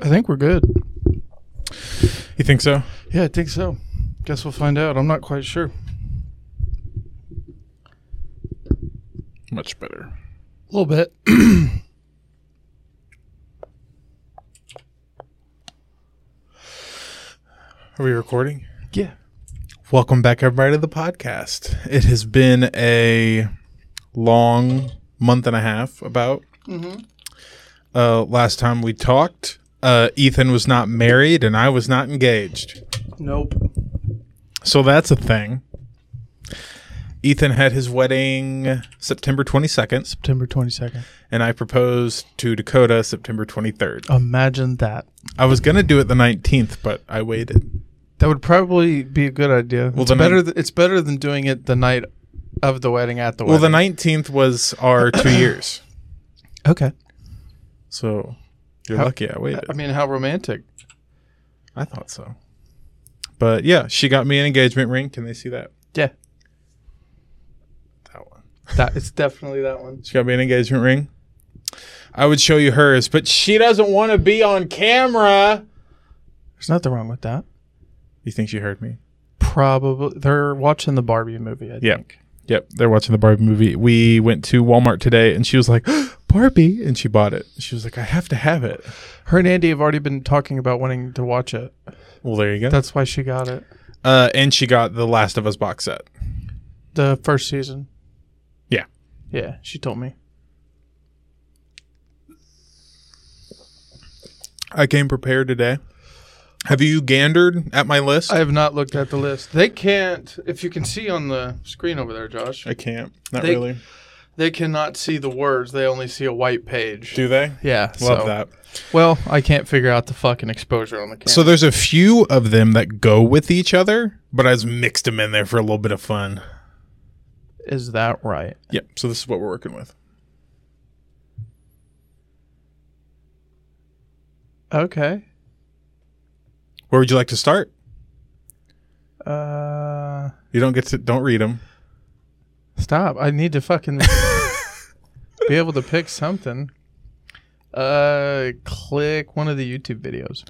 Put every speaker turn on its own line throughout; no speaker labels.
I think we're good.
You think so?
Yeah, I think so. Guess we'll find out. I'm not quite sure.
Much better.
A little bit.
Are we recording?
Yeah.
Welcome back, everybody, to the podcast. It has been a long month and a half, about. Uh, last time we talked, uh, Ethan was not married and I was not engaged.
Nope.
So that's a thing. Ethan had his wedding September 22nd,
September 22nd.
and I proposed to Dakota September 23rd.
Imagine that.
I was going to do it the 19th, but I waited.
That would probably be a good idea. Well, it's
the
better.
night-
Th- it's better than doing it the night of the wedding at the
Well, the
wedding.
19th was our two years.
Okay.
So you're
How-
lucky I waited.
I mean, how romantic.
I thought so. But yeah, she got me an engagement ring. Can they see that?
Yeah.
That one.
That it's definitely that one.
She got me an engagement ring. I would show you hers, but she doesn't want to be on camera.
There's nothing wrong with that.
You think she heard me?
Probably they're watching the Barbie movie. I
Yeah.
think.
Yep, they're watching the Barbie movie. We went to Walmart today and she was like, Barbie. And she bought it. She was like, I have to have it.
Her and Andy have already been talking about wanting to watch it.
Well, there you go.
That's why she got it.
Uh, and she got the Last of Us box set.
The first season.
Yeah.
Yeah, she told me.
I came prepared today. Have you gandered at my list?
I have not looked at the list. They can't, if you can see on the screen over there, Josh,
I can't. Not
They-
really.
they cannot see the words. They only see a white page.
Do they?
Yeah.
Love
so-
that.
Well, I can't figure out the fucking exposure on the camera.
So there's a few of them that go with each other, but I just mixed them in there for a little bit of fun.
Is that right?
Yep. So this is what we're working with.
Okay.
Where would you like to start?
Uh,
You don't get to don't read them.
stop. I need to fucking be able to pick something. Uh, click one of the YouTube videos.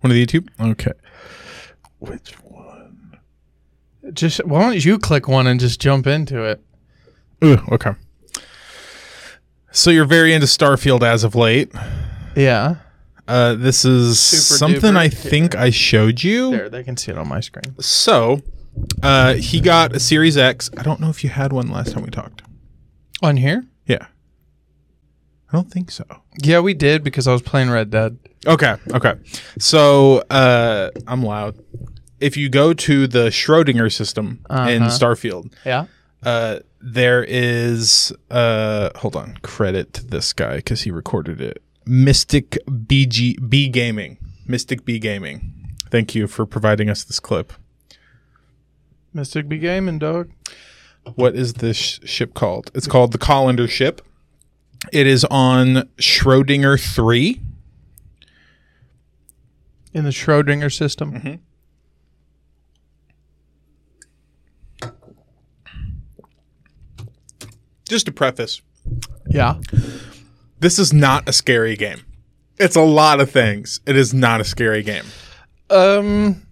One of the YouTube. Okay. Which one?
Just why don't you click one and just jump into it?
Ooh, okay. So you're very into Starfield as of late.
Yeah.
Uh, this is
Super
something
duper
I think I showed you.
There, they can see it on my screen.
So, uh, he got a Series X. I don't know if you had one last time we talked.
On here?
Yeah. I don't think so.
Yeah, we did because I was playing Red Dead.
Okay. Okay. So, uh, I'm loud. If you go to the Schrodinger system in
Uh-huh.
Starfield,
Yeah.
uh, there is, uh, hold on, credit to this guy because he recorded it. Mystic BG, B Gaming. Mystic B Gaming. Thank you for providing us this clip.
Mystic B Gaming, dog.
what is this sh- ship called? It's called the Colander ship. It is on Schrodinger 3.
In the Schrodinger system.
Just to preface,
Yeah.
this is not a scary game. It's a lot of things. It is not a scary game.
Um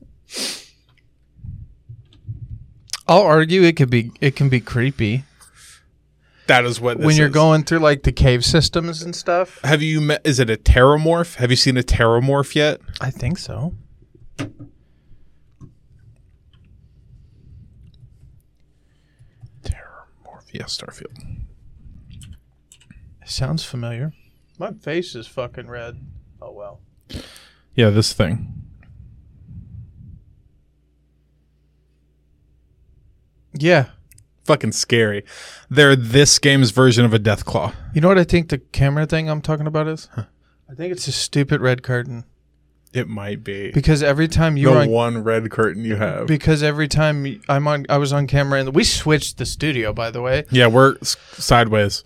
I'll argue it could be it can be creepy.
That is what this
when you're
is.
going through like the cave systems and stuff.
Have you met is it a terramorph? Have you seen a terramorph yet?
I think so.
Terramorph. Yeah, Starfield.
Sounds familiar. My face is fucking red. Oh well.
Yeah, this thing.
Yeah.
Fucking scary. They're this game's version of a death claw.
You know what I think the camera thing I'm talking about is? I think it's a stupid red curtain.
It might be.
Because every time you
the
were on
one red curtain you have.
because every time I'm on, I was on camera, and we switched the studio. By the way,
yeah, we're s- sideways.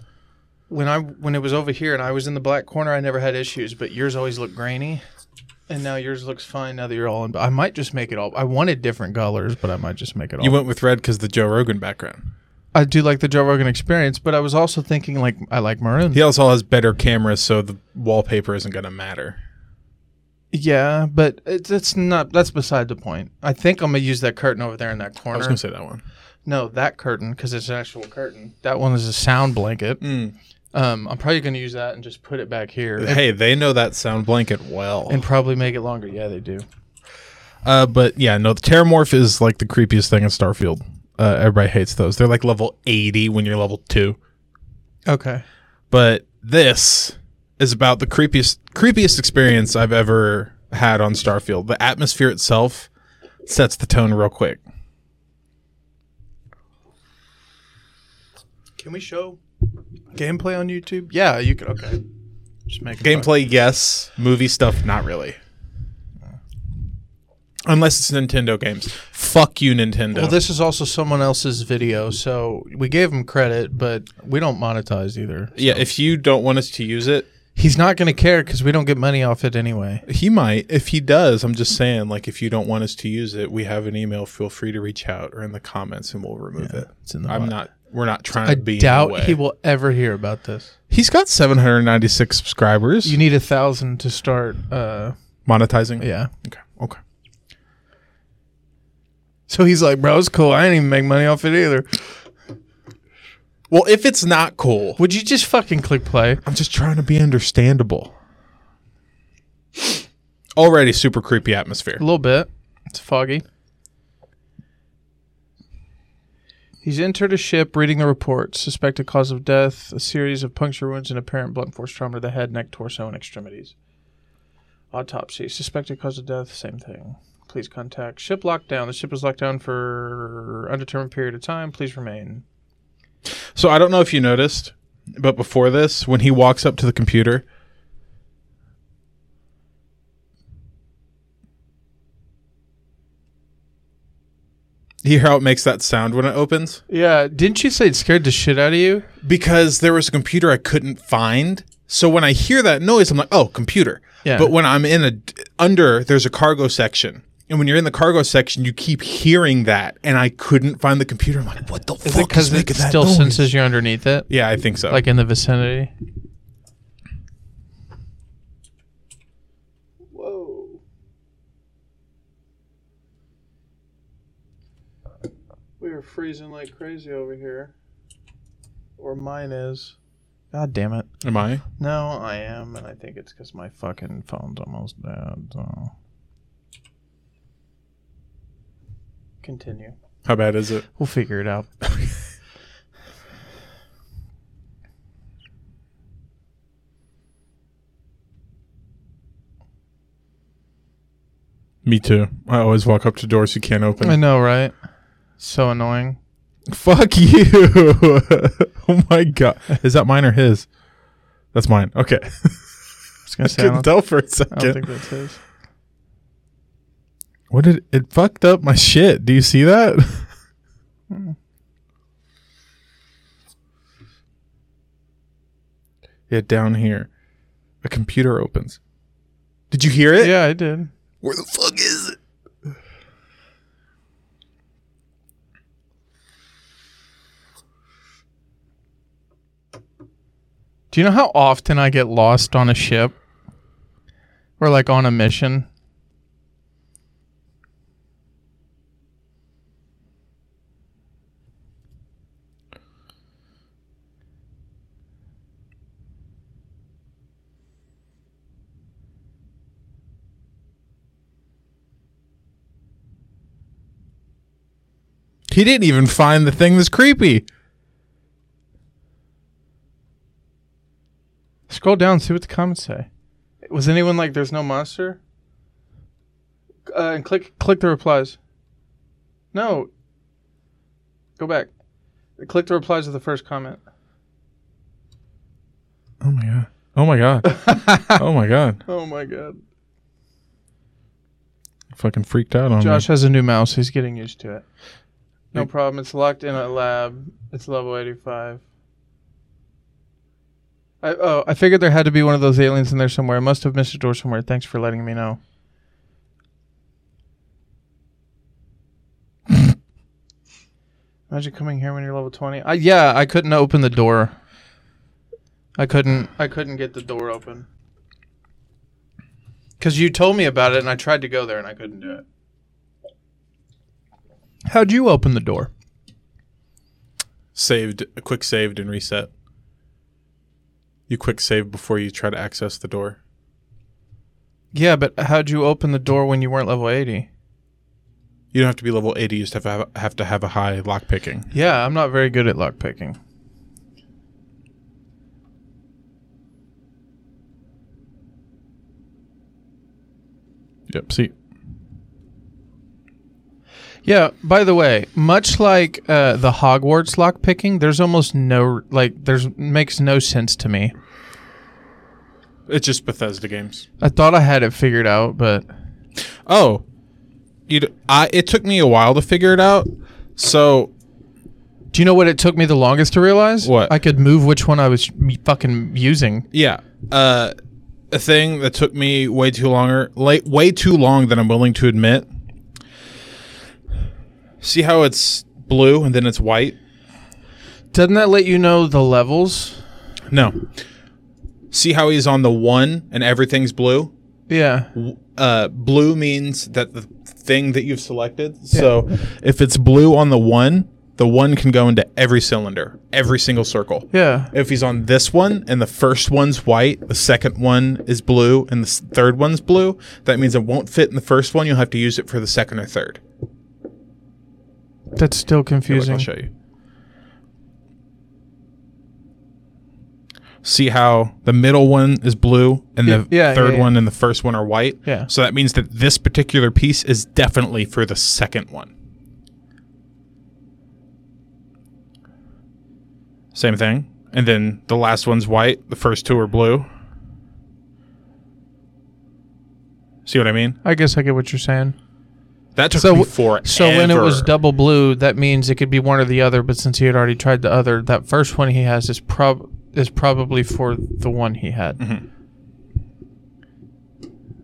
when I when it was over here and I was in the black corner, I never had issues. But yours always looked grainy, and now yours looks fine. Now that you're all in, I might just make it all. I wanted different colors, but I might just make it all.
You went with red because the Joe Rogan background.
I do like the Joe Rogan Experience, but I was also thinking like I like maroon.
He also has better cameras, so the wallpaper isn't going to matter.
Yeah, but it's, it's not. That's beside the point. I think I'm gonna use that curtain over there in that
I
corner.
was gonna say that one.
no, that curtain because it's an actual curtain. That one is a sound blanket.
Mm.
Um, I'm probably gonna use that and just put it back here and,
Hey, they know that sound blanket well.
and probably make it longer. Yeah, they do.
Uh, but yeah, no, the Terramorph is like the creepiest thing in Starfield. Uh, everybody hates those. They're like level 80 when you're level 2.
Okay.
But this is about the creepiest creepiest experience I've ever had on Starfield. The atmosphere itself sets the tone real quick.
Can we show gameplay on YouTube? Yeah, you can. Okay. Just make a
Gameplay, yes. Movie stuff, not really. Unless it's Nintendo games. Fuck you, Nintendo.
Well, this is also someone else's video, so we gave him credit, but we don't monetize either.
yeah, if you don't want us to use it,
He's not going to care because we don't get money off it anyway.
He might. If he does, I'm just saying, like, if you don't want us to use it, we have an email. Feel free to reach out or in the comments and we'll remove it.
It's in the
I'm
bio.
not, we're not trying
I
to be. in the
doubt
way.
he will ever hear about this.
He's got 796 subscribers.
You need a thousand to start. Uh,
Monetizing?
yeah.
Okay. Okay.
So he's like, bro, it's cool. I ain't even make money off it either.
Well, if it's not cool,
Would you just fucking click play?
I'm just trying to be understandable. Already super creepy atmosphere.
A little bit. It's foggy. He's entered a ship reading the report. Suspected cause of death, a series of puncture wounds and apparent blunt force trauma to the head, neck, torso, and extremities. Autopsy. Suspected cause of death, same thing. Please contact ship lockdown. The ship is locked down for undetermined period of time. Please remain.
So I don't know if you noticed, but before this, when he walks up to the computer, you hear how it makes that sound when it opens?
Yeah, didn't you say it scared the shit out of you?
Because there was a computer I couldn't find. So when I hear that noise, I'm like, "Oh, computer."
Yeah.
But when I'm in a under, there's a cargo section. And when you're in the cargo section, you keep hearing that, and I couldn't find the computer. I'm like, "What the fuck?"
Is it because it
making that
still
noise?"
senses you're underneath it?
Yeah, I think so.
Like in the vicinity? Whoa. We are freezing like crazy over here. Or mine is. God damn it.
am I?
No, I am, and I think it's because my fucking phone's almost dead. So. Continue.
How bad is it?
We'll figure it out.
Me too. I always walk up to doors you can't open.
I know, right? So annoying.
Fuck you. oh my god. Is that mine or his? That's mine. Okay.
I was gonna
I
say I
couldn't
don't,
tell for a
I don't
second.
think that's his.
What did it fucked up my shit? Do you see that?
Hmm.
yeah, down here. A computer opens. Did you hear it?
Yeah, I did.
Where the fuck is it?
Do you know how often I get lost on a ship or like on a mission?
He didn't even find the thing that's creepy.
Scroll down, see what the comments say. Was anyone like, "There's no monster"? Uh, and click, click the replies. No. Go back. Click the replies of the first comment.
Oh my god. Oh my god. oh my god.
Oh my god.
Fucking freaked out on me.
Josh has a new mouse. He's getting used to it. No problem. It's locked in a lab. It's level 85. I, oh, I figured there had to be one of those aliens in there somewhere. I must have missed a door somewhere. Thanks for letting me know. Imagine coming here when you're level 20. I, yeah, I couldn't open the door. I couldn't. I couldn't get the door open. Because you told me about it, and I tried to go there, and I couldn't do it. How'd you open the door?
Saved, quick saved and reset. You quick save before you try to access the door.
Yeah, but how'd you open the door when you weren't level 80?
You don't have to be level 80, you just have to have, have, to have a high lock picking.
Yeah, I'm not very good at lockpicking.
Yep, see.
Yeah, by the way, much like uh, the Hogwarts lockpicking, there's almost no like there's makes no sense to me.
It's just Bethesda games.
I thought I had it figured out, but
Oh, you. d I it took me a while to figure it out. So
do you know what it took me the longest to realize?
What?
I could move which one I was m- fucking using.
yeah, uh, a thing that took me way too longer, late, way too long than I'm willing to admit. See how it's blue and then it's white.
Doesn't that let you know the levels?
No. See how he's on the one and everything's blue?
Yeah.
uh, blue means that the thing that you've selected. So if it's blue on the one, the one can go into every cylinder, every single circle.
Yeah.
If he's on this one and the first one's white, the second one is blue, and the s- third one's blue, that means it won't fit in the first one. You'll have to use it for the second or third.
That's still
Here, look,
confusing.
I'll show you. See how the middle one is blue and the
Yeah, yeah,
third
yeah.
one and the first one are white?
Yeah.
So that means that this particular piece is definitely for the second one. Same thing. And then the last one's white, the first two are blue. See what I mean?
I guess I get what you're saying.
That took
So
me
w-
forever.
So when it was double blue, that means it could be one or the other. But since he had already tried the other, that first one he has is prob is probably for the one he had.
Mhm.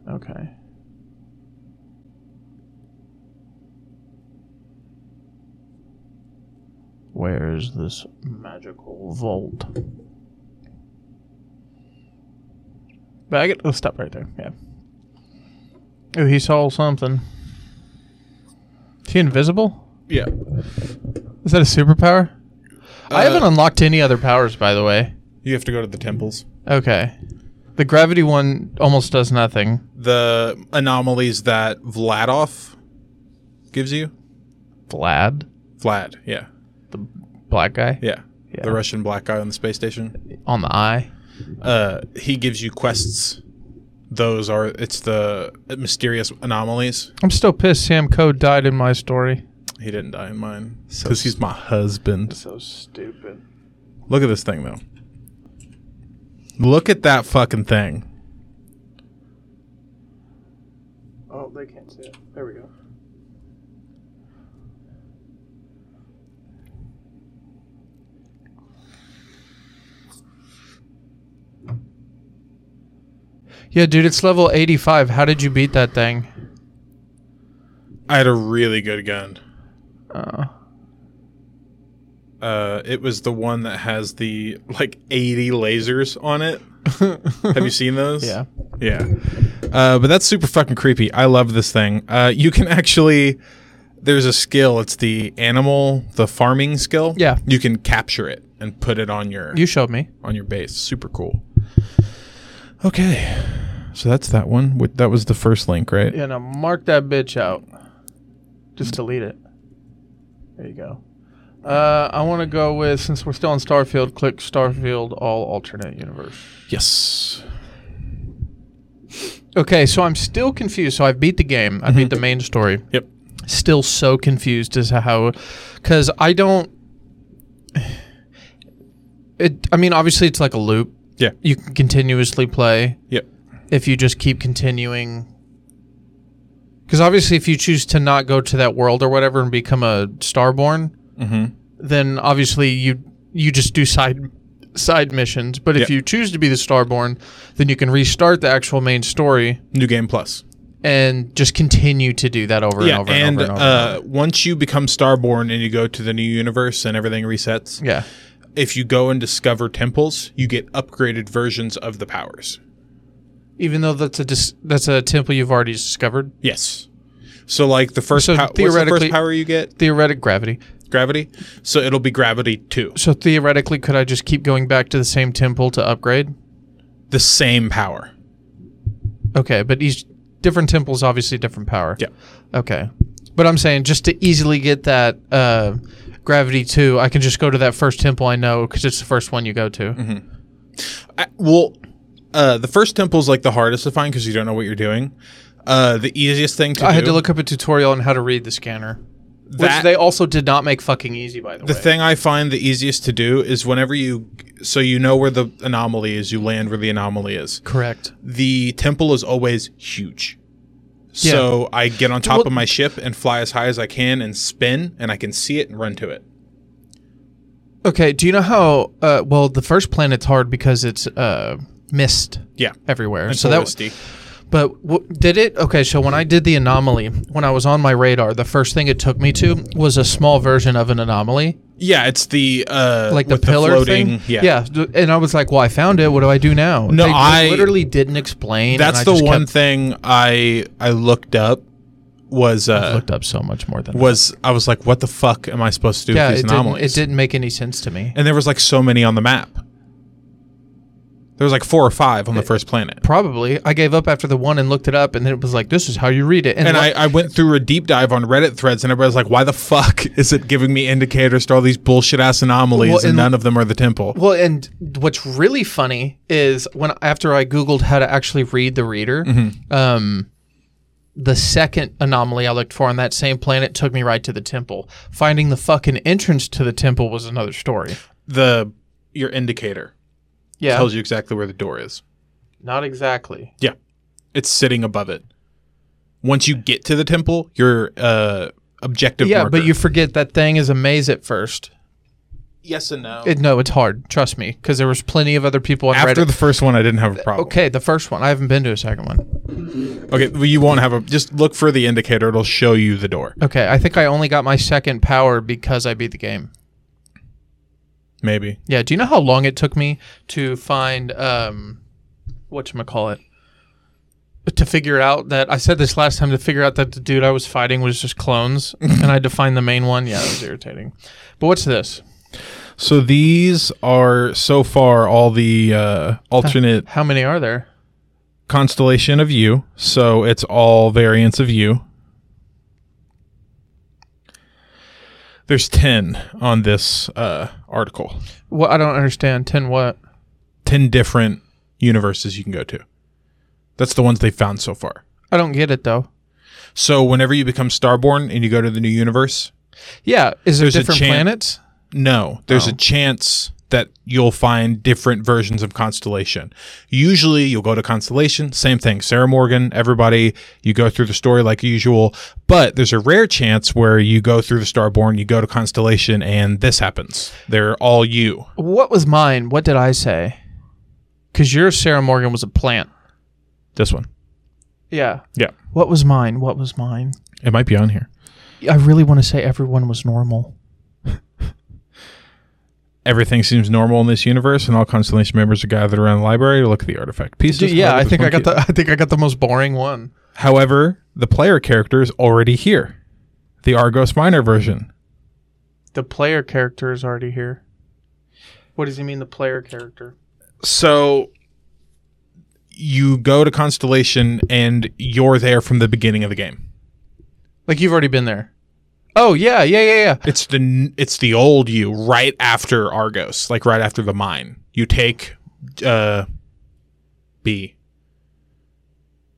Okay. Where is this magical vault? But I get. Let's stop right there. Yeah. Oh, he saw something. Is he invisible?
Yeah.
Is that a superpower? I
Uh,
haven't unlocked any other powers, by the way.
You have to go to the temples.
Okay. The gravity one almost does nothing.
the anomalies that Vladoff gives you.
Vlad,
Vlad, yeah,
the black guy
yeah,
Yeah.
the Russian black guy on the space station.
on the eye.
Uh, he gives you quests. Those are it's the mysterious anomalies.
I'm still pissed Sam Code died in my story.
He didn't die in mine
So
because he's my husband.
So stupid.
Look at this thing though. Look at that fucking thing.
Oh, they can't see it. There we go. Yeah, dude, it's level 85. How did you beat that thing?
I had a really good gun.
Uh,
Uh, it was the one that has the like 80 lasers on it. Have you seen those?
yeah.
Yeah. Uh, but that's super fucking creepy. I love this thing. Uh, you can actually, there's a skill. It's the animal, the farming skill.
Yeah.
You can capture it and put it on your
You showed me.
on your base. Super cool. Okay. So that's that one. Wait, That was the first link, right?
Yeah, now mark that bitch out. Just delete it. There you go. Uh, I want to go with, since we're still on Starfield, click Starfield All Alternate Universe.
Yes.
Okay, so I'm still confused. So I've beat the game. I beat the main story.
Yep.
Still so confused as to how, because I don't. It. I mean, obviously, it's like a loop.
Yeah.
You can continuously play
Yep.
if you just keep continuing. Because obviously, if you choose to not go to that world or whatever and become a Starborn,
Mm-hmm.
then obviously you you just do side side missions. But if
Yep.
you choose to be the Starborn, then you can restart the actual main story
New game plus.
and just continue to do that over and over and, over and over.
uh, once you become Starborn and you go to the new universe and everything resets,
yeah.
if you go and discover temples, you get upgraded versions of the powers.
Even though that's a dis- that's a temple you've already discovered.
Yes. So like the first,
So
pow- what's the
theoretically-
first power you get?
Theoretic gravity.
Gravity. So it'll be gravity two.
So theoretically, could I just keep going back to the same temple to upgrade?
The same power.
Okay, but each different temple's obviously different power.
Yeah.
Okay. But I'm saying just to easily get that uh, gravity two, I can just go to that first temple I know because it's the first one you go to.
Mm-hmm. I, well, uh, the first temple is like the hardest to find because you don't know what you're doing. Uh, the easiest thing to
I
do.
had to look up a tutorial on how to read the scanner, which
That-
they also did not make fucking easy. By the,
The
way,
thing I find the easiest to do is whenever you, so you know where the anomaly is, you land where the anomaly is.
correct.
The temple is always huge. So I get on top
Well-
of my ship and fly as high as I can and spin, and I can see it and run to it.
Okay, do you know how? Uh, well, the first planet's hard because it's uh, mist
Yeah.
everywhere.
And
so that
touristy.
But w- did it? Okay, so when I did the anomaly, when I was on my radar, the first thing it took me to was a small version of an anomaly,
yeah, it's the uh,
like the
with
pillar
floating,
thing.
Yeah,
yeah. th- And I was like, "Well, I found it. What do I do now?"
No,
they
I-
literally didn't explain. and
That's
I
the
just
one
kept-
thing I I looked up was
I
uh
looked up so much more than.
was I was like, what the fuck am I supposed to do
yeah,
with these
it didn't,
anomalies?
it didn't make any sense to me.
And there was like so many on the map. There was like four or five on the first planet.
Probably, I gave up after the one and looked it up, and then it was like, "This is how you read it."
And
like-
I, I went through a deep dive on Reddit threads, and everybody's like, "Why the fuck is it giving me indicators to all these bullshit ass anomalies,
Well,
and,
and-
none of them are the temple?"
Well, and what's really funny is when after I googled how to actually read the reader,
Mm-hmm.
um, the second anomaly I looked for on that same planet took me right to the temple. Finding the fucking entrance to the temple was another story.
The your indicator
Yeah,
tells you exactly where the door is.
not exactly.
Yeah, it's sitting above it. Once you get to the temple, your uh, objective.
Yeah,
marker-
but you forget that thing is a maze at first.
yes and no.
It, no, it's hard. Trust me, because there was plenty of other people on
After
Reddit.
the first one, I didn't have a problem.
okay, the first one. I haven't been to a second one.
Okay, well, you won't have a. Just look for the indicator; it'll show you the door.
Okay, I think I only got my second power because I beat the game.
Maybe
Yeah. Do you know how long it took me to find um, what call it? To figure out that I said this last time to figure out that the dude I was fighting was just clones, and I had to find the main one. Yeah, that was irritating. But what's this?
so. These are so far all the uh, alternate
How many are there?
constellation of you. So it's all variants of you. There's ten on this uh, article.
Well, I don't understand. Ten what?
Ten different universes you can go to. That's the ones they found so far.
I don't get it though.
So whenever you become Starborn and you go to the new universe,
Yeah, is there
There's a
different
chan-
planets?
No, there's
Oh.
a chance that you'll find different versions of Constellation. Usually you'll go to Constellation, same thing, Sarah Morgan, everybody, you go through the story like usual, but there's a rare chance where you go through the Starborn, you go to Constellation, and this happens. They're all you.
What was mine? What did I say? Because your Sarah Morgan was a plant.
This one.
Yeah.
Yeah.
What was mine? What was mine?
It might be on here.
I really want to say everyone was normal.
Everything seems normal in this universe, and all Constellation members are gathered around the library to look at the artifact pieces.
Dude, yeah,
However,
I
this
think
one
I got
key-
the I think I got the most boring one.
However, the player character is already here. The Argos Minor version.
The player character is already here. What does he mean the player character?
so you go to constellation and you're there from the beginning of the game
Like you've already been there. Oh yeah, yeah, yeah, yeah.
it's the n- it's the old you right after argos like right after the mine you take uh b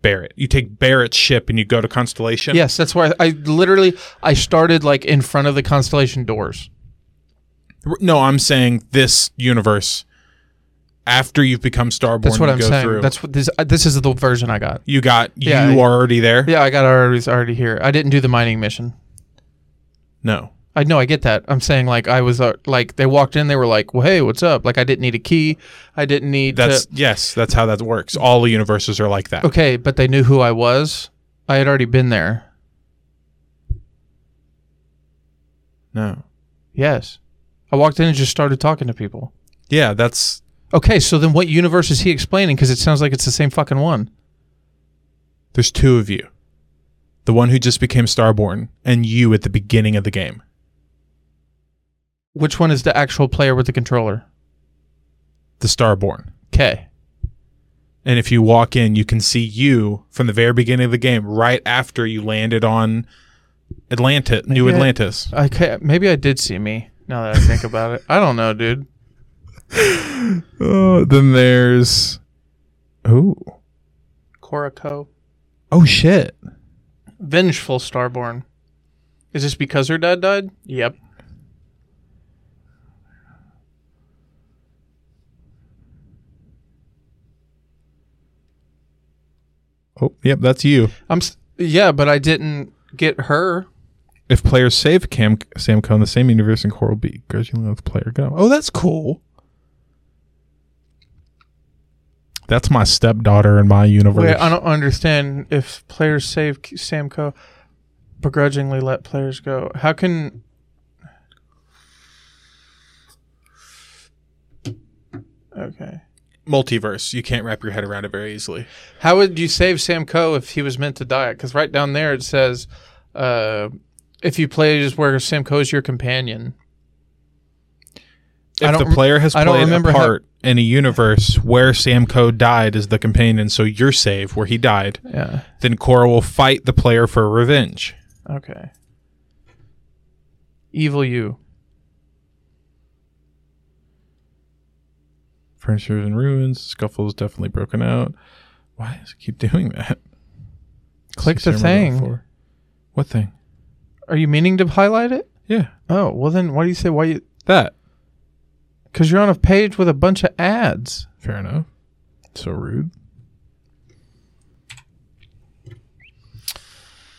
barrett you take barrett's ship and you go to constellation
Yes, that's where I, I literally I started like in front of the constellation doors.
R- no i'm saying this universe after you've become starborn
That's what
you
I'm
go
saying.
through
That's what this uh, this is the version I got.
you got
Yeah,
you
I-
are already there
Yeah, I got already it's already here. I didn't do the mining mission.
no
I know I get that. I'm saying like I was uh, like they walked in, they were like, "Well, hey, what's up?" Like I didn't need a key. I didn't need to-
that's yes that's how that works all the universes are like that
Okay, but they knew who I was. I had already been there.
no
Yes. I walked in and just started talking to people.
Yeah, that's
Okay, so then what universe is he explaining? Because it sounds like it's the same fucking one.
There's two of you. The one who just became Starborn and you at the beginning of the game.
Which one is the actual player with the controller?
The Starborn.
Okay.
And if you walk in, you can see you from the very beginning of the game, right after you landed on Atlantis, New
Maybe I-
Atlantis.
Okay, maybe I did see me. Now that I think about it, I don't know, dude.
Uh, then there's. Oh.
Korako,
Oh, shit.
vengeful Starborn. Is this because her dad died? Yep.
Oh, yep, that's you.
I'm. s yeah, but I didn't get her.
If players save Cam Samco in the same universe and Coral B, gradually let the player go. Oh, that's cool. That's my stepdaughter in my universe.
Wait, I don't understand. If players save K- Samco, begrudgingly let players go. How can? Okay.
Multiverse. You can't wrap your head around it very easily.
How would you save Samco if he was meant to die? Because right down there it says, uh, if you play is where Samco is your companion. I
If
don't
the
rem-
player has
I don't
played a
remember how-
part in a universe where Samco died as the companion, so you're saved where he died,
Yeah.
then Cora will fight the player for revenge.
Okay. Evil you.
Furniture is in ruins. Scuffle is definitely broken out. Why does it keep doing that?
Click
Six
the
zero
thing.
four. What thing?
Are you meaning to highlight it?
Yeah,
Oh well, then why do you say why you?
that.
Because you're on a page with a bunch of ads.
Fair enough. So rude.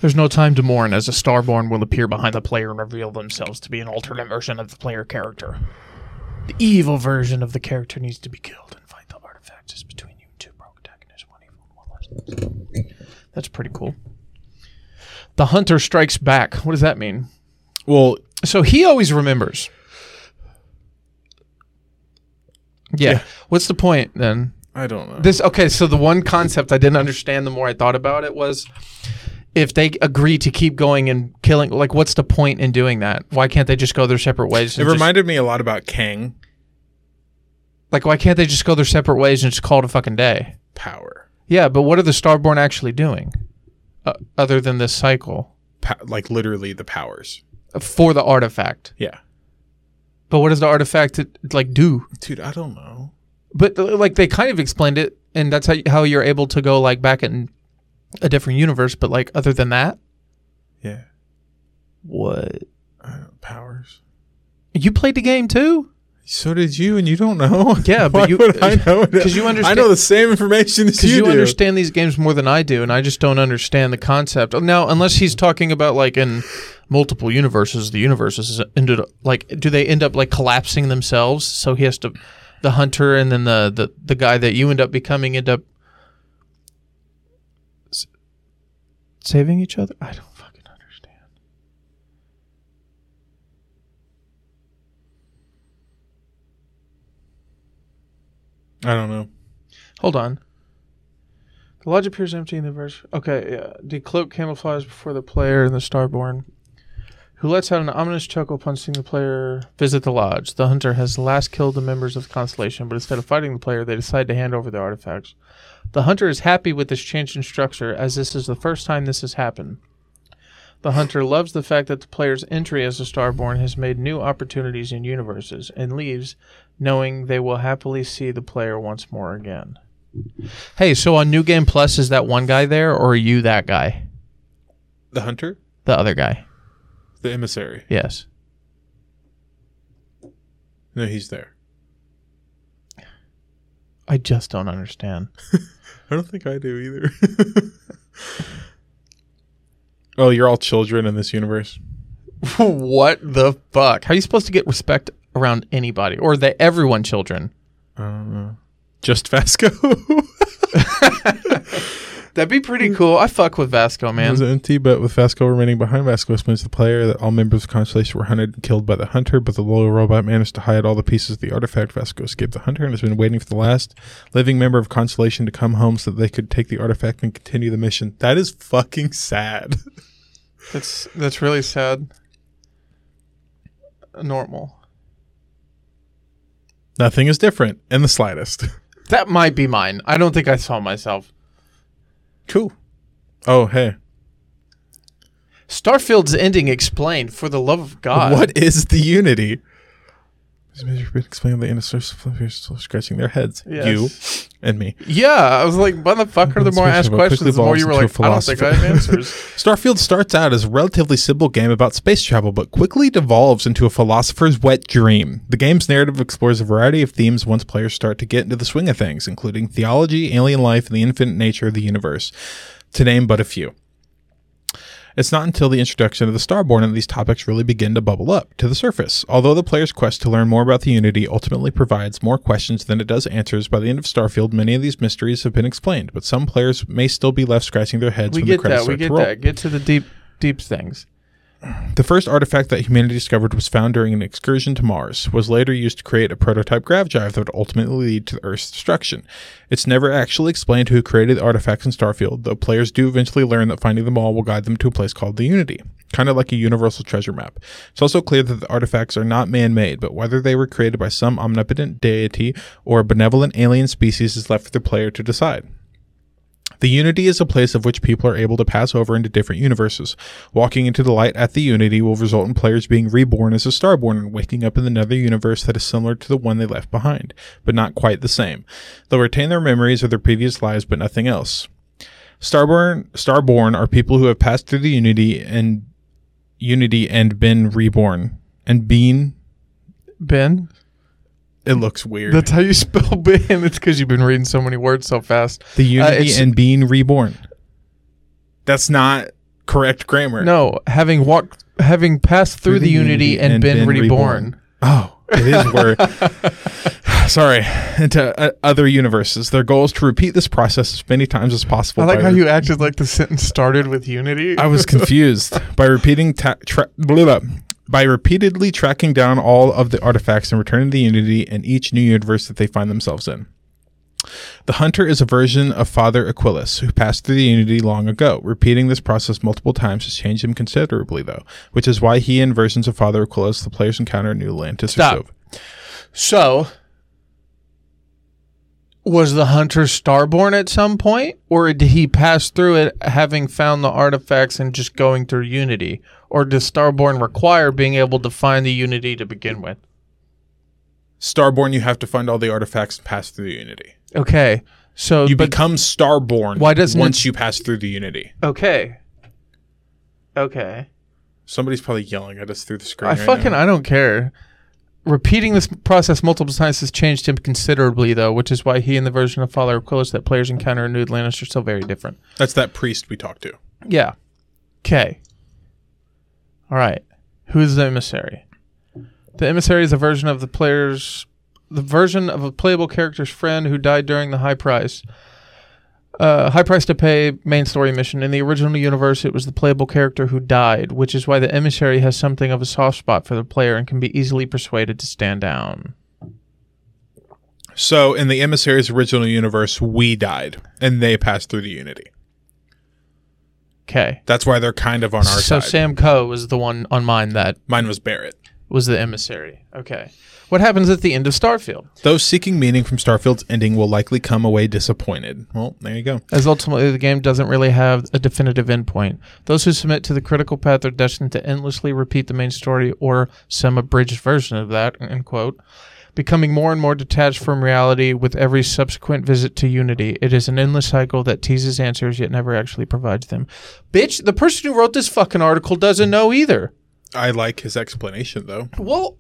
There's no time to mourn, as a starborn will appear behind the player and reveal themselves to be an alternate version of the player character. The evil version of the character needs to be killed, and fight the artifacts is between you and two protagonists, one evil and one less. That's pretty cool. The hunter strikes back. What does that mean?
Well,
So he always remembers. Yeah.
Yeah.
What's the point then?
I don't know.
This okay, so the one concept I didn't understand the more I thought about it was if they agree to keep going and killing like what's the point in doing that? Why can't they just go their separate ways?
it
and just-
reminded me a lot about Kang
like why can't they just go their separate ways and just call it a fucking day?
power.
Yeah, but what are the Starborn actually doing uh, other than this cycle
Pa- like literally the powers.
for the artifact?
Yeah.
But what does the artifact like do?
Dude, I don't know.
but uh, like they kind of explained it and that's how, how you're able to go like back in a different universe but like other than that
Yeah.
what
Uh, powers.
you played the game too
So did you, and you don't know.
Yeah, but
Why
you-
would I know it?
'cause you
I
understand-
know the same information as
because
you,
you,
do.
understand these games more than i do and i just don't understand the concept now unless he's talking about like in multiple universes the universes ended up like do they end up like collapsing themselves so he has to the hunter and then the the, the guy that you end up becoming end up s- saving each other i don't fucking understand
I don't know.
Hold on. The lodge appears empty in the verse. Okay, yeah. The cloak camouflages before the player and the starborn, who lets out an ominous chuckle upon seeing the player visit the lodge. The hunter has last killed the members of the constellation, but instead of fighting the player, they decide to hand over their artifacts. The hunter is happy with this change in structure, as this is the first time this has happened. The hunter loves the fact that the player's entry as a starborn has made new opportunities in universes and leaves knowing they will happily see the player once more again. Hey, so on New Game Plus, is that one guy there, or are you that guy?
The hunter,
The other guy?
the emissary.
Yes.
No, he's there.
I just don't understand.
I don't think I do either. oh, you're all children in this universe.
what the fuck? How are you supposed to get respect around anybody, or the everyone children?
I don't know. Just Vasco.
That'd be pretty cool. I fuck with Vasco,
It
man.
was empty, but with Vasco remaining behind, Vasco explains to the player that all members of Constellation were hunted and killed by the hunter, but the loyal robot managed to hide all the pieces of the artifact. Vasco escaped the hunter and has been waiting for the last living member of Constellation to come home so that they could take the artifact and continue the mission. That is fucking sad.
That's that's really sad. Normal.
Nothing is different in the slightest.
That might be mine. I don't think I saw myself.
Cool. Oh, hey.
Starfield's ending explained. For the love of God,
what is the unity? These men have been explaining the inner source of fluff here, still scratching their heads.
Yes.
You and me.
Yeah, I was like, motherfucker. The more I
Conversation
asked
about quickly
questions, the more you were
evolves
like,
into a
I don't think I have
philosopher.
answers.
Starfield starts out as a relatively simple game about space travel, but quickly devolves into a philosopher's wet dream. The game's narrative explores a variety of themes once players start to get into the swing of things, including theology, alien life, and the infinite nature of the universe, to name but a few. It's not until the introduction of the Starborn that these topics really begin to bubble up to the surface. Although the player's quest to learn more about the Unity ultimately provides more questions than it does answers, by the end of Starfield, many of these mysteries have been explained, but some players may still be left scratching their heads
we
when the
get
credits
that. We
start
get
to roll.
that. Get to the deep, deep things.
The first artifact that humanity discovered was found during an excursion to Mars, was later used to create a prototype grav drive that would ultimately lead to the Earth's destruction. It's never actually explained who created the artifacts in Starfield, though players do eventually learn that finding them all will guide them to a place called the Unity, kind of like a universal treasure map. It's also clear that the artifacts are not man made, but whether they were created by some omnipotent deity or a benevolent alien species is left for the player to decide. The Unity is a place of which people are able to pass over into different universes. Walking into the light at the Unity will result in players being reborn as a Starborn and waking up in another universe that is similar to the one they left behind, but not quite the same. They'll retain their memories of their previous lives, but nothing else. Starborn, Starborn are people who have passed through the Unity and Unity and been reborn. And been,
Ben,
it looks weird.
that's how you spell Ben. It's because you've been reading so many words so fast.
the Unity
uh, it's-
and being reborn. That's not correct grammar.
No, having walked, having passed through, the, unity, and, been, reborn.
Oh, it is where. sorry, into uh, other universes. Their goal is to repeat this process as many times as possible.
I like
by
how
re-
you acted like the sentence started with unity.
I was confused by repeating ta- tra- blah, blah, by repeatedly tracking down all of the artifacts and returning to the Unity in each new universe that they find themselves in. The Hunter is a version of Father Aquilas, who passed through the Unity long ago. Repeating this process multiple times has changed him considerably, though, which is why he and versions of Father Aquilas the players encounter in New Atlantis
Stop.
or Sova.
so, was the hunter starborn at some point, or did he pass through it having found the artifacts and just going through unity? Or does starborn require being able to find the unity to begin with?
Starborn, you have to find all the artifacts and pass through the Unity.
Okay, so
You
but
become Starborn
Why doesn't it-
once you pass through the Unity.
okay, okay.
Somebody's probably yelling at us through the screen.
I
right
fucking
now.
I don't care. Repeating this process multiple times has changed him considerably, though, which is why he and the version of Father Aquilas that players encounter in New Atlantis are still very different.
That's that priest we talked to.
Yeah. Okay. All right. Who is the emissary? The emissary is a version of the player's, the version of a playable character's friend who died during the high price. Uh, high price to pay main story mission. In the original universe, it was the playable character who died, which is why the emissary has something of a soft spot for the player and can be easily persuaded to stand down.
So in the emissary's original universe, we died, and they passed through the Unity.
Okay.
That's why they're kind of on our
So
side.
Sam Coe was the one on mine that
Mine was Barrett.
was the emissary. Okay. What happens at the end of Starfield?
Those seeking meaning from Starfield's ending will likely come away disappointed. Well, there you go.
as ultimately the game doesn't really have a definitive endpoint. Those who submit to the critical path are destined to endlessly repeat the main story or some abridged version of that, end quote, becoming more and more detached from reality with every subsequent visit to Unity. It is an endless cycle that teases answers yet never actually provides them. Bitch, the person who wrote this fucking article doesn't know either.
I like his explanation, though.
Well,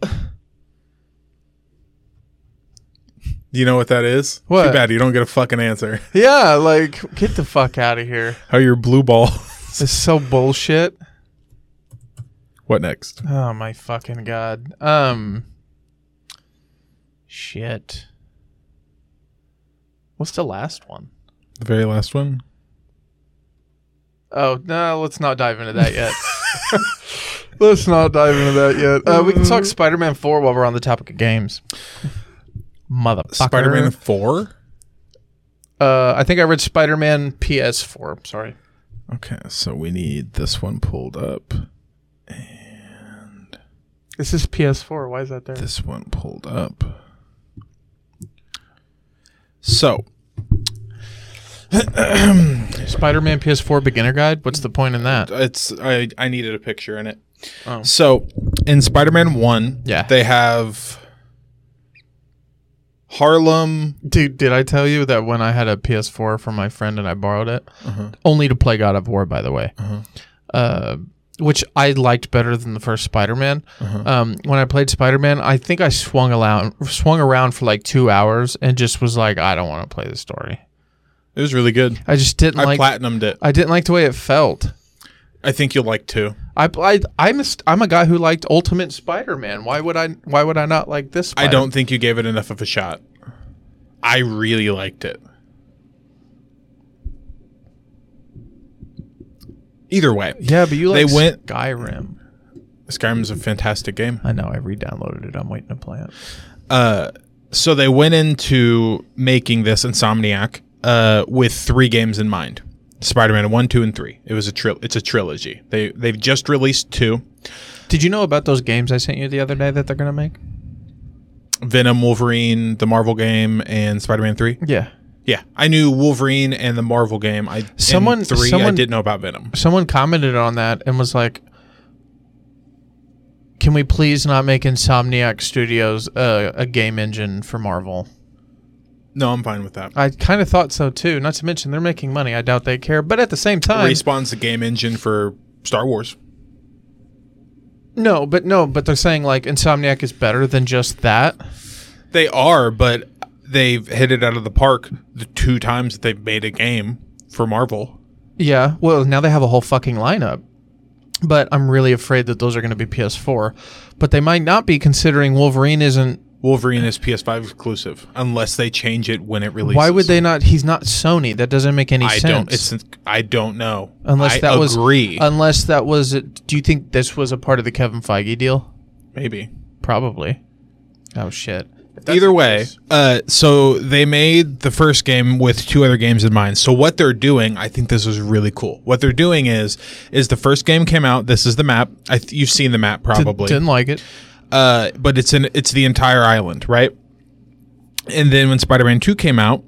You know what that is? Too
What?
bad you don't get a fucking answer.
yeah, like, get the fuck out of here.
How your blue ball?
This is so bullshit.
what next?
Oh my fucking god. Um shit. What's the last one?
The very last one.
Oh no, let's not dive into that yet. let's not dive into that yet. Uh, we can talk Spider-Man Four while we're on the topic of games. Motherfucker.
Spider-Man Four.
Uh, I think I read Spider-Man PS4. Sorry.
Okay, so we need this one pulled up.
This is PS4. Why is that there?
This one pulled up. So
Spider-Man PS4 beginner guide. What's the point in that?
it's I, I needed a picture in it.
Oh.
So in Spider-Man One,
Yeah.
they have Harlem.
Dude, did I tell you that when I had a PS4 from my friend and I borrowed it,
Uh-huh.
only to play God of War, by the way,
Uh-huh.
uh, which I liked better than the first Spider-Man.
Uh-huh.
Um, when I played Spider-Man, I think I swung around, swung around for like two hours and just was like, I don't want to play the story.
It was really good.
I just didn't
I
like.
platinumed it.
I didn't like the way it felt.
I think you'll like too.
I I I'm a, st- I'm a guy who liked Ultimate Spider-Man. Why would I Why would I not like this?
I
Spider-
don't think you gave it enough of a shot. I really liked it. Either way,
Yeah, but you
They
like
went-
Skyrim.
Skyrim's a fantastic game.
I know. I re-downloaded it. I'm waiting to play it.
Uh, so they went into making this Insomniac uh, with three games in mind: Spider-Man one, two, and three. It was a tri- It's a trilogy. They they've just released two.
Did you know about those games I sent you the other day that they're gonna make?
Venom, Wolverine, the Marvel game, and Spider-Man three.
Yeah.
Yeah, I knew Wolverine and the Marvel game. I and
Someone-
three. I
someone-
didn't know about Venom.
Someone commented on that and was like, "Can we please not make Insomniac Studios uh, a game engine for Marvel?"
No, I'm fine with that.
I kind of thought so too. Not to mention they're making money. I doubt they care. But at the same time,
Respawn's the game engine for Star Wars.
no. But no. But they're saying like Insomniac is better than just that.
They are, but they've hit it out of the park the two times that they've made a game for Marvel.
Yeah. Well, now they have a whole fucking lineup. But I'm really afraid that those are going to be PS4. But they might not be considering Wolverine isn't.
Wolverine is PS5 exclusive unless they change it when it releases.
Why would they not? He's not Sony. That doesn't make any
I
sense.
don't. It's I don't know.
Unless
I
that was-
agree.
Unless that was. Do you think this was a part of the Kevin Feige deal?
maybe.
Probably. Oh shit. If that's
Either
the
way,
case-
uh, so they made the first game with two other games in mind. So what they're doing, I think this is really cool. What they're doing is, is the first game came out. This is the map. I th- you've seen the map
Did-
probably.
didn't like it.
uh, but it's in it's the entire island, right? And then when Spider-Man Two came out,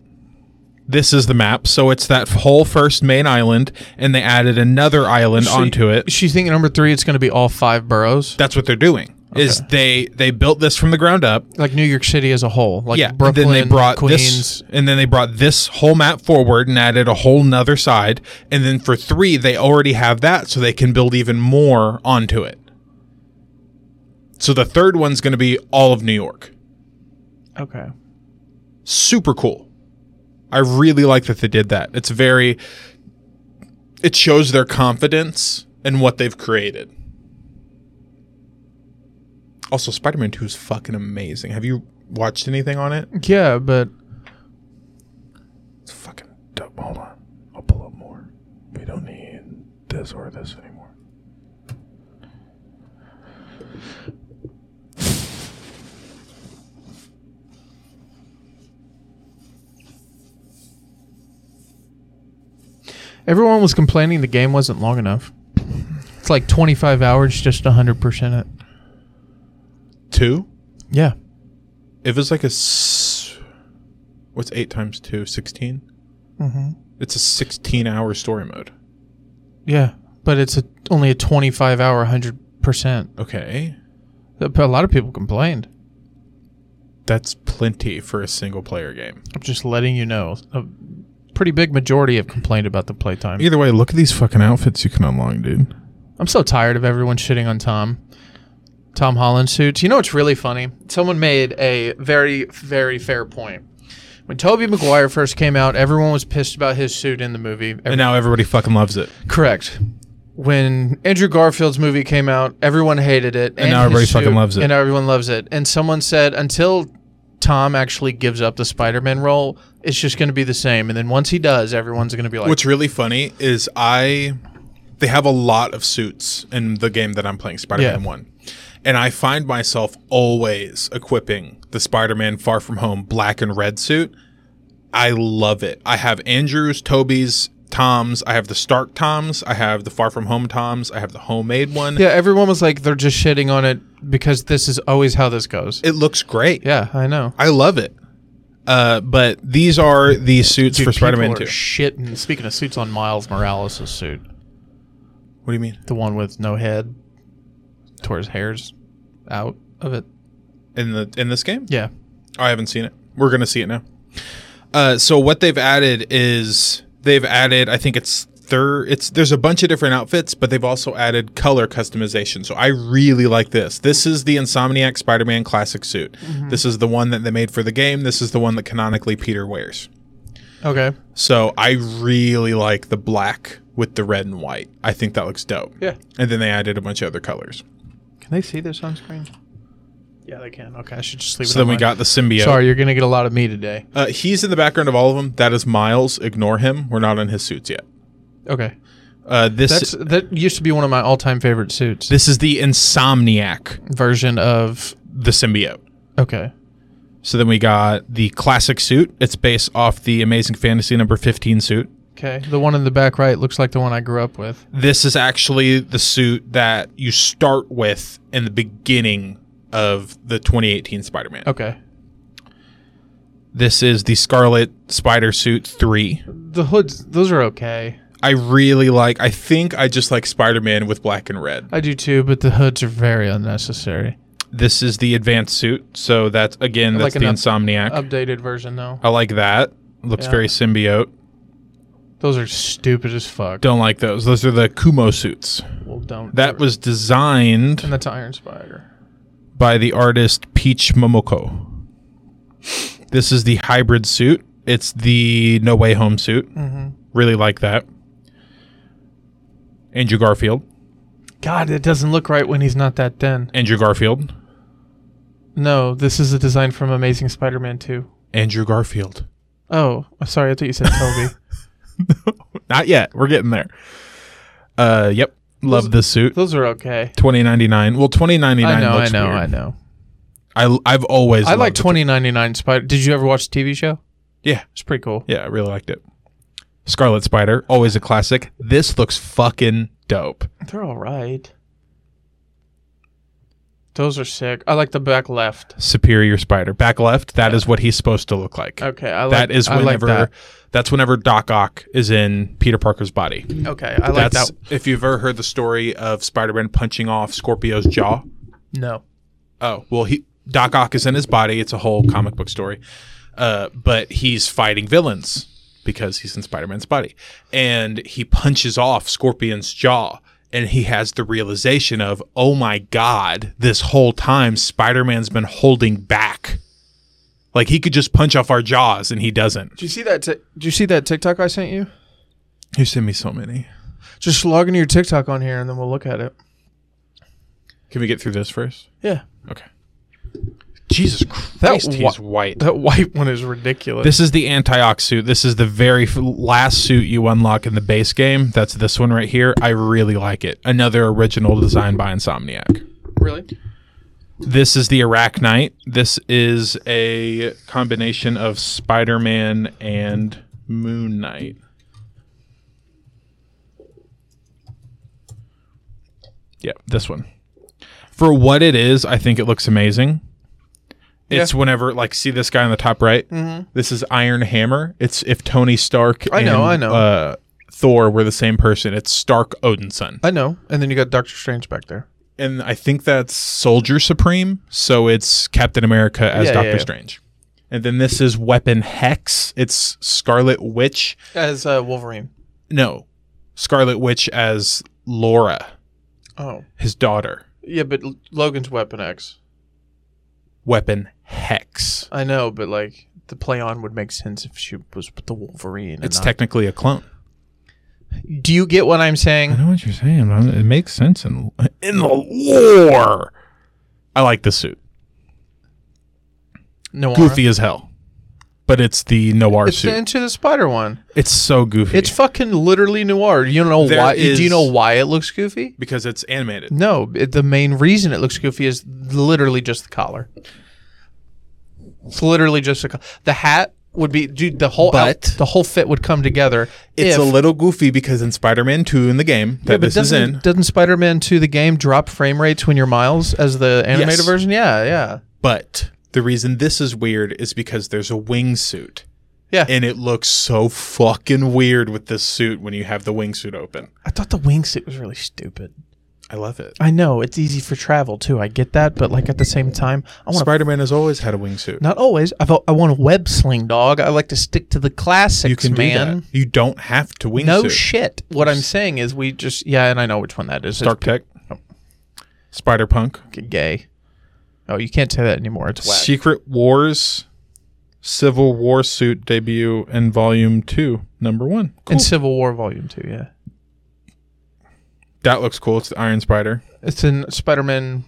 this is the map. So it's that whole first main island, and they added another island onto it.
She's thinking number three. It's going to be all five boroughs,
That's what they're doing. Is they they built this from the ground up.
like New York City as a whole. Like
yeah.
Brooklyn,
and then they brought
Queens.
this, and then they brought this whole map forward and added a whole nother side. And then for three, they already have that, so they can build even more onto it. So the third one's going to be all of New York.
Okay.
super cool. I really like that they did that. It's very it shows their confidence in what they've created. Also, Spider-Man 2 is fucking amazing. Have you watched anything on it?
Yeah, but
It's fucking dope. Hold on. I'll pull up more. We don't need this or this anymore.
Everyone was complaining the game wasn't long enough. It's like 25 hours, just 100% it.
Two?
Yeah.
If it's like a s- what's eight times two? Sixteen?
Mm-hmm.
It's a sixteen-hour story mode.
Yeah. But it's a, only a 25 hour, 100%.
Okay.
But A lot of people complained.
That's plenty for a single player game.
I'm just letting you know. A pretty big majority have complained about the playtime.
Either way, look at these fucking outfits you can unlock, dude.
I'm so tired of everyone shitting on Tom. Tom Holland suits. You know what's really funny? Someone made a very, very fair point. When Toby Maguire first came out, everyone was pissed about his suit in the movie.
And now everybody fucking loves it.
Correct. When Andrew Garfield's movie came out, everyone hated it, and,
now
his
everybody fucking loves it.
and everyone loves it. And someone said until Tom actually gives up the Spider-Man role, it's just going to be the same. And then once he does, everyone's going to be like,
What's really funny is I they have a lot of suits in the game that I'm playing, Spider-Man
Yeah.
1. And I find myself always equipping the Spider-Man Far From Home black and red suit. I love it. I have Andrews, Toby's, Tom's, I have the Stark Tom's, I have the Far From Home Tom's, I have the homemade one.
Yeah, everyone was like, they're just shitting on it because this is always how this goes.
It looks great.
yeah, I know.
I love it. Uh, but these are the suits for Spider-Man 2.
people are shitting. Speaking of suits, on Miles Morales' suit,
what do you mean?
the one with no head, tore his hairs out of it.
In the in this game?
Yeah,
I haven't seen it. We're gonna see it now. Uh, so what they've added is they've added. I think it's third. It's there's a bunch of different outfits, but they've also added color customization. So I really like this. This is the Insomniac Spider-Man classic suit.
Mm-hmm.
This is the one that they made for the game. This is the one that canonically Peter wears.
okay,
So I really like the black with the red and white. I think that looks dope.
yeah.
And then they added a bunch of other colors.
Can they see this on screen? Yeah, they can. Okay, I should just leave it.
So then
on
we
mine.
got the symbiote.
Sorry, you're gonna get a lot of me today.
Uh, he's in the background of all of them. That is Miles. Ignore him. We're not in his suits yet.
Okay,
Uh, this
that's that used to be one of my all-time favorite suits
this is the Insomniac,
version of.
the symbiote.
Okay,
So then we got the classic suit. It's based off the Amazing Fantasy number 15 suit.
okay. The one in the back right looks like the one I grew up with.
This is actually the suit that you start with in the beginning of the 2018 Spider-Man.
Okay,
This is the Scarlet Spider suit 3.
the hoods. Those are okay.
I really like I think I just like Spider-Man with black and red.
I do too, but the hoods are very unnecessary.
This is the advanced suit. So that's again
like
that's
an
the
up-
Insomniac.
Updated version though.
I like that. Looks
Yeah.
very symbiote.
Those are stupid as fuck.
Don't like those. Those are the Kumo suits.
Well, don't.
That was designed
and that's Iron Spider.
by the artist Peach Momoko. This is the hybrid suit. It's the No Way Home suit.
Mm-hmm.
Really like that. Andrew Garfield.
God, it doesn't look right when he's not that thin.
Andrew Garfield.
No, this is a design from Amazing Spider-Man 2.
Andrew Garfield.
Oh, sorry, I thought you said Toby.
Not yet. We're getting there. Uh, yep. Love this suit.
Those are okay.
2099. Well, 2099
I know, I
looks
know,
weird.
I know.
I I've always
I like
loved it.
2099 Spider. Did you ever watch the TV show?
Yeah.
It's pretty cool.
Yeah, I really liked it. Scarlet Spider, always a classic. This looks fucking dope.
They're all right. Those are sick. I like the back left.
Superior Spider, back left. That is what he's supposed to look like.
Okay, I like
that is
I like
whenever. That's whenever Doc Ock is in Peter Parker's body.
that. Okay, I like
that's
that.
if you've ever heard the story of Spider-Man punching off Scorpio's jaw.
No.
Oh well, he Doc Ock is in his body. It's a whole comic book story, uh, but he's fighting villains because he's in Spider-Man's body, and he punches off Scorpion's jaw, and he has the realization of, oh my god, this whole time Spider-Man's been holding back. Like he could just punch off our jaws, and he doesn't.
Did you see that? T- did you see that TikTok I sent you?
You send me so many.
Just log into your TikTok on here, and then we'll look at it.
Can we get through this first?
Yeah,
Okay. Jesus Christ,
whi-
he's white.
that white one is ridiculous.
This is the anti-ox suit. This is the very f- last suit you unlock in the base game. That's this one right here. I really like it. Another original design by Insomniac.
really?
This is the Arachnite. This is a combination of Spider-Man and Moon Knight. Yeah, this one. For what it is, I think it looks amazing. It's whenever like see this guy on the top right. Mm-hmm. This is Iron Hammer. It's if Tony Stark.
I know,
and,
I know.
Uh, Thor were the same person. It's Stark Odinson
I know. And then you got Doctor Strange back there.
and I think that's Soldier Supreme. So it's Captain America as
Yeah, yeah,
Doctor
yeah.
Strange. And then this is Weapon Hex. It's Scarlet Witch.
As uh, Wolverine.
No, Scarlet Witch as Laura,
Oh.
his daughter.
Yeah, but L- Logan's Weapon X.
Weapon Hex.
I know, but like the play on would make sense if she was with the Wolverine. and
It's
not-
technically a clone.
Do you get what I'm saying?
know what you're saying. man. It makes sense in in the lore. I like the suit.
No.
Goofy as hell, but but it's the noir
It's
suit.
into the spider one.
it's so goofy.
It's fucking literally noir. You don't know
There
why?
is-
Do you know why it looks goofy?
because it's animated.
No, it, the main reason it looks goofy is literally just the collar. It's literally just the co- the hat would be dude. The whole out-
But-
the whole fit would come together.
It's
if,
a little goofy because in Spider-Man 2 in the game that
Yeah, but
this is
doesn't-
in,
Doesn't Spider Man Two the game drop frame rates when you're miles as the animated
Yes.
version? Yeah, yeah.
but the reason this is weird is because there's a wingsuit.
Yeah.
And it looks so fucking weird with this suit when you have the wingsuit open.
I thought the wingsuit was really stupid.
I love it.
I know it's easy for travel too. I get that, but like at the same time, I want to.
Spider-Man has always had a wingsuit.
Not always. I've, I want a web sling, dog. I like to stick to the classics,
you can
man.
do that. You don't have to wingsuit.
No shit. What I'm saying is we just yeah, and I know which one that is.
Dark Oh. Tech. Spider Punk.
It's gay. Oh, you can't say that anymore. It's whack.
Secret Wars Civil War suit debut in volume two, number one.
In Civil War Volume Two, yeah.
that looks cool. It's the Iron Spider.
It's in Spider-Man,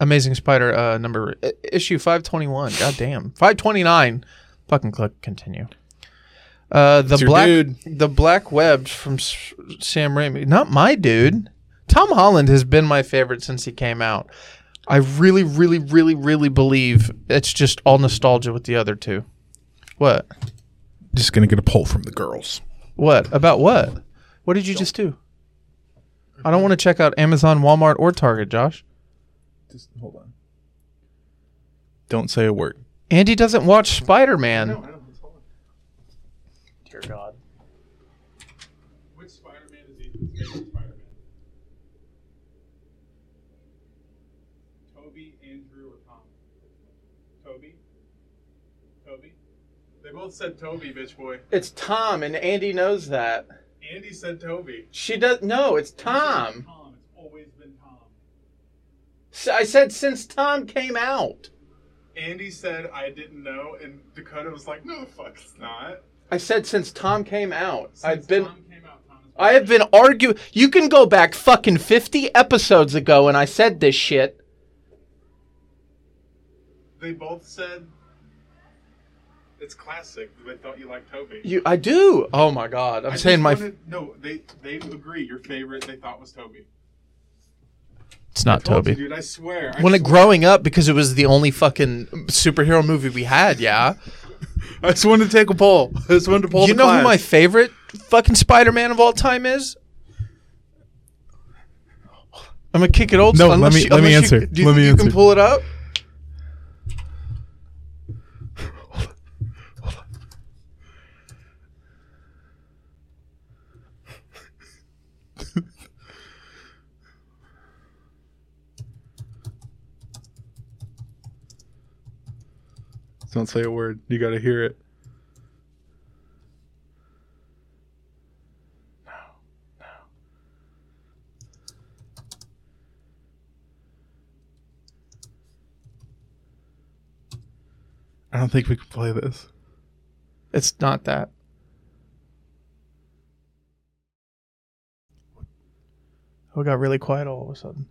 Amazing Spider uh, number i- issue five twenty one. God damn, five twenty nine. Fucking click continue. Uh, the
It's your
black
dude.
the black webs from S- Sam Raimi. Not my dude. Tom Holland has been my favorite since he came out. I really, really, really, really believe it's just all nostalgia with the other two. What?
Just gonna get a poll from the girls.
What about what? What did you just do? I don't want to check out Amazon, Walmart, or Target, Josh.
Just hold on. Don't say a word.
Andy doesn't watch Spider Man. Dear God.
Which Spider-Man is he? Spider-Man.
Toby, Andrew, or Tom? Toby? Toby? They both said Toby, bitch boy.
It's Tom, and Andy knows that.
Andy said Toby.
She does. No, it's Tom.
Tom, it's always been Tom.
S- I said since Tom came out.
Andy said I didn't know, and Dakota was like, no, the fuck, it's not.
I said since Tom came out.
Since
I've been.
Tom came out, Tom has
I have been arguing. You can go back fucking 50 episodes ago and I said this shit.
They both said it's classic. They thought you liked Toby.
You, I do. Oh my god. I'm
I just
saying my.
wanted- no, they they agree. Your favorite they thought was Toby.
it's not
Told you, dude. I swear. I
When it
swear.
growing up, because it was the only fucking superhero movie we had, yeah.
I just wanted to take a poll. I just wanted to poll.
you
the
know
class.
who my favorite fucking Spider-Man of all time is? I'm gonna kick it old.
No,
school.
let
Unless
me-
you-
let me
unless you-
answer.
do you
Let
think
me
you can
answer.
pull it up?
Don't say a word. You gotta hear it. I don't think we can play this.
It's not that. Oh, it got really quiet all of a sudden.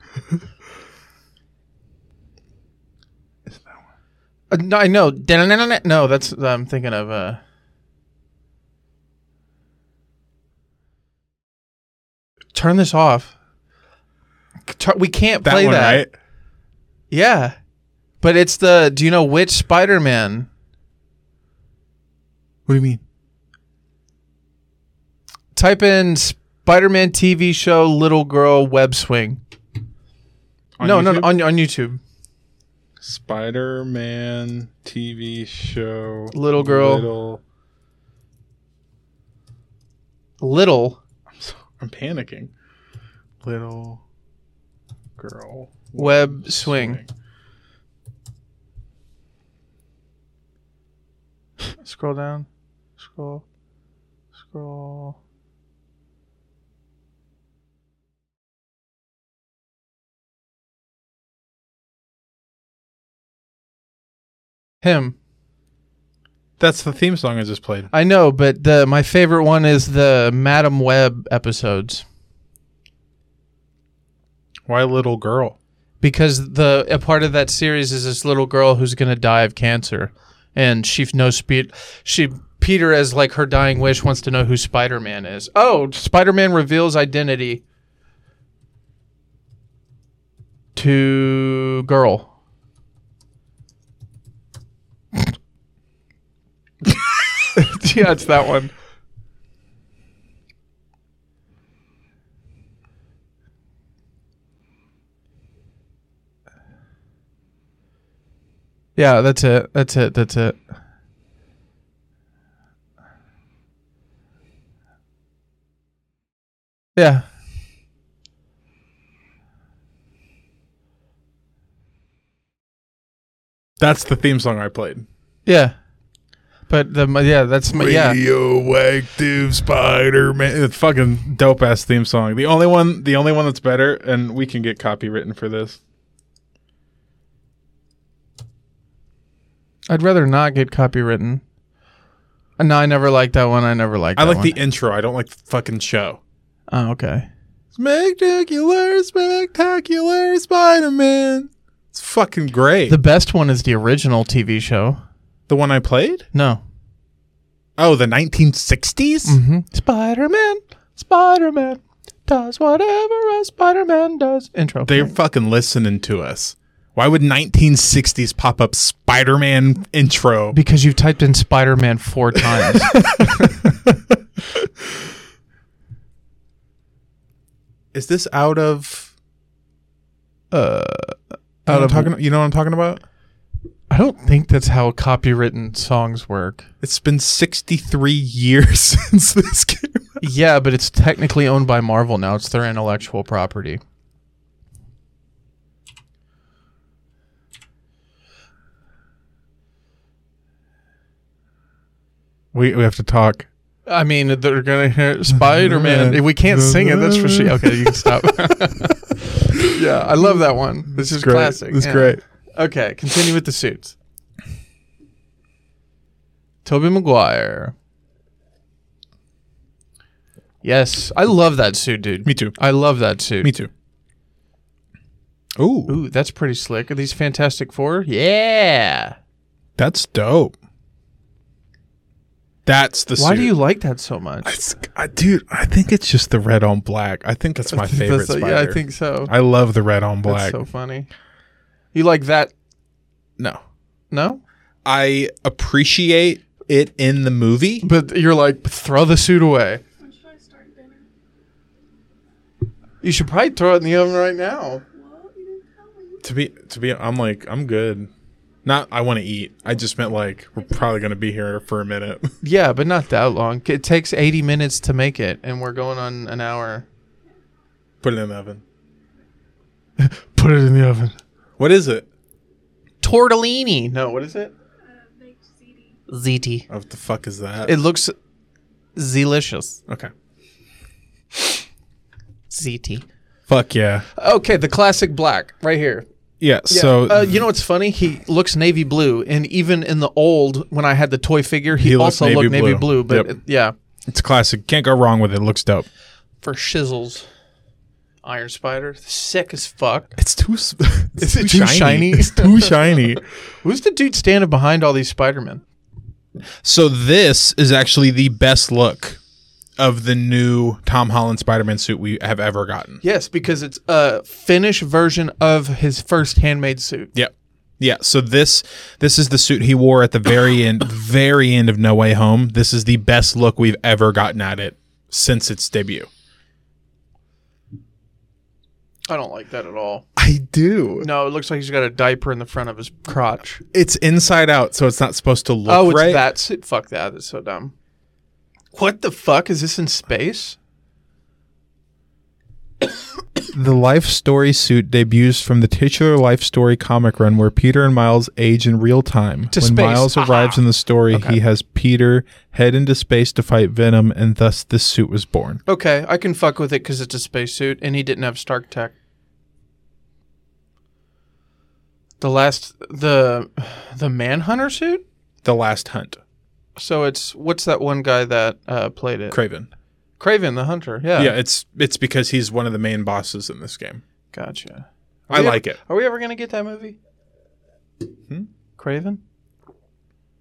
It's that one.
Uh, no, I know. Da-na-na-na-na. No, that's I'm thinking of. Uh, turn this off. Tur- we can't
That
play
one,
that.
right?
Yeah, but it's the. Do you know which Spider-Man?
What do you mean?
Type in Spider-Man TV show Little Girl Web Swing. no, no, no, on on YouTube.
Spider Man TV show.
Little girl.
Little.
Little
I'm, so, I'm panicking. Little girl.
Web Swing. Scroll down. Scroll. Scroll. Him.
That's the theme song I just played.
I know, but the my favorite one is the Madam Web episodes
Why little girl?
because the a part of that series is this little girl who's going to die of cancer and she knows speed. She Peter as like her dying wish wants to know who Spider Man is. Oh, Spider Man reveals identity to girl. yeah, it's that one. Yeah, that's it. That's it. That's it. Yeah.
That's the theme song I played.
Yeah. But the yeah, that's my yeah.
Radioactive Spider Man. It's fucking dope ass theme song. The only one, the only one that's better, and we can get copywritten for this.
I'd rather not get copywritten. Uh, No, I never liked that one. I never liked.
I
that
like
one.
the intro. I don't like the fucking show.
Oh, okay.
Spectacular, spectacular Spider Man. It's fucking great.
The
The,
best one is the original TV show.
one I played?
No.
Oh, the 1960s?
Mm-hmm. Spider Man, Spider Man does whatever a Spider Man does. Intro.
They're fucking listening to us. Why would 1960s pop up Spider Man intro?
because you've typed in Spider Man four times.
Is this out of. Uh,
out
out
of-
of talking, you know what I'm talking about?
I don't think that's how copywritten songs work.
It's been 63 years since this came out.
Yeah, but it's technically owned by Marvel now. It's their intellectual property.
We, we have to talk.
I mean, they're gonna hear Spider Man. We can't sing it. That's for sure. Okay, you can stop. yeah, I love that one. This is
Great.
classic.
It's
yeah.
great.
Okay, continue with the suits. Toby Maguire. Yes, I love that suit, dude.
Me too.
I love that suit.
Me too. Ooh,
Ooh, that's pretty slick. Are these Fantastic Four? Yeah.
that's dope. That's the
Why
suit.
do you like that so much?
It's, I, dude, I think it's just the red on black. I think that's my favorite
That's-
spider.
yeah, I think so.
I love the red on
That's
black.
so funny. You like that?
no,
No,
I appreciate it in the movie.
but you're like throw the suit away.
When should I start dinner?
You should probably throw it in the oven right now.
What? You didn't tell me.
To be to be, I'm like I'm good. Not I want to eat. I just meant like we're probably gonna be here for a minute.
Yeah, but not that long. It takes 80 minutes to make it, and we're going on an hour.
Put it in the oven.
Put it in the oven.
What is it?
Tortellini. No, what is it?
Uh, baked ziti.
Ziti.
Oh, what the fuck is that?
It looks delicious.
okay.
Ziti.
Fuck yeah.
Okay, the classic black right here.
Yeah. So
uh, you know what's funny? He looks navy blue, and even in the old when I had the toy figure, he,
He looked
also
navy
looked navy blue.
blue.
But
Yep.
it- yeah,
it's classic. Can't go wrong with it. Looks dope.
for shizzles, Iron Spider, sick as fuck.
It's too. s- It's
Is it too shiny?
It's too shiny.
Who's the dude standing behind all these Spider Men?
So this is actually the best look of the new Tom Holland Spider-Man suit we have ever gotten.
Yes, because it's a Finnish version of his first handmade suit.
Yep. Yeah, so this this is the suit he wore at the very end very end of No Way Home. This is the best look we've ever gotten at it since its debut.
I don't like that at all.
I do.
No, it looks like he's got a diaper in the front of his crotch.
It's inside out, so it's not supposed to look
oh, it's
right.
that suit. Fuck that. That's so dumb. What the fuck is this in space?
The Life Story suit debuts from the titular Life Story comic run where Peter and Miles age in real time.
To
when
space.
Miles
Aha.
arrives in the story, he has Peter head into space to fight Venom, and thus this suit was born.
Okay, I can fuck with it because it's a spacesuit, and he didn't have Stark tech. The last the the Manhunter suit.
The Last Hunt,
So it's what's that one guy that uh, played it?
Craven.
Craven the Hunter. Yeah.
yeah, it's it's because he's one of the main bosses in this game.
Gotcha.
I like it.
Are we ever gonna get that movie?
Hmm?
Craven.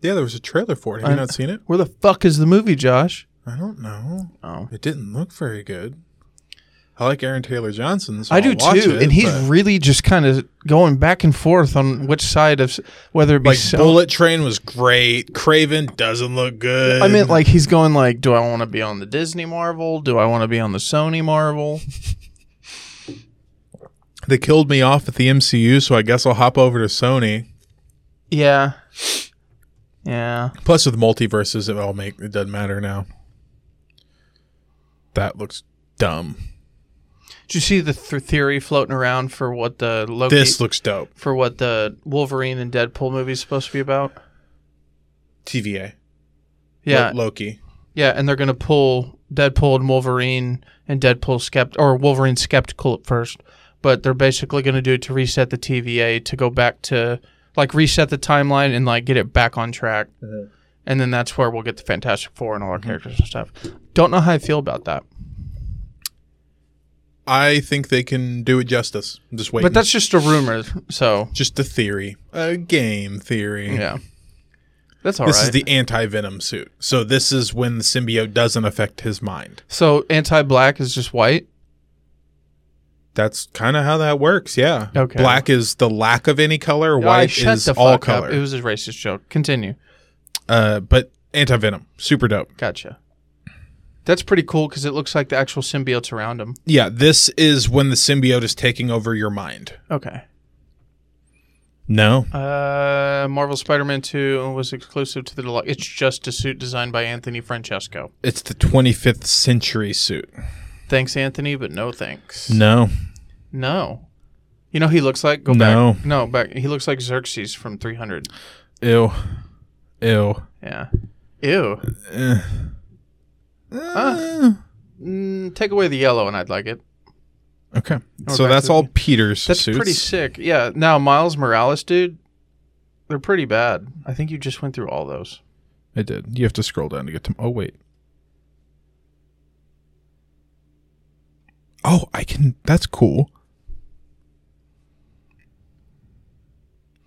Yeah, there was a trailer for it. Have you
I-
not seen it?
Where the fuck is the movie, Josh?
I don't know.
Oh.
It didn't look very good. I like Aaron Taylor Johnson. So
I
I'll
do
watch
too,
it,
and he's
but-
really just kind of going back and forth on which side of s- whether it be
like
sell-
Bullet Train was great. Craven doesn't look good.
I meant like he's going like, do I want to be on the Disney Marvel? Do I want to be on the Sony Marvel?
they killed me off at the MCU, so I guess I'll hop over to Sony.
Yeah, yeah.
Plus, with multiverses, it all make it doesn't matter now. That looks dumb.
Did you see the th- theory floating around for what the Loki
This looks dope.
for what the Wolverine and Deadpool movie is supposed to be about?
TVA.
Yeah,
Lo- Loki.
yeah, and they're gonna pull Deadpool and Wolverine and Deadpool skept or Wolverine skeptical at first, but they're basically gonna do it to reset the TVA to go back to like reset the timeline and like get it back on track,
Mm-hmm.
and then that's where we'll get the Fantastic Four and all our characters and stuff. Don't know how I feel about that,
I think they can do it justice. I'm just waiting.
but that's just a rumor, so
just a theory, a game theory.
yeah, that's all right.
This is the anti venom suit. So this is when the symbiote doesn't affect his mind.
so anti-black is just white.
That's kind of how that works. Yeah.
Okay.
Black is the lack of any color.
I
White
shut
is
the
all
fuck
color.
Up. It was a racist joke. Continue.
uh, but anti venom, super dope.
Gotcha. That's pretty cool because it looks like the actual symbiotes around him.
Yeah. This is when the symbiote is taking over your mind.
Okay.
No.
Uh, Marvel Spider-Man 2 was exclusive to the deluxe. It's just a suit designed by Anthony Francesco.
It's the 25th century suit.
Thanks, Anthony, but no thanks.
No.
No. You know who he looks like? Go
No.
back. No, back. He looks like Xerxes from 300.
Ew. Ew.
Yeah. Ew.
Eh.
Ah. Mm, take away the yellow and I'd like it.
Okay.
We're
So
back
that's
to-
all Peter's
That's
suits.
pretty sick. Yeah. Now Miles Morales, dude, they're pretty bad. I think you just went through all those.
I did. You have to scroll down to get to. Oh wait. Oh, I can. That's cool.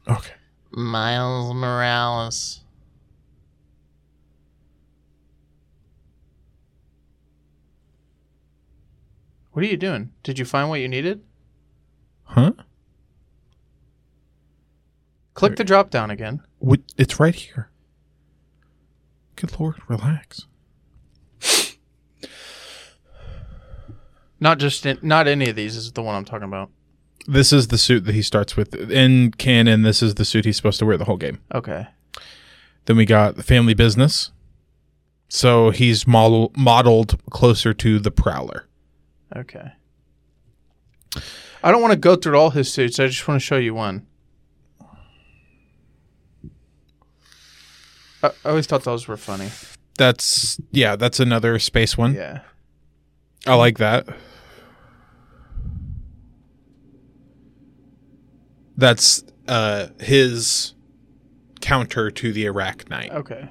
Okay.
Miles Morales. What are you doing? Did you find what you needed?
Huh?
Click the drop down again.
What? It's right here. Good lord, relax.
Not just in, not any of these is the one I'm talking about.
This is the suit that he starts with in canon. This is the suit he's supposed to wear the whole game.
Okay.
Then we got the family business. So he's model modeled closer to the Prowler.
Okay. I don't want to go through all his suits. I just want to show you one. I, I always thought those were funny.
That's yeah. That's another space one.
Yeah.
I like that. That's uh his counter to the Iraq Knight.
Okay.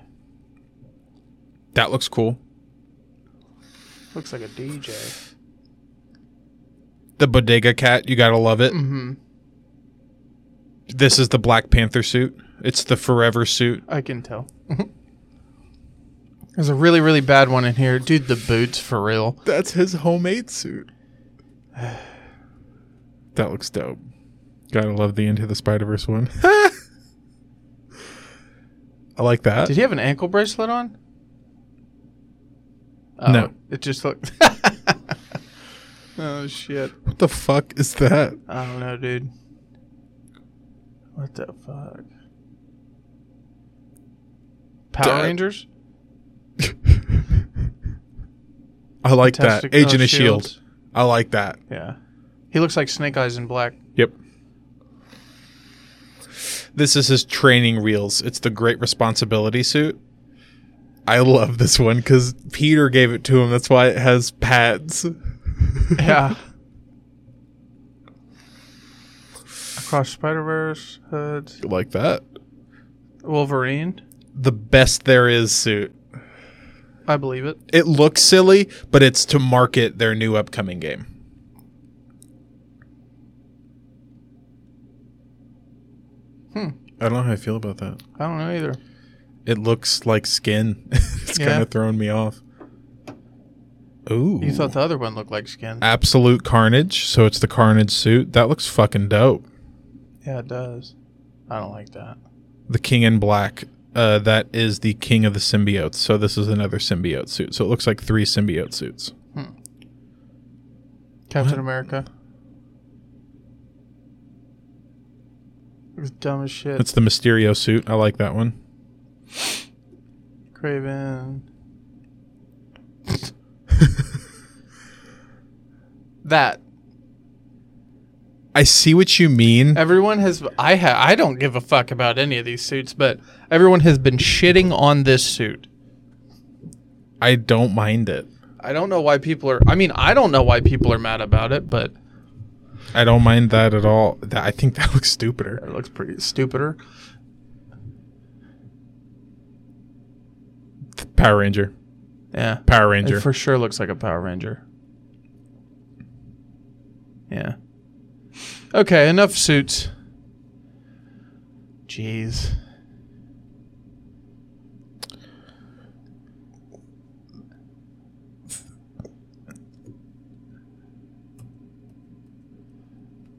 That looks cool.
Looks like a DJ.
The Bodega Cat, you gotta love it.
Mm-hmm.
This is the Black Panther suit. It's the Forever suit.
I can tell. Mm-hmm. There's a really, really bad one in here. Dude, the boots for real.
That's his homemade suit. that looks dope. Gotta love the Into the Spider Verse one. I like that.
Did he have an ankle bracelet on? Oh,
No.
It just looked. oh, shit.
what the fuck is that?
I don't know, dude. What the fuck? Power
Duh.
Rangers?
I like
Fantastic uh,
that. Agent
Girl
of Shield.
Shields.
I E like that.
Yeah. He looks like Snake Eyes in black.
Yep. This is his training reels. It's the Great Responsibility suit. I love this one because Peter gave it to him. That's why it has pads.
Yeah. Across Spider Verse, Hood,
like that.
Wolverine.
The best there is suit.
I believe it.
It looks silly, but it's to market their new upcoming game.
Hmm.
Hmm. I don't know how I feel about that.
I don't know either.
It looks like skin. it's
Yeah.
kind of throwing me off. Ooh.
You thought the other one looked like skin.
Absolute Carnage. So it's the Carnage suit. That looks fucking dope.
Yeah, it does. I don't like that.
The King in Black. Uh, that is the King of the Symbiotes. So this is another symbiote suit. So it looks like three symbiote suits.
Captain
What?
America. It was dumb as shit.
It's the Mysterio suit. I like that one.
Craven. that
I see what you mean.
everyone has. I ha, I don't give a fuck about any of these suits, but everyone has been shitting on this suit.
I don't mind it.
I don't know why people are. I mean, I don't know why people are mad about it, but
I don't mind that at all. That, I think that looks stupider.
it looks pretty stupider.
Power Ranger.
Yeah,
Power
it
Ranger.
for sure looks like a Power Ranger. Yeah. Okay, enough suits. Jeez.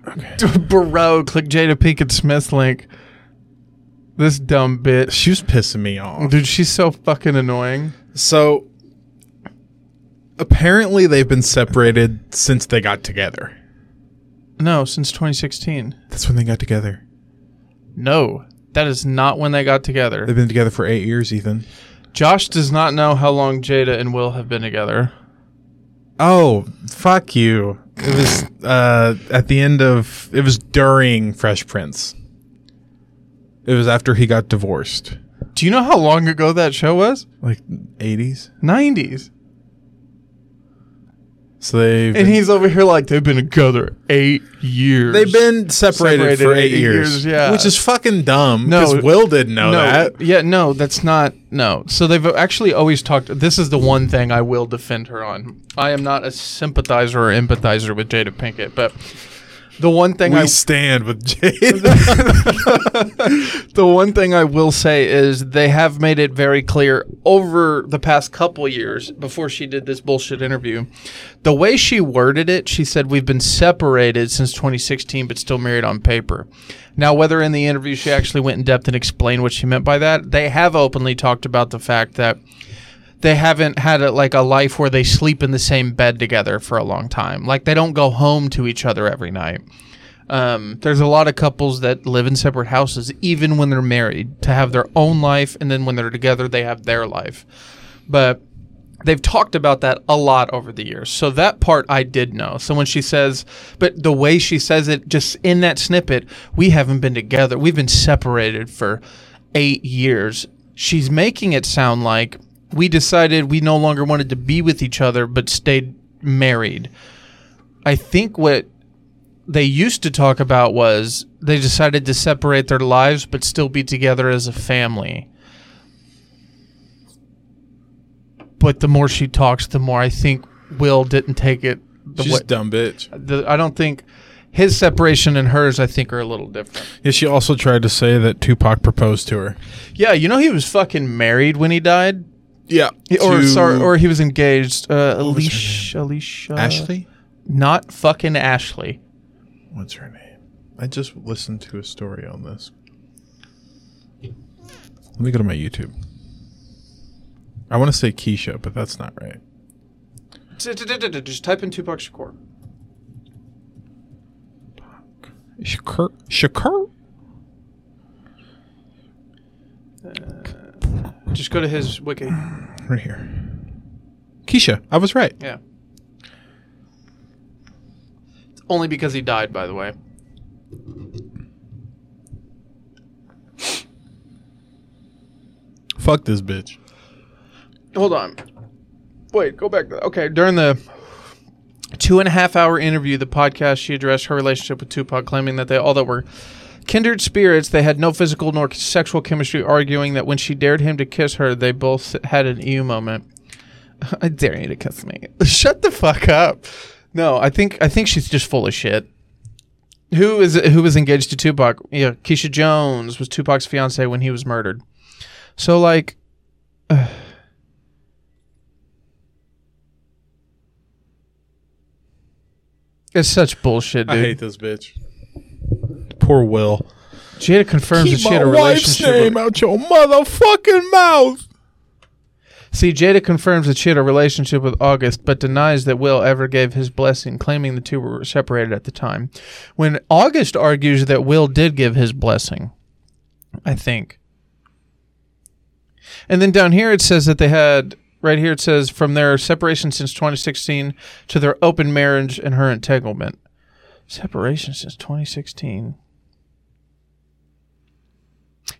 okay.
Bro, click Jada Pinkett Smith's link. This dumb bitch.
She was pissing me off.
Dude, she's so fucking annoying.
So apparently they've been separated since they got together.
No, since 2016.
That's when they got together.
No, that is not when they got
They've
together.
been together for eight years, Ethan.
Josh does not know how long Jada and Will have been together.
Oh, fuck you. It was uh, at the end of it was during Fresh Prince. It was after he got divorced.
Do you know how long ago that show was?
Like eighties.
90s.
So they've
And he's over here like, they've been together eight years.
They've been separated,
Separated
for eight,
eight
years,
years, yeah.
which is fucking dumb.
No.
because Will didn't know
no,
that.
Yeah, no, that's not. No. So they've actually always talked. This is the one thing I will defend her on. I am not a sympathizer or empathizer with Jada Pinkett, but the one thing
We
I.
stand with Jade.
the one thing I will say is they have made it very clear over the past couple years before she did this bullshit interview. The way she worded it, she said, We've been separated since 2016, but still married on paper. Now, whether in the interview she actually went in depth and explained what she meant by that, they have openly talked about the fact that they haven't had a, like a life where they sleep in the same bed together for a long time. Like they don't go home to each other every night. Um, there's a lot of couples that live in separate houses, even when they're married, to have their own life, and then when they're together, they have their life. But they've talked about that a lot over the years. So that part I did know. So when she says, but the way she says it, just in that snippet, we haven't been together. We've been separated for eight years. She's making it sound like we decided we no longer wanted to be with each other, but stayed married. I think what they used to talk about was they decided to separate their lives but still be together as a family. But the more she talks, the more I think Will didn't take it. The
She's
way,
a dumb bitch.
the, I don't think his separation and hers, I think, are a little different.
Yeah, she also tried to say that Tupac proposed to her.
Yeah, you know, he was fucking married when he died,
Yeah,
He- or sorry, or he was engaged. Uh, Alicia, Alicia,
Ashley.
not fucking Ashley.
What's her name? I just listened to a story on this. Let me go to my YouTube. I want to say Keisha, but that's not right.
Just type in Tupac Shakur.
Shakur. Shakur.
Uh, Just go to his wiki.
Right here. Keisha. I was right.
Yeah. It's only because he died, by the way.
Fuck this bitch.
Hold on. Wait, go back. To, okay, during the two and a half hour interview, the podcast, she addressed her relationship with Tupac, claiming that they all that were kindred spirits, they had no physical nor sexual chemistry, arguing that when she dared him to kiss her, they both had an ew moment. I dare you to kiss me. Shut the fuck up. No, I think I think she's just full of shit. Who is who was engaged to Tupac? Yeah, Keisha Jones was Tupac's fiance when he was murdered. So like, it's such bullshit, dude.
I hate this bitch. Poor Will.
Jada confirms that she had a relationship. With,
out your motherfucking mouth.
see, Jada confirms that she had a relationship with August, but denies that Will ever gave his blessing, claiming the two were separated at the time. When August argues that Will did give his blessing, I think. And then down here it says that they had. Right here it says from their separation since 2016 to their open marriage and her entanglement. Separation since 2016.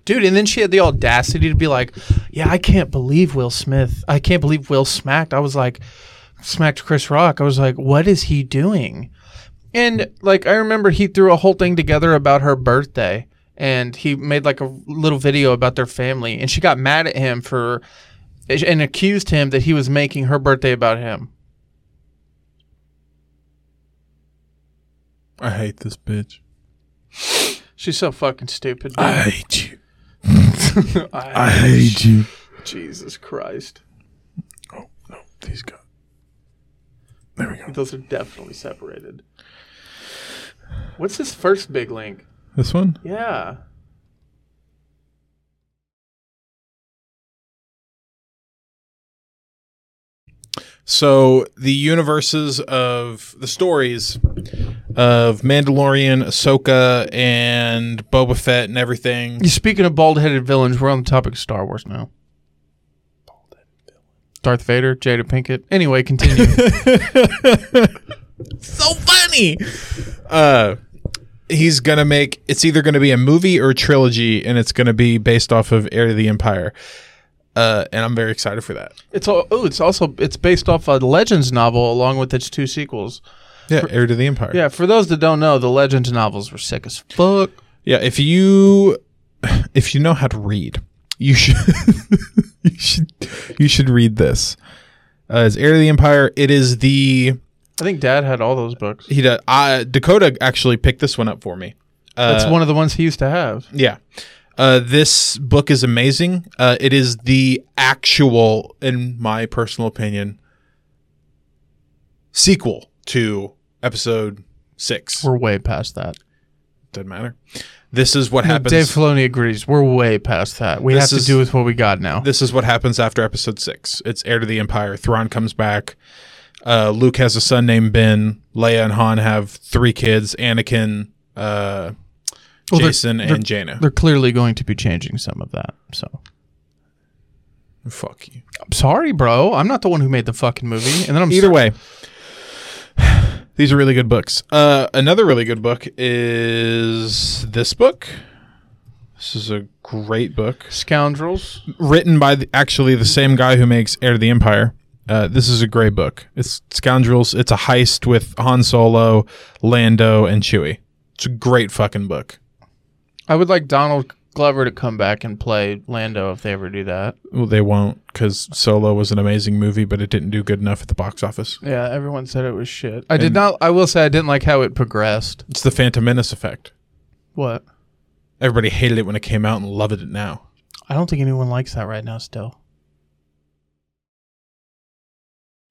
Dude, and then she had the audacity to be like, "Yeah, I can't believe Will Smith. I can't believe Will smacked." I was like, smacked Chris Rock. I was like, "What is he doing?" And like I remember he threw a whole thing together about her birthday and he made like a little video about their family and she got mad at him for and accused him that he was making her birthday about him.
I hate this bitch.
She's so fucking stupid. dude.
I hate you.
I-
I hate you.
Jesus Christ.
Oh no, these guys. There we go.
Those are definitely separated. What's this first big link?
This one.
Yeah.
So the universes of the stories of Mandalorian, Ahsoka, and Boba Fett, and everything.
Speaking of bald headed villains, we're on the topic of Star Wars now. Darth Vader, Jada Pinkett. Anyway, continue.
so funny. Uh, he's gonna make it's either gonna be a movie or a trilogy, and it's gonna be based off of Heir to the Empire. Uh, and I'm very excited for that.
it's all, oh, it's also it's based off a Legends novel along with its two sequels.
Yeah, Heir to the Empire.
Yeah, for those that don't know, the Legends novels were sick as fuck.
Yeah, if you if you know how to read, you should you should you should read this. Uh, it's Heir to the Empire. It is the
I think Dad had all those books.
he does, uh, Dakota actually picked this one up for me. Uh,
That's one of the ones he used to have.
yeah. Uh, this book is amazing. Uh, it is the actual, in my personal opinion, sequel to episode six.
We're way past that.
Doesn't matter. This is what happens.
Dave Filoni agrees. We're way past that. We
This
have to
is-
do with what we got now.
this is what happens after episode six. It's heir to the empire. Thrawn comes back. Uh, Luke has a son named Ben. Leia and Han have three kids: Anakin, uh,
Well, they're-
Jason,
they're-
and Jaina.
They're clearly going to be changing some of that. So
Fuck you.
I'm sorry, bro. I'm not the one who made the fucking movie. And then I'm
Either way, these are really good books. Uh, another really good book is this book. This is a great book.
Scoundrels.
written by the, actually the same guy who makes Heir to the Empire. Uh, this is a great book. It's Scoundrels. It's a heist with Han Solo, Lando, and Chewie. It's a great fucking book.
I would like Donald Glover to come back and play Lando if they ever do that.
Well, they won't because Solo was an amazing movie, but it didn't do good enough at the box office.
Yeah, everyone said it was shit. I did not. I will say I didn't like how it progressed.
It's the Phantom Menace effect.
What?
Everybody hated it when it came out and loved it now.
I don't think anyone likes that right now. Still,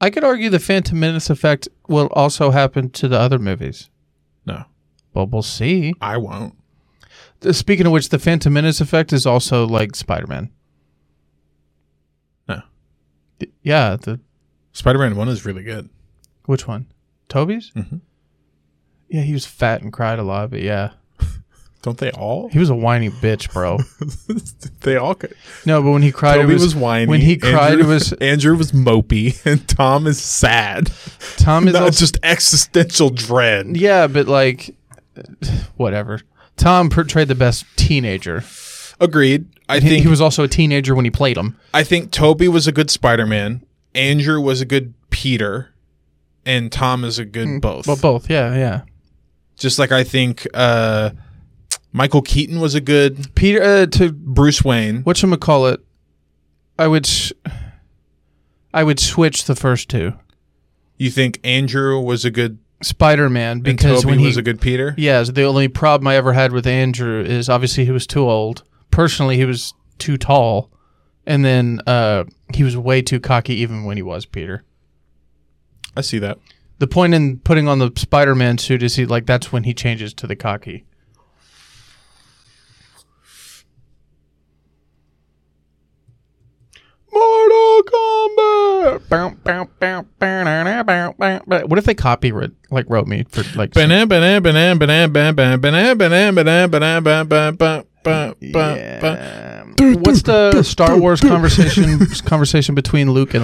I could argue the Phantom Menace effect will also happen to the other movies,
No,
but we'll see.
I won't.
Uh, Speaking of which, the Phantom Menace effect is also like Spider Man.
No.
Yeah. The
Spider Man 1 is really good.
which one? Toby's.
Mhm.
Yeah, he was fat and cried a lot, but yeah,
Don't they all?
he was a whiny bitch, bro.
they all could.
no, but when he cried,
Toby
it
was,
was,
whiny.
When he cried,
Andrew,
it was
Andrew was mopey, and Tom is sad.
Tom is
Not
also,
just existential dread.
yeah, but like whatever. Tom portrayed the best teenager.
Agreed. I
He-
think
he was also a teenager when he played him.
I think Toby was a good Spider-Man. Andrew was a good Peter, and Tom is a good Hmm. both.
Well, both. Yeah, yeah.
Just like I think uh, Michael Keaton was a good
Peter uh, to
Bruce Wayne.
what call it? I would, s I would switch the first two.
You think Andrew was a good
Spider Man
and
because
Toby
when he
was a good Peter?
yeah, the only problem I ever had with Andrew is obviously he was too old. Personally, he was too tall. And then uh, he was way too cocky even when he was Peter.
I see that.
The point in putting on the Spider Man suit is he like that's when he changes to the cocky. Mortal Kombat. Bow, bow, bow, bow, na, na, bow, bow, bow. What if they copyright like wrote me for like?
Banana, banana, banana, banana, banana, banana, banana, banana, banana, banana, banana, banana, banana, banana.
Yeah. um, What's the Star Wars conversation conversation between Luke and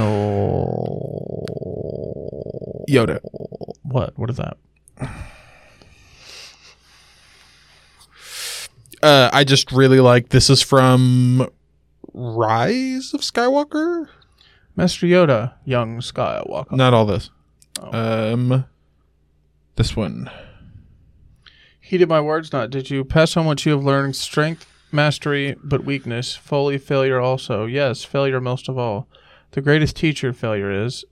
Yoda.
what? What is that?
Uh, I just really like this is from Rise of Skywalker.
Master Yoda, young Skywalker.
Not all this.
Oh.
Um, this one.
Heeded my words not, did you? Pass on what you have learned strength, mastery, but weakness, folly, failure also. Yes, failure most of all. The greatest teacher failure is.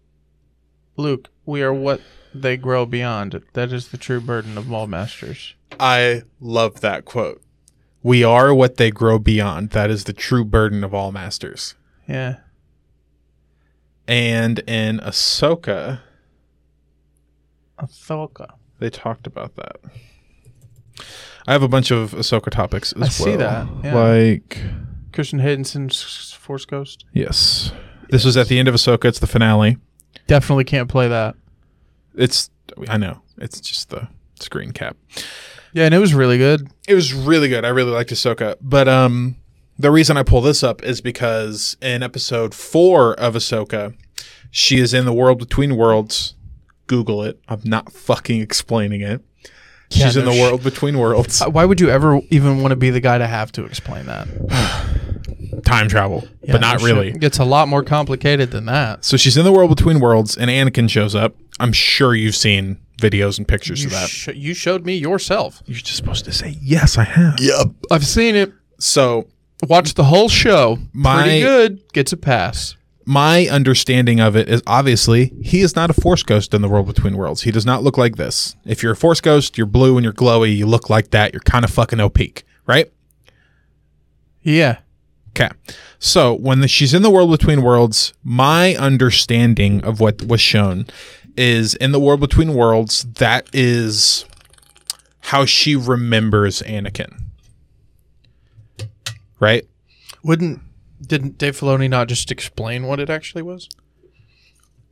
Luke, we are what they grow beyond. That is the true burden of all masters.
I love that quote. We are what they grow beyond. That is the true burden of all masters.
Yeah.
And in Ahsoka,
Ahsoka.
they talked about that. I have a bunch of Ahsoka topics as
I
well.
see that, yeah.
Like,
Christian Hiddenson's Force Ghost.
yes. This was at the end of Ahsoka. It's the finale.
Definitely can't play that.
It's, I know, it's just the screen cap.
Yeah, and it was really good.
it was really good. I really liked Ahsoka. But um the reason I pull this up is because in episode four of Ahsoka, she is in the world between worlds. Google it. I'm not fucking explaining it.
Yeah,
She's in
no
the
sh-
world between worlds.
Uh, Why would you ever even want to be the guy to have to explain that?
Oh, Time travel,
Yeah,
but not
no shit.
really.
It's a lot more complicated than that.
So she's in the world between worlds, and Anakin shows up. I'm sure you've seen videos and pictures
You,
of that.
sh- you showed me yourself.
You're just supposed to say yes, I have. Yep.
I've seen it.
So
Watched the whole show.
My-
Pretty good. Gets a pass.
my understanding of it is obviously he is not a force ghost in the world between worlds. He does not look like this. If you're a force ghost, you're blue and you're glowy, you look like that, you're kind of fucking opaque, right?
Yeah.
Okay. So when the, she's in the world between worlds, my understanding of what was shown is in the world between worlds, that is how she remembers Anakin. Right?
Wouldn't didn't Dave Filoni not just explain what it actually was?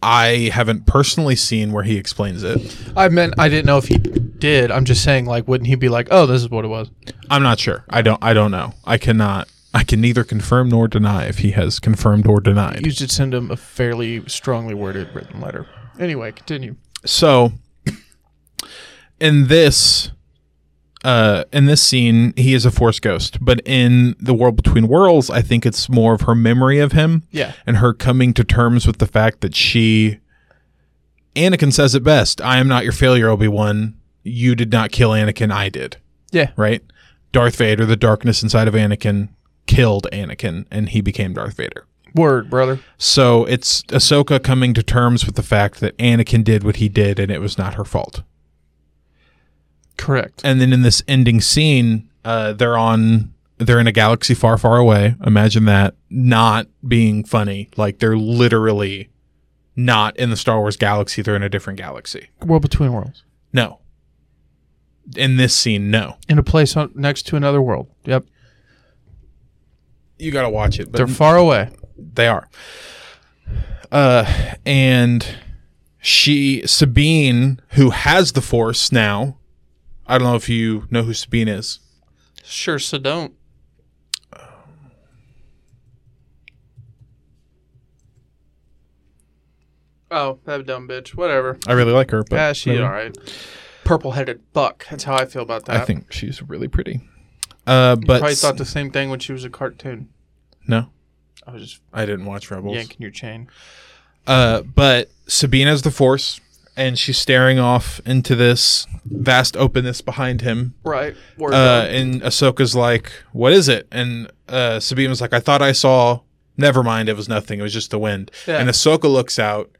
I haven't personally seen where he explains it.
I meant I didn't know if he did. I'm just saying like wouldn't he be like, "Oh, this is what it was."
I'm not sure. I don't. I don't know. I cannot. I can neither confirm nor deny if he has confirmed or denied.
You should send him a fairly strongly worded written letter. Anyway, continue.
So, in this, uh, in this scene, he is a force ghost. But in the world between worlds, I think it's more of her memory of him
Yeah.
and her coming to terms with the fact that she. Anakin says it best. I am not your failure, Obi Wan. You did not kill Anakin. I did.
Yeah.
right? Darth Vader, the darkness inside of Anakin, killed Anakin, and he became Darth Vader.
Word, brother.
So it's Ahsoka coming to terms with the fact that Anakin did what he did, and it was not her fault.
Correct.
And then in this ending scene, uh, they're on they're in a galaxy far, far away. Imagine that not being funny. Like they're literally not in the Star Wars galaxy. They're in a different galaxy.
World between worlds.
No. In this scene, no.
In a place on, next to another world. Yep.
You gotta watch it. But
They're far away.
They are. Uh, and she, Sabine, who has the Force now, I don't know if you know who Sabine is.
Sure, so don't. Oh, that dumb bitch. Whatever.
I really like her, but
yeah, she's
whatever.
all right. Purple-headed buck. That's how I feel about
I
that.
think she's really pretty. Uh, but
Probably thought the same thing when she was a cartoon.
no,
I was just
I didn't watch Rebels.
yanking your chain.
Uh, but Sabine has the Force, and she's staring off into this vast openness behind him.
Right. Word
Uh,
up.
and Ahsoka's like, "What is it?" And uh, Sabine was like, "I thought I saw. Never mind. It was nothing. It was just the wind."
Yeah.
And Ahsoka looks out,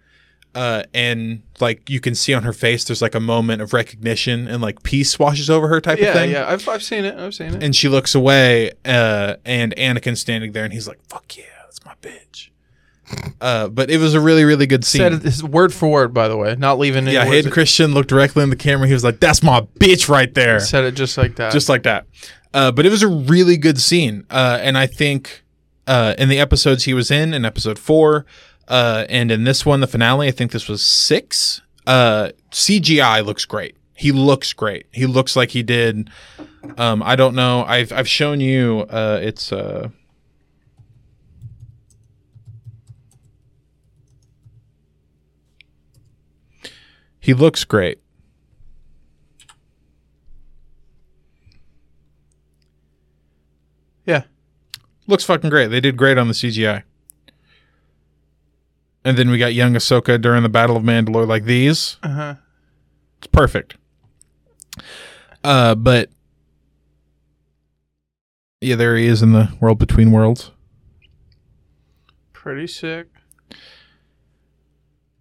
uh, and like you can see on her face, there's like a moment of recognition and like peace washes over her type of
yeah,
thing.
yeah. I've, I've seen it. I've seen it.
And she looks away, uh, and Anakin's standing there, and he's like, "Fuck yeah, That's my bitch. Uh, but it was a really, really good scene.
Said this word for word, by the way, not leaving any
yeah,
words.
Hayden Christian looked directly in the camera. He was like, "That's my bitch right there."
Said it just like that.
just like that. Uh, but it was a really good scene, uh, and I think uh, in the episodes he was in, in episode four, uh, and in this one, the finale, I think this was six. Uh, CGI looks great. He looks great. He looks like he did. Um, I don't know. I've I've shown you. Uh, it's uh, he looks great.
yeah.
looks fucking great. They did great on the CGI. And then we got young Ahsoka during the Battle of Mandalore like these.
Uh huh.
It's perfect. Uh, but yeah, there he is in the world between worlds.
Pretty sick.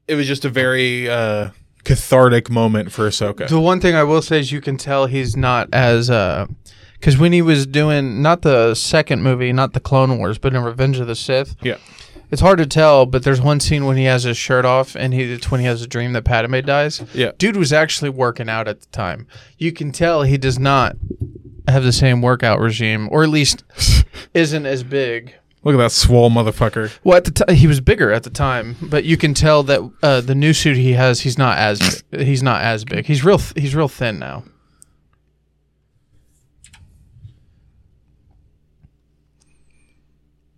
It was just a very uh, cathartic moment for Ahsoka.
The one thing I will say is you can tell he's not as because when he was doing not the second movie, not the Clone Wars, but in Revenge of the Sith.
Yeah.
It's hard to tell, but there's one scene when he has his shirt off, and he it's when he has a dream that Padme dies.
Yeah.
dude was actually working out at the time. You can tell he does not have the same workout regime, or at least isn't as big.
Look at that swole motherfucker.
Well, at the t- he was bigger at the time, but you can tell that uh, the new suit he has, he's not as he's not as big. He's real th- he's real thin now.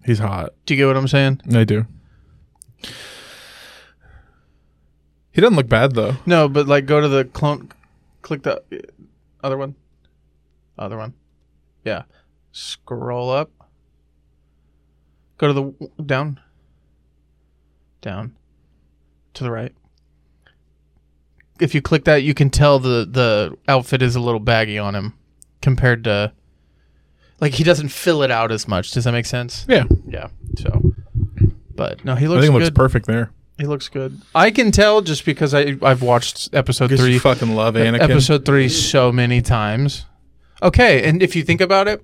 He's hot.
Do you get what I'm saying?
I do. He doesn't look bad though.
No, but like go to the clone, click the uh, other one, other one, yeah. Scroll up. Go to the down, down, to the right. If you click that, you can tell the the outfit is a little baggy on him compared to, like he doesn't fill it out as much. Does that make sense?
Yeah,
Yeah. So, but no, he
I
looks
think it
good.
looks perfect there.
He looks good. I can tell just because I I've watched episode
Three
three e-
fucking love Anakin.
episode three so many times. Okay, and if you think about it,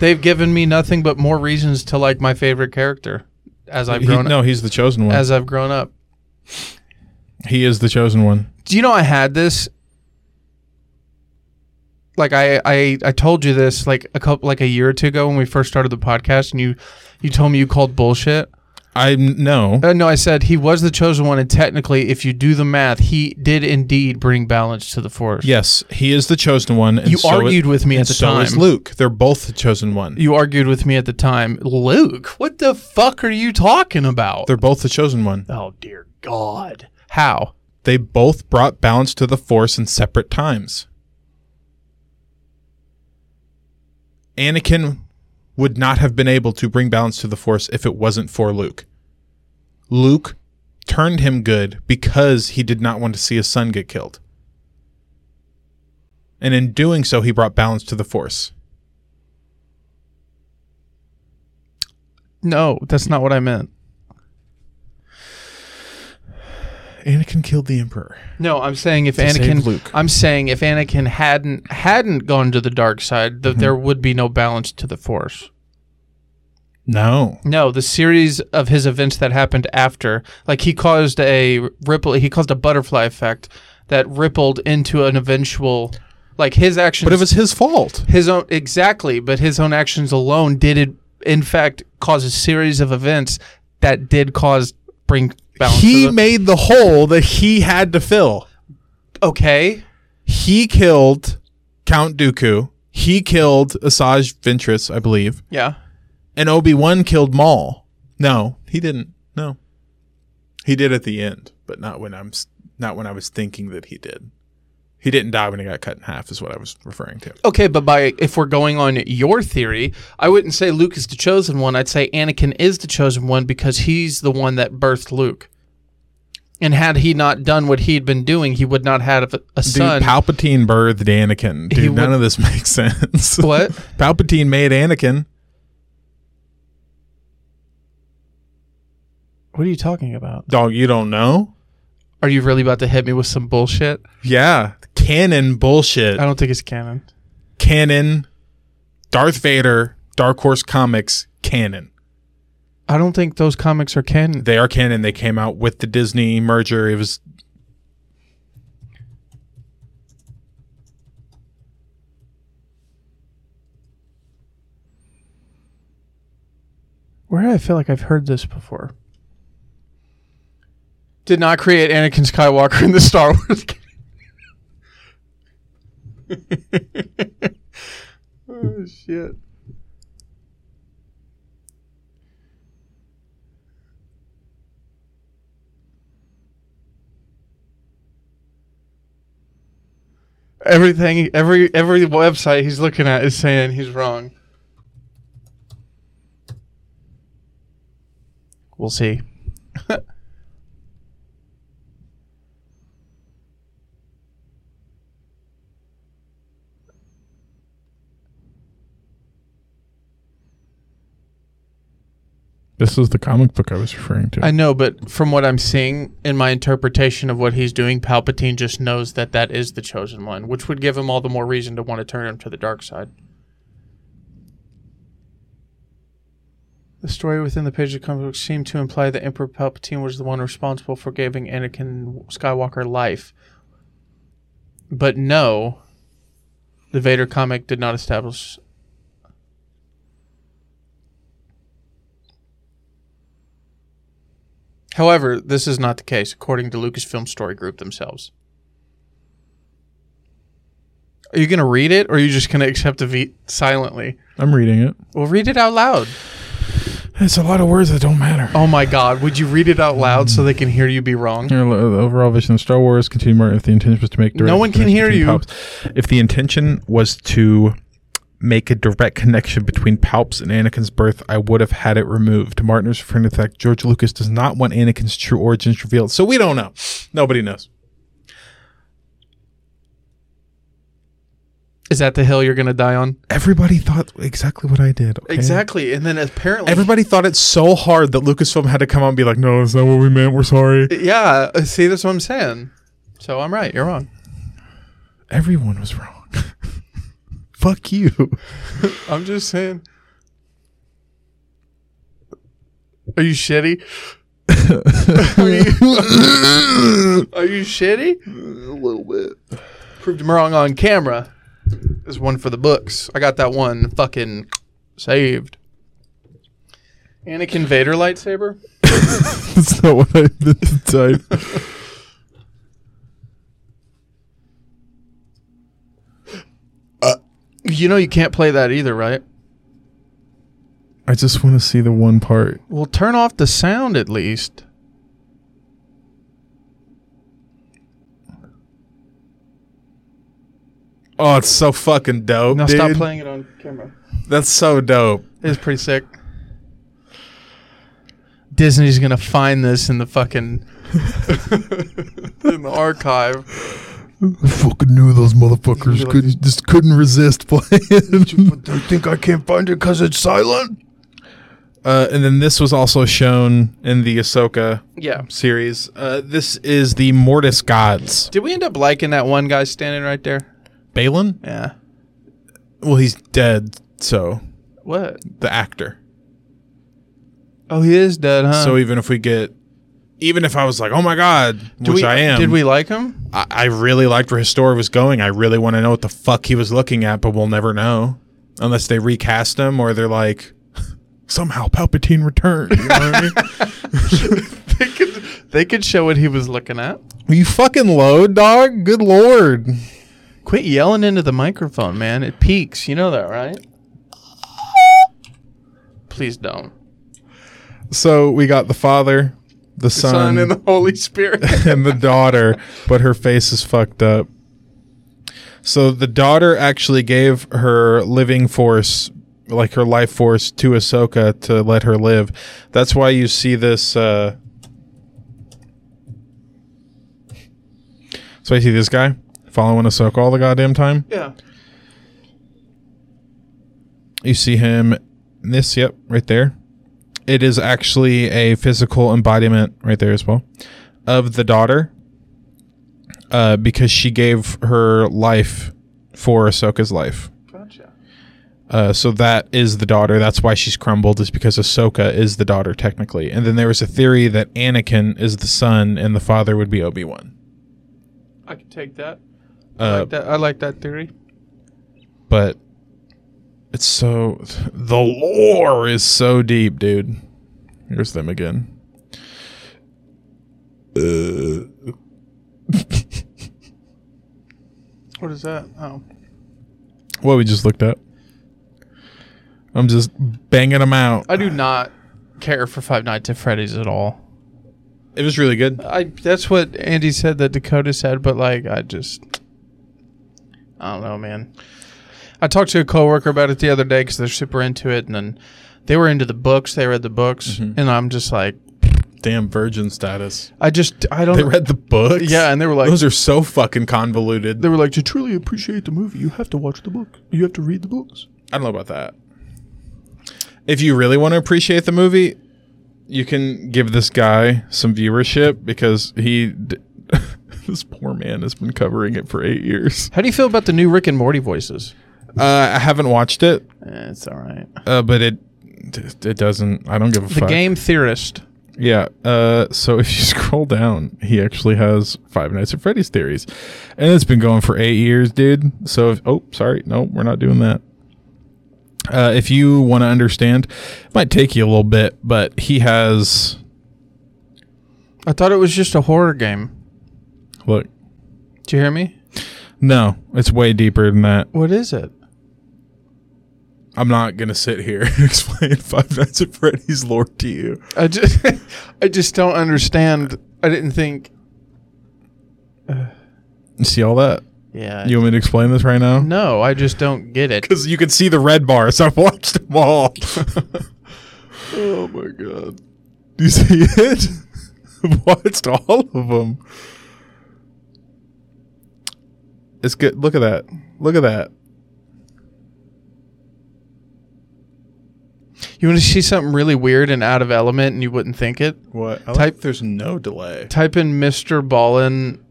they've given me nothing but more reasons to like my favorite character as I've
He-
grown
no, he's the chosen one.
as I've grown up.
He is the chosen one.
Do you know I had this? Like I, I I told you this like a couple like a year or two ago when we first started the podcast and you you told me you called bullshit.
I no.
Uh, no, I said he was the chosen one, and technically, if you do the math, he did indeed bring balance to the force.
Yes, he is the chosen one. And
you
so
argued
is,
with me
and
at the
so
time.
is Luke. They're both the chosen one.
You argued with me at the time, Luke. What the fuck are you talking about?
They're both the chosen one.
oh dear God! How?
They both brought balance to the Force in separate times. Anakin would not have been able to bring balance to the Force if it wasn't for Luke. Luke turned him good because he did not want to see his son get killed. And in doing so, he brought balance to the Force.
No, that's not what I meant.
Anakin killed the Emperor.
No, I'm saying if
To save
Anakin,
Luke.
I'm saying if Anakin hadn't hadn't gone to the dark side,
Mm-hmm.
that there would be no balance to the force.
No.
No, the series of his events that happened after, like he caused a ripple, he caused a butterfly effect that rippled into an eventual, like his actions.
But it was his fault.
his own exactly, but his own actions alone did it, in fact cause a series of events that did cause bring balance. to
He
the-
made the hole that he had to fill.
okay,
He killed Count Dooku. He killed Asajj Ventress, I believe.
yeah,
And Obi-Wan killed Maul. No, he didn't. No. He did at the end, but not when I'm s- not when I was thinking that he did. He didn't die when he got cut in half is what I was referring to.
okay, but by if we're going on your theory, I wouldn't say Luke is the chosen one. I'd say Anakin is the chosen one because he's the one that birthed Luke. And had he not done what he'd been doing, he would not have a, a
Dude,
son.
Palpatine birthed Anakin. Dude,
He
none
would-
of this makes sense.
What?
Palpatine made Anakin.
what are you talking about?
Dog, you don't know?
Are you really about to hit me with some bullshit?
Yeah, canon bullshit.
I don't think it's canon.
Canon, Darth Vader, Dark Horse Comics, canon.
I don't think those comics are canon.
They are canon. They came out with the Disney merger. It was
Where I feel like I've heard this before. Did not create Anakin Skywalker in the Star Wars. game. oh shit! Everything, every every website he's looking at is saying he's wrong. We'll see.
This is the comic book I was referring to.
I know, but from what I'm seeing in my interpretation of what he's doing, Palpatine just knows that that is the chosen one, which would give him all the more reason to want to turn him to the dark side. The story within the page of the comic book seemed to imply that Emperor Palpatine was the one responsible for giving Anakin Skywalker life. But no, the Vader comic did not establish However, this is not the case, according to Lucasfilm Story Group themselves. Are you going to read it, or are you just going to accept the V silently?
I'm reading it.
Well, read it out loud.
It's a lot of words that don't matter.
Oh my God! Would you read it out loud so they can hear you be wrong?
Your lo- the overall vision of Star Wars continued more if the intention was to make direct
No one can
connection
hear
between
you.
Palps. If the intention was to make a direct connection between Palps and Anakin's birth, I would have had it removed. Martin is referring to the fact George Lucas does not want Anakin's true origins revealed, so we don't know. Nobody knows.
Is that the hill you're going to die on?
Everybody thought exactly what I did. okay?
Exactly. And then apparently,
Everybody thought it so hard that Lucasfilm had to come out and be like, "No, that's not what we meant. We're sorry."
yeah. See, that's what I'm saying. So I'm right. You're wrong.
Everyone was wrong. Fuck you.
I'm just saying. Are you shitty? are, you, are you shitty? A little bit. Proved him wrong on camera. There's one for the books. I got that one fucking saved. Anakin Vader lightsaber?
That's not what I meant to type.
You know you can't play that either, right?
I just want to see the one part.
Well, turn off the sound at least.
Oh, it's so fucking dope.
Now
dude.
stop playing it on camera.
That's so dope.
It's pretty sick. Disney's gonna find this in the fucking in the archive.
I fucking knew those motherfuckers couldn't just couldn't resist playing.
I think I can't find it because it's silent.
uh, and then this was also shown in the Ahsoka
Yeah.
series. Uh, this is the Mortis gods.
Did we end up liking that one guy standing right there?
Balin?
Yeah.
Well, he's dead, so
What?
the actor.
Oh, he is dead, huh?
so even if we get, even if I was like, oh my god,
Did
which
we-
I am,
Did we like him?
I, I really liked where his story was going. I really want to know what the fuck he was looking at, but we'll never know unless they recast him or they're like somehow Palpatine returned. You know what I mean?
they could they could show what he was looking at.
Will you fucking load, dog? Good lord.
Quit yelling into the microphone, man. It peaks. You know that, right? Please don't.
So we got the father, the
Son,
son,
and the Holy Spirit.
and the daughter, but her face is fucked up. So the daughter actually gave her living force, like her life force, to Ahsoka to let her live. That's why you see this. Uh, so I see this guy following Ahsoka all the goddamn time.
yeah.
You see him. in This, yep, right there. It is actually a physical embodiment right there as well of the daughter, uh, because she gave her life for Ahsoka's life.
Gotcha.
Uh, so that is the daughter. That's why she's crumbled, is because Ahsoka is the daughter, technically. And then there was a theory that Anakin is the son and the father would be Obi Wan.
I could take that. I
Uh,
like that. I like that theory.
but it's so. The lore is so deep, dude. Here's them again. Uh.
What is that? Oh,
what we just looked up. I'm just banging them out.
I do not care for Five Nights at Freddy's at all.
It was really good.
I that's what Andy said that Dakota said, but like I just I don't know, man. I talked to a coworker about it the other day because they're super into it, and then they were into the books. They read the books, and I'm just like,
Damn virgin status.
I just I don't.
They read the books.
yeah, and they were like,
those are so fucking convoluted.
they were like, to truly appreciate the movie, you have to watch the book. You have to read the books.
I don't know about that. If you really want to appreciate the movie, you can give this guy some viewership because he, d- this poor man, has been covering it for eight years.
How do you feel about the new Rick and Morty voices?
Uh, I haven't watched it,
Eh, it's all right.
uh, but it it doesn't. I don't give a
The
fuck.
game theorist.
Yeah. Uh, so if you scroll down, he actually has Five Nights at Freddy's theories, and it's been going for eight years, dude. So if, oh, sorry, no, we're not doing that. Uh, if you want to understand, it might take you a little bit, but he has
I thought it was just a horror game.
look.
Do you hear me?
No, it's way deeper than that.
What is it?
I'm not gonna sit here and explain Five Nights at Freddy's lore to you.
I just, I just don't understand. I didn't think.
You see all that?
Yeah.
You want me to explain this right now?
no, I just don't get it.
because you can see the red bars. I've watched them all. oh my god! Do you see it? I've watched all of them. It's good. Look at that. Look at that.
You want to see something really weird and out of element, and you wouldn't think it.
What? I
Type-
There's no delay.
Type in Mr. Ballin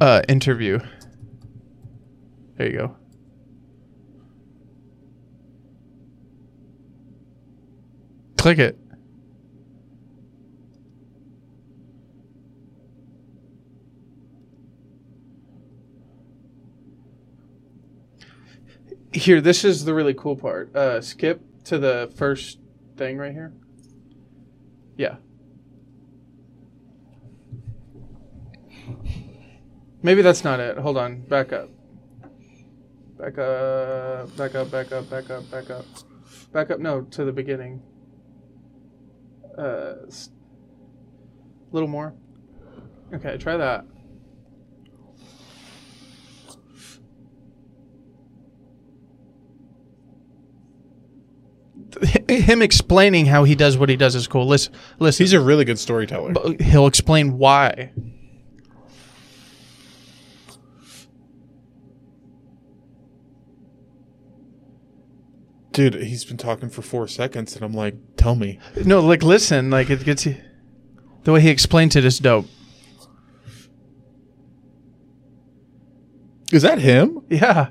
uh, interview. There you go. Click it. Here, this is the really cool part. Uh, skip to the first thing right here. Yeah. Maybe that's not it. Hold on. Back up. Back up. Back up. Back up. Back up. Back up. Back up. No, to the beginning. Uh, s- little more. Okay, try that. Him explaining how he does what he does is cool. Listen, listen.
He's a really good storyteller.
But he'll explain why.
Dude, he's been talking for four seconds, and I'm like, tell me.
No, like listen, like it gets you. The way he explains it is dope.
Is that him?
Yeah.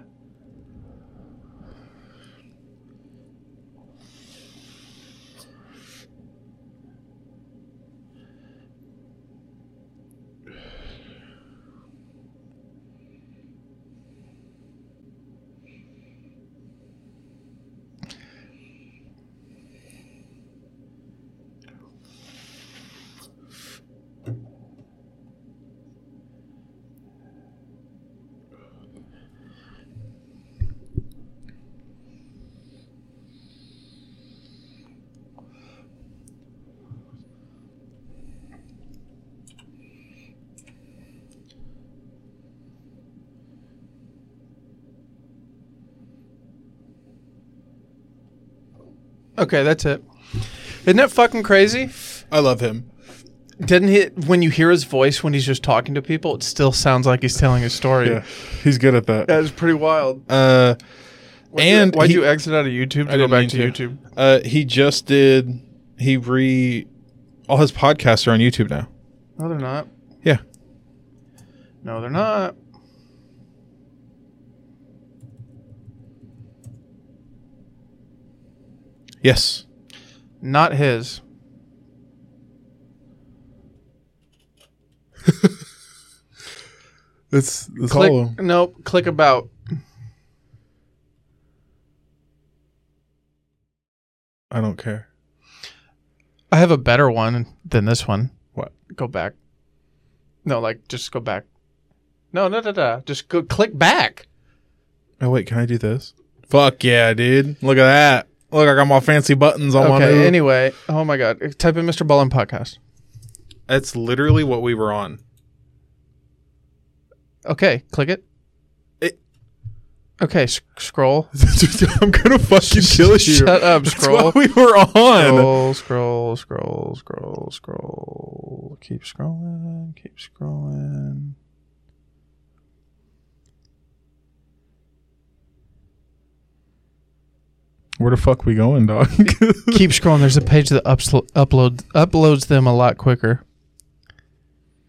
Okay, that's it. Isn't that fucking crazy?
I love him.
Didn't he? When you hear his voice when he's just talking to people, it still sounds like he's telling a story.
Yeah, he's good at that.
was pretty wild.
Uh, and
why'd
he-
you exit out of YouTube to go
I didn't
back
mean
to,
to.
YouTube?
Uh, he just did. He re. All his podcasts are on YouTube now.
No, they're not.
Yeah.
No, they're not.
Yes.
Not his.
It's, it's
Click.
hollow.
Nope. Click about.
I don't care.
I have a better one than this one.
What?
Go back. No, like just go back. No, no, no, no. Just go click back.
Oh wait, can I do this? Fuck yeah, dude! Look at that. Look, I got my fancy buttons on my.
Okay.
move.
Anyway, oh my god. Type in Mr. Ballin podcast.
That's literally what we were on.
Okay, click it.
It-
Okay, sc- scroll.
I'm gonna fucking kill you.
Shut up,
That's
scroll.
what we were
Scroll,
on.
scroll, scroll, scroll, scroll. Keep scrolling, keep scrolling.
Where the fuck we going, dog?
keep scrolling. There's a page that ups- upload uploads them a lot quicker.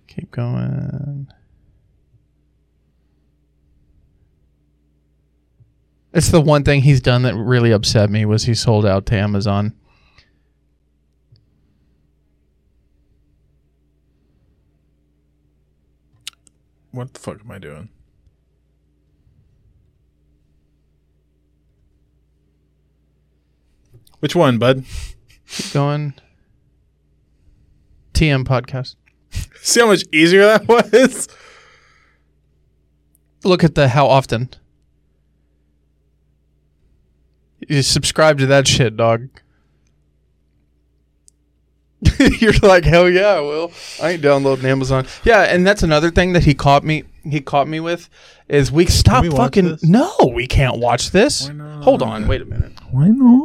Keep going. It's the one thing he's done that really upset me was he sold out to Amazon.
what the fuck am I doing? Which one, bud?
Keep going. TM podcast.
See how much easier that was?
Look at the how often. You subscribe to that shit, dog. You're like, hell yeah, I will. I ain't downloading Amazon. Yeah, and that's another thing that he caught me he caught me with is we stop
we watch
fucking
this?
No, we can't watch this.
Why not?
Hold on, wait a minute.
Why not?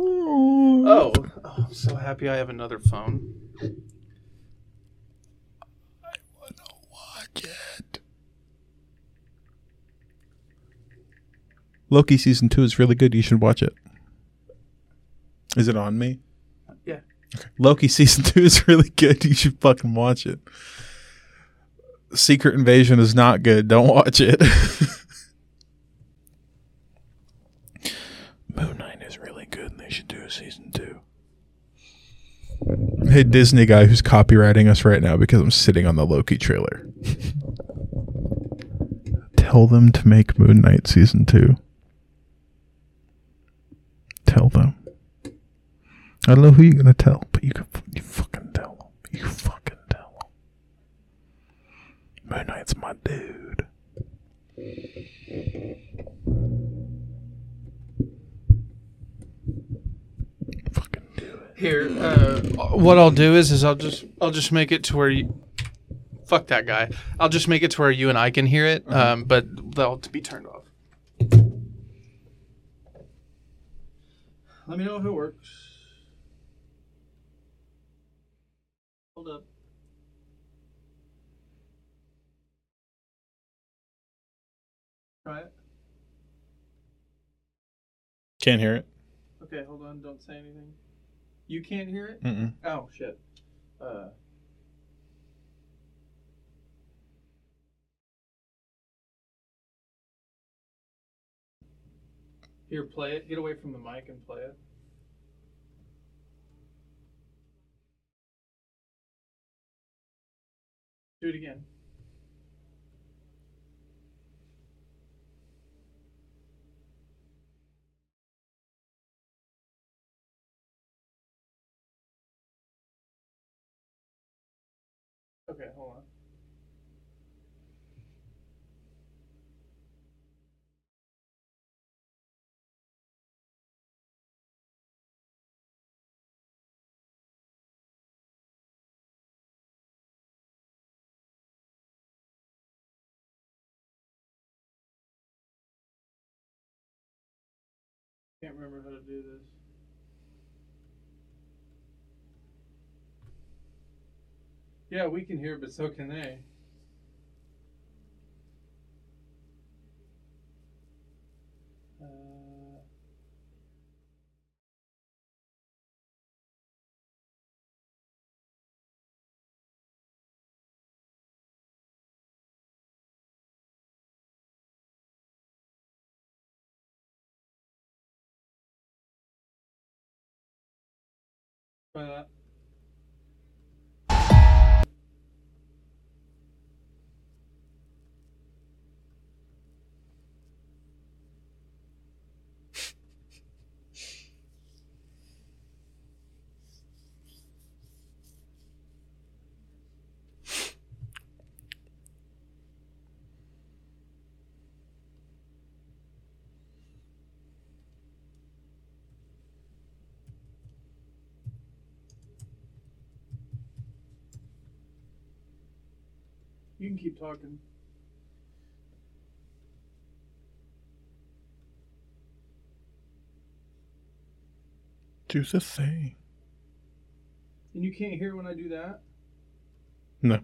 Oh, oh, I'm so happy I have another phone.
Watch it. Loki season two is really good. You should watch it. Is it on me?
Yeah.
Okay. Loki season two is really good. You should fucking watch it. Secret Invasion is not good. Don't watch it. Moon Knight is really good, and they should do a season two. Hey, Disney guy who's copywriting us right now because I'm sitting on the Loki trailer. Tell them to make Moon Knight season two. Tell them. I don't know who you're gonna tell, but you can you fucking tell them. You fucking tell them. Moon Knight's my dude. Fucking do it.
Here, uh, what I'll do is, is I'll just, I'll just make it to where you, fuck that guy. I'll just make it to where you and I can hear it, um, but they'll be turned off. Let me know if it works. Hold up. Try it.
Can't hear it.
Okay, hold on. Don't say anything. You can't hear it.
Mm-mm.
Oh shit. Uh. Here, play it. Get away from the mic and play it. Do it again. Okay, hold on. Can't remember how to do this. Yeah, we can hear, but so can they. Uh, But uh, you can keep talking.
Do the thing.
And you can't hear when I do that?
No.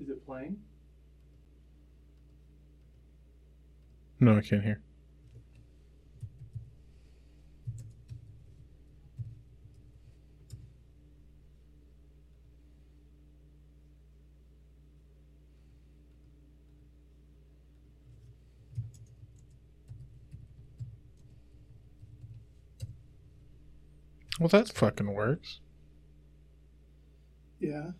Is it playing?
No, I can't hear. Well, that fucking works.
Yeah.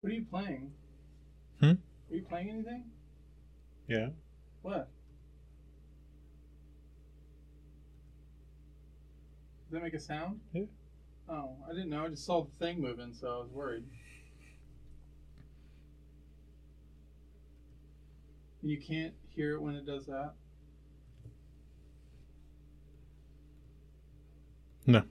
What are you playing?
Hmm?
Are you playing anything?
Yeah.
What? Does that make a sound?
Yeah.
Oh, I didn't know. I just saw the thing moving, so I was worried. And You can't hear it when it does that?
No.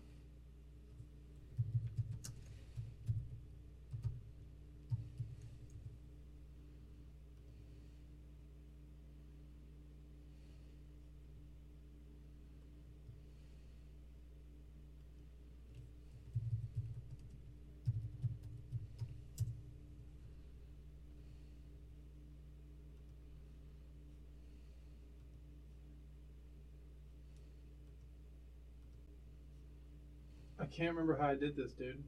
I can't remember how I did this, dude.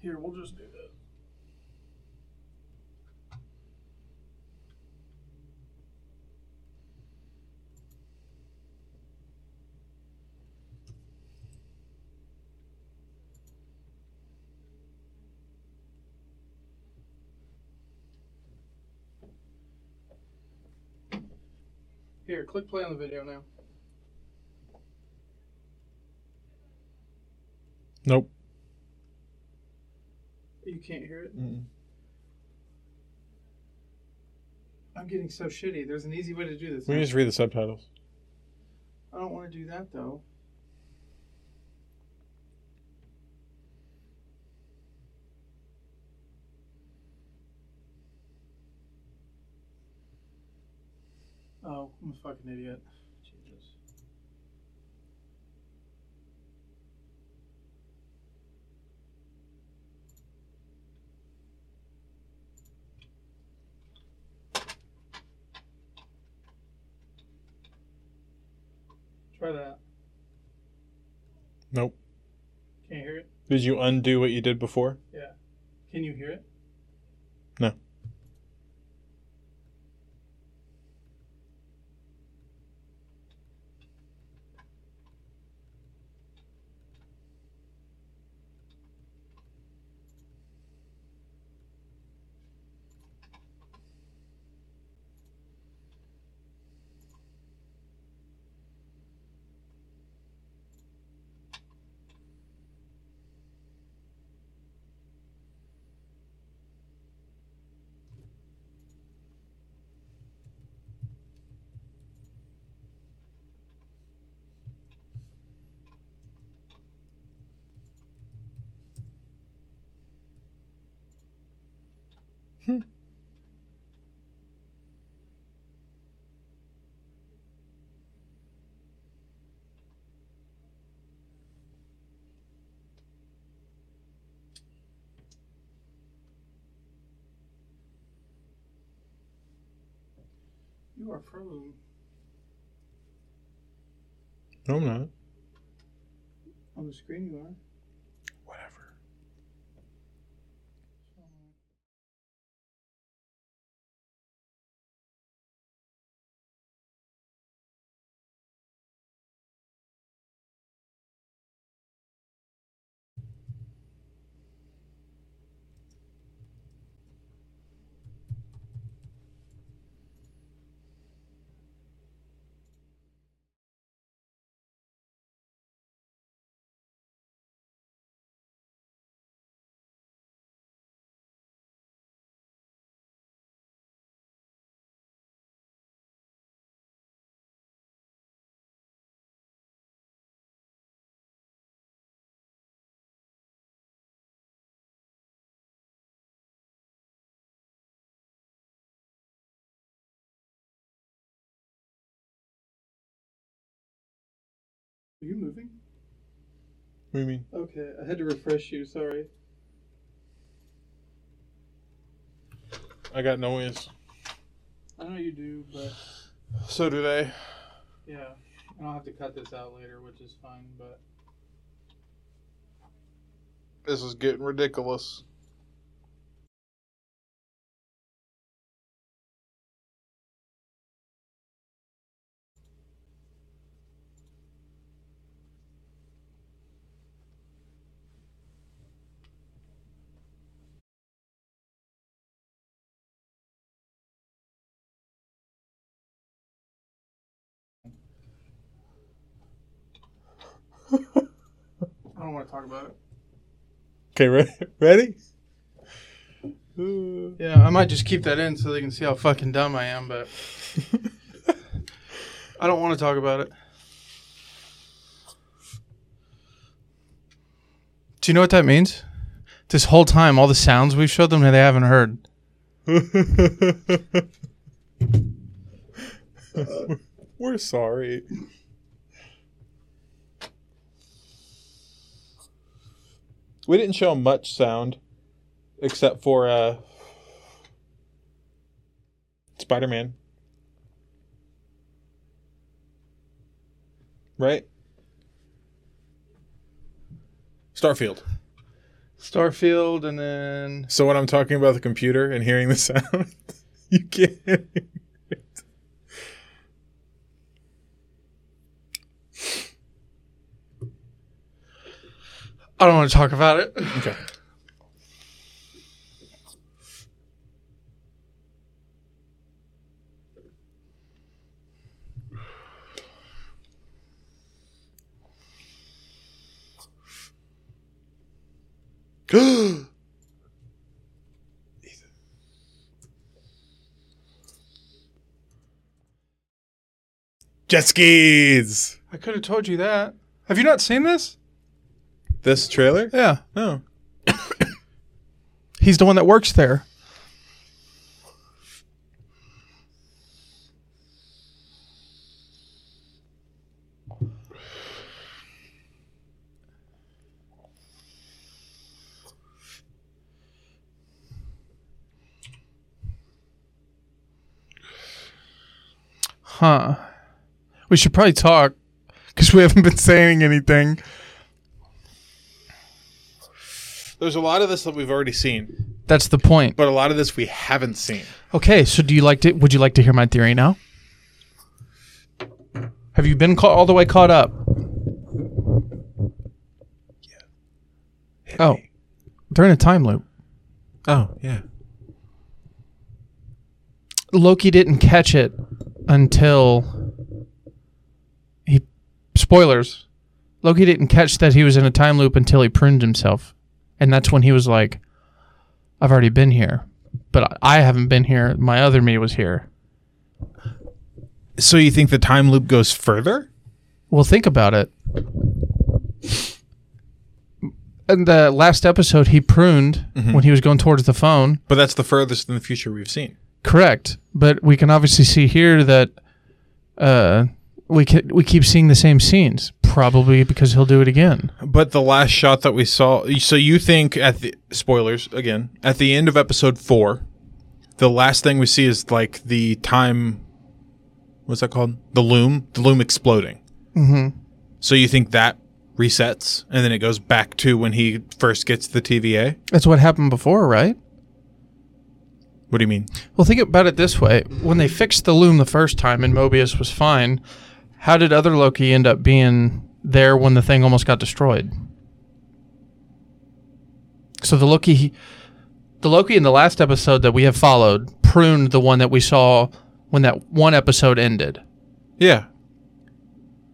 Here, we'll just do this. Here, click play on the video now.
Nope.
You can't hear it. I'm getting so shitty. There's an easy way to do this.
We just read the subtitles.
I don't want to do that though. Oh, I'm a fucking idiot. Jesus. Try that.
Nope.
Can you hear it?
Did you undo what you did before?
Can you hear it?
No.
You are frozen.
No, I'm not.
On the screen, you are.
Whatever.
Are you moving?
What do you mean?
Okay, I had to refresh you. Sorry.
I got noise.
I know you do, but
So do they.
yeah, and I'll have to cut this out later, which is fine. But
This is getting ridiculous.
I don't want to talk about it.
Okay, re- ready? Uh,
Yeah, I might just keep that in so they can see how fucking dumb I am. But I don't want to talk about it. Do you know what that means? This whole time, all the sounds we've showed them, they haven't heard.
We're sorry. We didn't show much sound, except for uh, Spider Man. Right? Starfield.
Starfield, and then
So when I'm talking about the computer and hearing the sound, you can't.
I don't want to talk about it.
Okay. Jet skis.
I could have told you that. Have you not seen this?
This trailer? Oh.
Yeah,
No.
he's the one that works there. Huh. We should probably talk. because we haven't been saying anything.
There's a lot of this that we've already seen,
That's the point.
but a lot of this we haven't seen.
Okay, so do you like to? Would you like to hear my theory now? Have you been ca- all the way caught up? Oh, they're in a time loop.
Oh, yeah.
Loki didn't catch it until he spoilers. Loki didn't catch that he was in a time loop until he pruned himself. And that's when he was like, I've already been here, but I I haven't been here. My other me was here.
So you think the time loop goes further?
Well, think about it. In the last episode, he pruned when he was going towards the phone.
But that's the furthest in the future we've seen.
Correct, but we can obviously see here that uh, we ke- we keep seeing the same scenes, probably because he'll do it again.
But the last shot that we saw, so you think at the spoilers again, at the end of episode 4, the last thing we see is like the time what's that called? The loom, the loom exploding.
Mm-hmm.
So you think that resets and then it goes back to when he first gets the TVA?
That's what happened before, right?
What do you mean?
Well, think about it this way: when they fixed the loom the first time and Mobius was fine, how did other Loki end up being there when the thing almost got destroyed? So the Loki, the Loki in the last episode that we have followed, pruned the one that we saw when that one episode ended.
Yeah.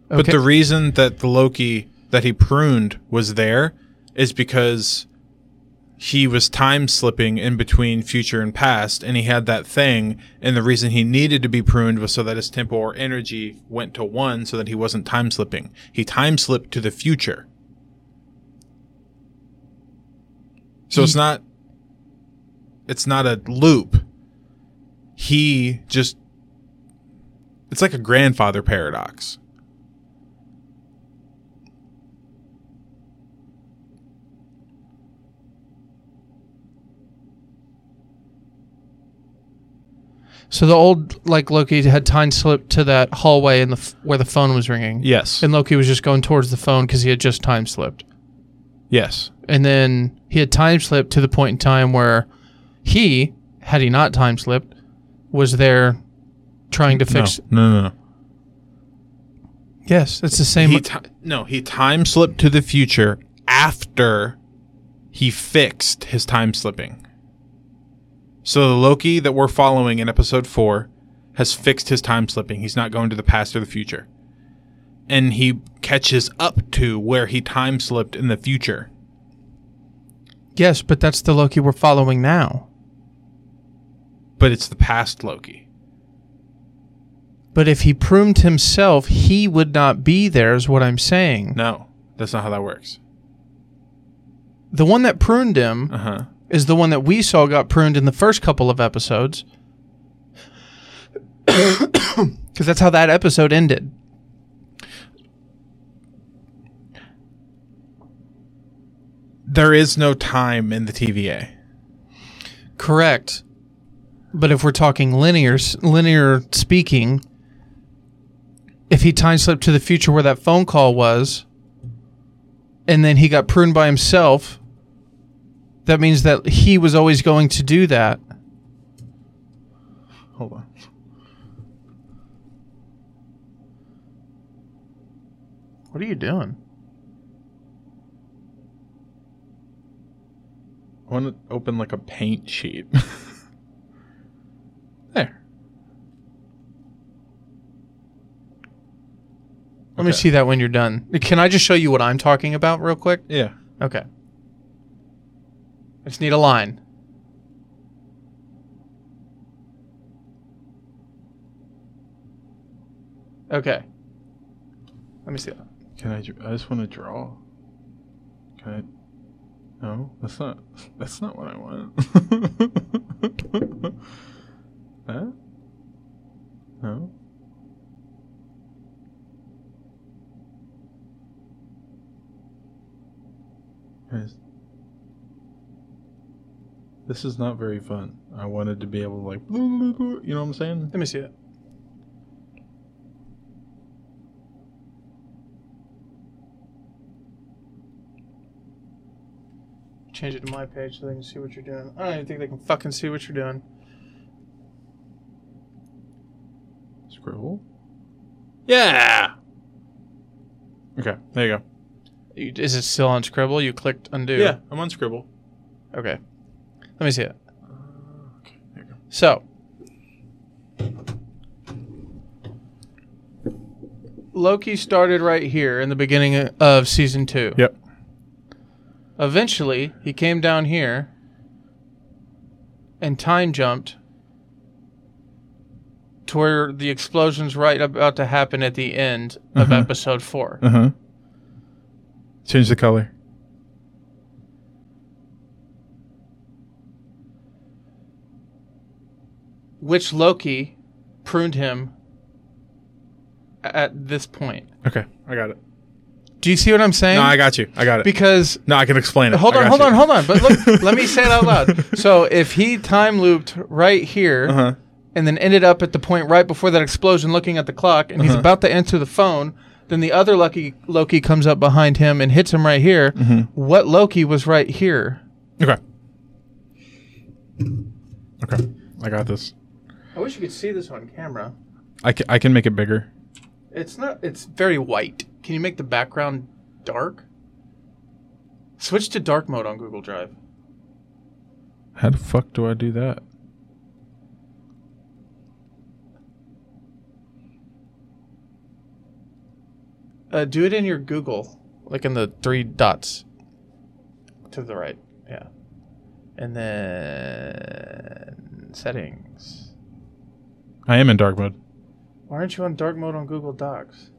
But
Okay.
the reason that the Loki that he pruned was there is because he was time slipping in between future and past, and he had that thing. And the reason he needed to be pruned was so that his tempo or energy went to one so that he wasn't time slipping. He time slipped to the future. So it's not it's not a loop. He just it's like a grandfather paradox.
So the old like Loki had time slipped to that hallway in the f- where the phone was ringing.
Yes.
And Loki was just going towards the phone because he had just time slipped,
yes.
and then he had time slipped to the point in time where he, had he not time slipped, was there trying to fix.
No, no, no.
Yes, it's the same.
He ti- no, he time slipped to the future after he fixed his time slipping. So the Loki that we're following in episode 4 has fixed his time slipping. He's not going to the past or the future. And he catches up to where he time slipped in the future.
yes, but that's the Loki we're following now.
But it's the past Loki.
But if he pruned himself, he would not be there. Is what I'm saying.
No, that's not how that works.
The one that pruned him.
Uh-huh.
is the one that we saw got pruned in the first couple of episodes. Because that's how that episode ended.
There is no time in the TVA.
Correct. But if we're talking linear, linear speaking, if he time slipped to the future where that phone call was, and then he got pruned by himself, that means that he was always going to do that.
Hold on.
What are you doing?
I want to open like a paint sheet. there.
Let me
Okay.
see that when you're done. Can I just show you what I'm talking about real quick?
Yeah.
Okay. I just need a line. Okay. Let me see that.
Can I? dr- I just want to draw. Can I? No, that's not. That's not what I want. That? No. Guys, This is not very fun. I wanted to be able to like, you know what I'm saying?
Let me see that. change it to my page so they can see what you're doing. I don't even think they can fucking see what you're doing.
Scribble. Yeah. Okay, there you go.
You, is it still on Scribble? You clicked undo.
Yeah, I'm on Scribble.
Okay. Let me see it.
Okay, there you go.
So, Loki started right here in the beginning of season two.
Yep.
Eventually, he came down here and time jumped to where the explosion's right about to happen at the end of
Uh-huh.
episode four.
Uh huh. Change the color.
Which Loki pruned him at this point.
Okay, I got it.
Do you see what I'm saying?
No, I got you. I got it.
because
no, I can explain it.
Hold
I
on,
got
hold
you.
on, hold on. But look, let me say it out loud. So if he time looped right here
Uh-huh.
and then ended up at the point right before that explosion, looking at the clock, and he's
Uh-huh.
about to answer the phone, then the other Lucky Loki comes up behind him and hits him right here.
Mm-hmm.
What Loki was right here?
Okay. Okay, I got this.
I wish you could see this on camera.
I can, I can make it bigger.
It's not. It's very white. Can you make the background dark? Switch to dark mode on Google Drive.
How the fuck do I do that?
Uh, do it in your Google, like in the three dots to the right. Yeah. And then settings.
I am in dark mode.
Why aren't you on dark mode on Google Docs?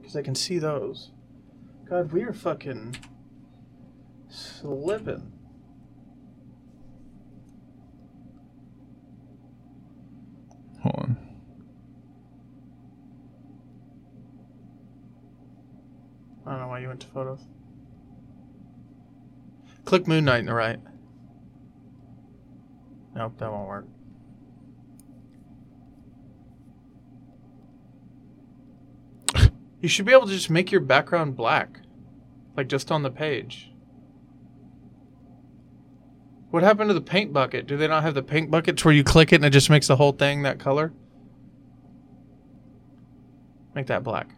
Because I can see those. God, we are fucking slipping.
Hold on.
I don't know why you went to photos. Click Moon Knight in the right. Nope, that won't work. you should be able to just make your background black. Like just on the page. What happened to the paint bucket? Do they not have the paint buckets where you click it and it just makes the whole thing that color? Make that black.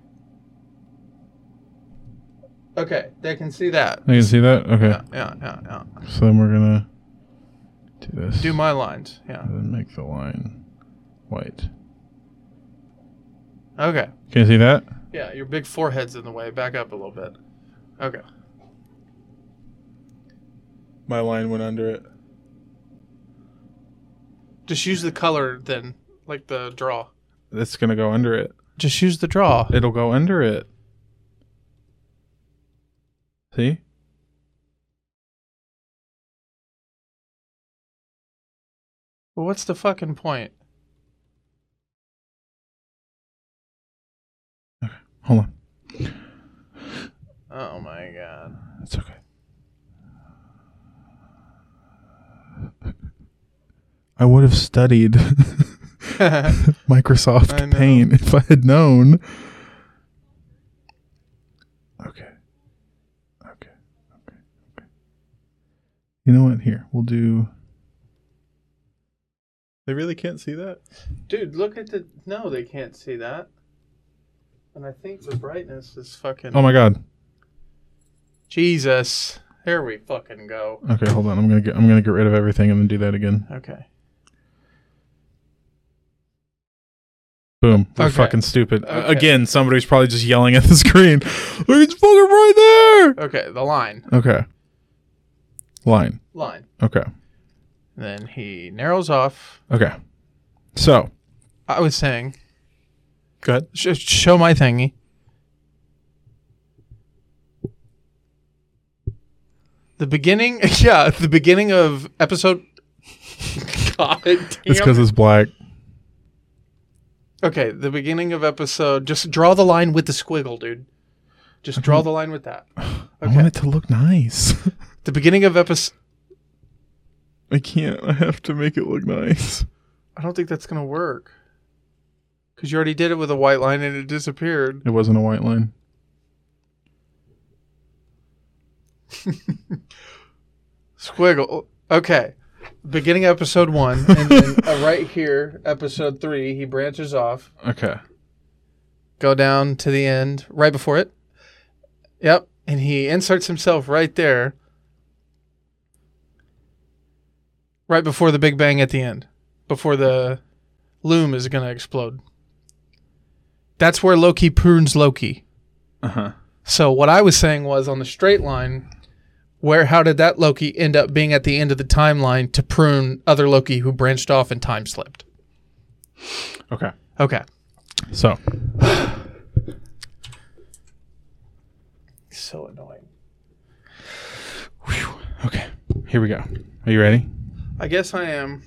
Okay, they can see that.
I can see that. Okay,
Yeah, yeah, yeah, yeah.
so then we're gonna do this.
Do my lines. Yeah.
and then make the line white.
Okay.
Can you see that?
Yeah, your big forehead's in the way. Back up a little bit. Okay.
My line went under it.
Just use the color then, like the draw.
It's gonna go under it.
Just use the draw.
It'll go under it. See?
Well, what's the fucking point?
Hold on.
Oh my god.
That's okay. I would have studied
I
Microsoft
know.
Paint if I had known. Okay. Okay. Okay. Okay. You know what? Here, we'll do. They really can't see that?
Dude, look at the. No, they can't see that. And I think the brightness is fucking.
Oh my god.
Jesus. Here we fucking go.
Okay, hold on. I'm gonna get I'm gonna get rid of everything and then do that again.
Okay.
Boom. We're
Okay.
fucking stupid.
Okay.
Again, somebody's probably just yelling at the screen. Look, it's fucking right
Okay, the line.
there. Okay. Line.
Line.
Okay.
Then he narrows off.
Okay. So
I was saying.
go ahead.
Sh- show my thingy. The beginning, yeah, the beginning of episode. God
It's
damn.
because it's black.
Okay, the beginning of episode. Just draw the line with the squiggle, dude. Just draw the line with that.
I want
Okay.
it to look nice.
The beginning of episode.
I can't. I have to make it look nice.
I don't think that's gonna work. Cause you already did it with a white line and it disappeared.
It wasn't a white line.
Squiggle. Okay. Beginning of episode one, and then uh, right here, episode three, he branches off.
Okay.
Go down to the end, right before it. Yep. And he inserts himself right there. Right before the Big Bang at the end. Before the loom is going to explode. That's where Loki prunes Loki.
Uh
Uh-huh.
huh.
So what I was saying was on the straight line, where how did that Loki end up being at the end of the timeline to prune other Loki who branched off and time slipped?
Okay.
Okay.
So
So annoying.
okay, here we go. Are you ready?
I guess I am.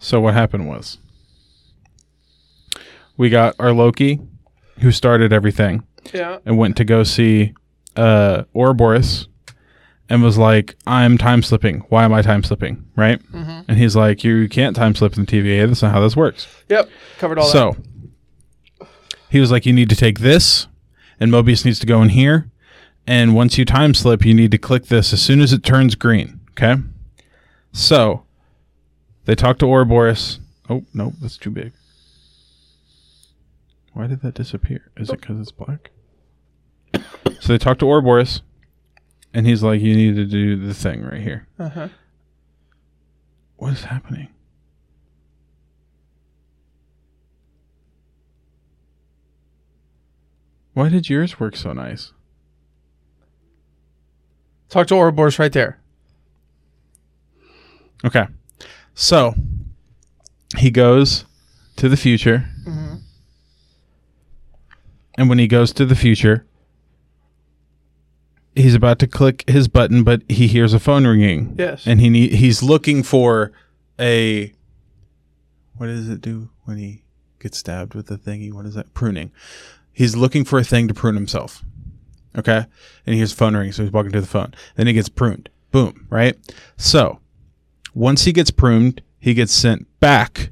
So what happened was we got our Loki, who started everything,
Yeah.
and went to go see uh, Ouroboros, and was like, "I'm time slipping. Why am I time slipping?" Right? And he's like, "You can't time slip in the TVA. That's not how this works."
Yep. Covered all
so he was like, "You need to take this, and Mobius needs to go in here, and once you time slip, you need to click this as soon as it turns green." Okay. So they talk to Ouroboros. Oh no, that's too big. Why did that disappear? Is it because it's black? so they talk to Ouroboros, and he's like, "You need to do the thing right here."
that. Uh-huh.
What is happening? Why did yours work so nice?
Talk to Ouroboros right there.
Okay. So he goes to the future. And when he goes to the future, he's about to click his button, but he hears a phone ringing.
Yes.
And he need, he's looking for a. What does it do when he gets stabbed with the thingy? What is that? Pruning. He's looking for a thing to prune himself. Okay. And he hears phone ringing, so he's walking to the phone. Then he gets pruned. Boom. Right. So once he gets pruned, he gets sent back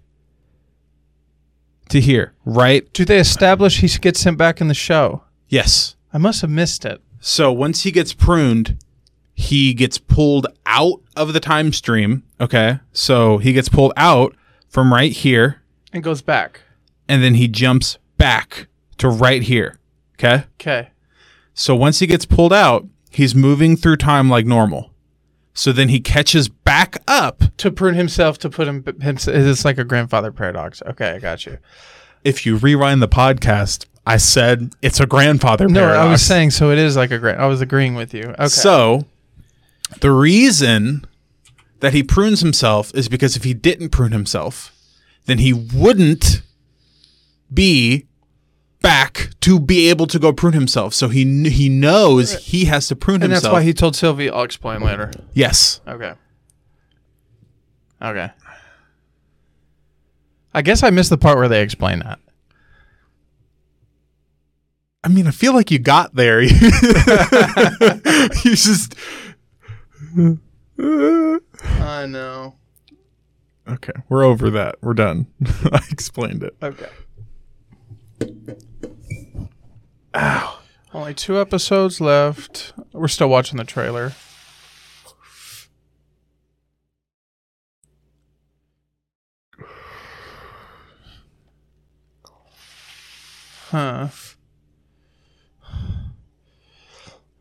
to here. Right.
Do they establish he gets sent back in the show?
Yes.
I must have missed it.
So once he gets pruned, he gets pulled out of the time stream. Okay. So he gets pulled out from right here
And goes back.
and then he jumps back to right here. Okay.
Okay.
So once he gets pulled out, he's moving through time like normal. So then he catches back up.
To prune himself to put him, himself. It's like a grandfather paradox. Okay, I got you.
If you rewind the podcast, I said it's a grandfather
No,
paradox.
I was saying so. It is like a grand. I was agreeing with you. Okay.
So the reason that he prunes himself is because if he didn't prune himself, then he wouldn't be back to be able to go prune himself. So he kn- he knows he has to prune
and
himself.
that's why he told Sylvie. I'll explain later.
yes.
Okay. Okay. I guess I missed the part where they explain that.
I mean, I feel like you got there. you just
I know.
Okay, we're over that. We're done. I explained it.
Okay. Ow. Only two episodes left. We're still watching the trailer. Huh.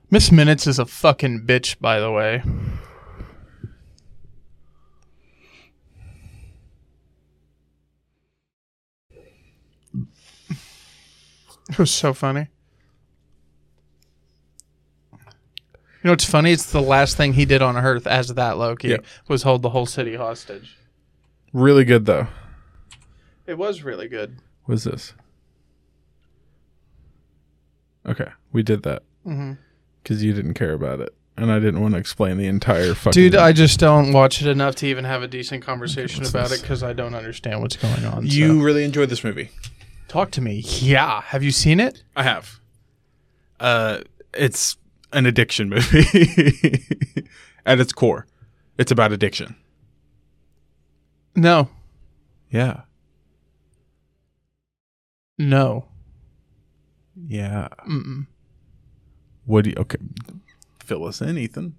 Miss Minutes is a fucking bitch, by the way. It was so funny. You know what's funny? It's the last thing he did on Earth as that Loki
Yeah.
was hold the whole city hostage.
Really good though.
It was really good.
What is this? Okay, we did that
Mm-hmm.
because you didn't care about it, and I didn't want to explain the entire fucking.
Dude, I just don't watch it enough to even have a decent conversation
What's
about it
this?
'cause it because I don't understand what's going on.
you
so.
really enjoyed this movie.
talk to me. Yeah, have you seen it?
I have. Uh, it's an addiction movie at its core. It's about addiction.
No,
Yeah.
no.
Yeah.
Mm-mm.
What do you? Okay, fill us in, Ethan.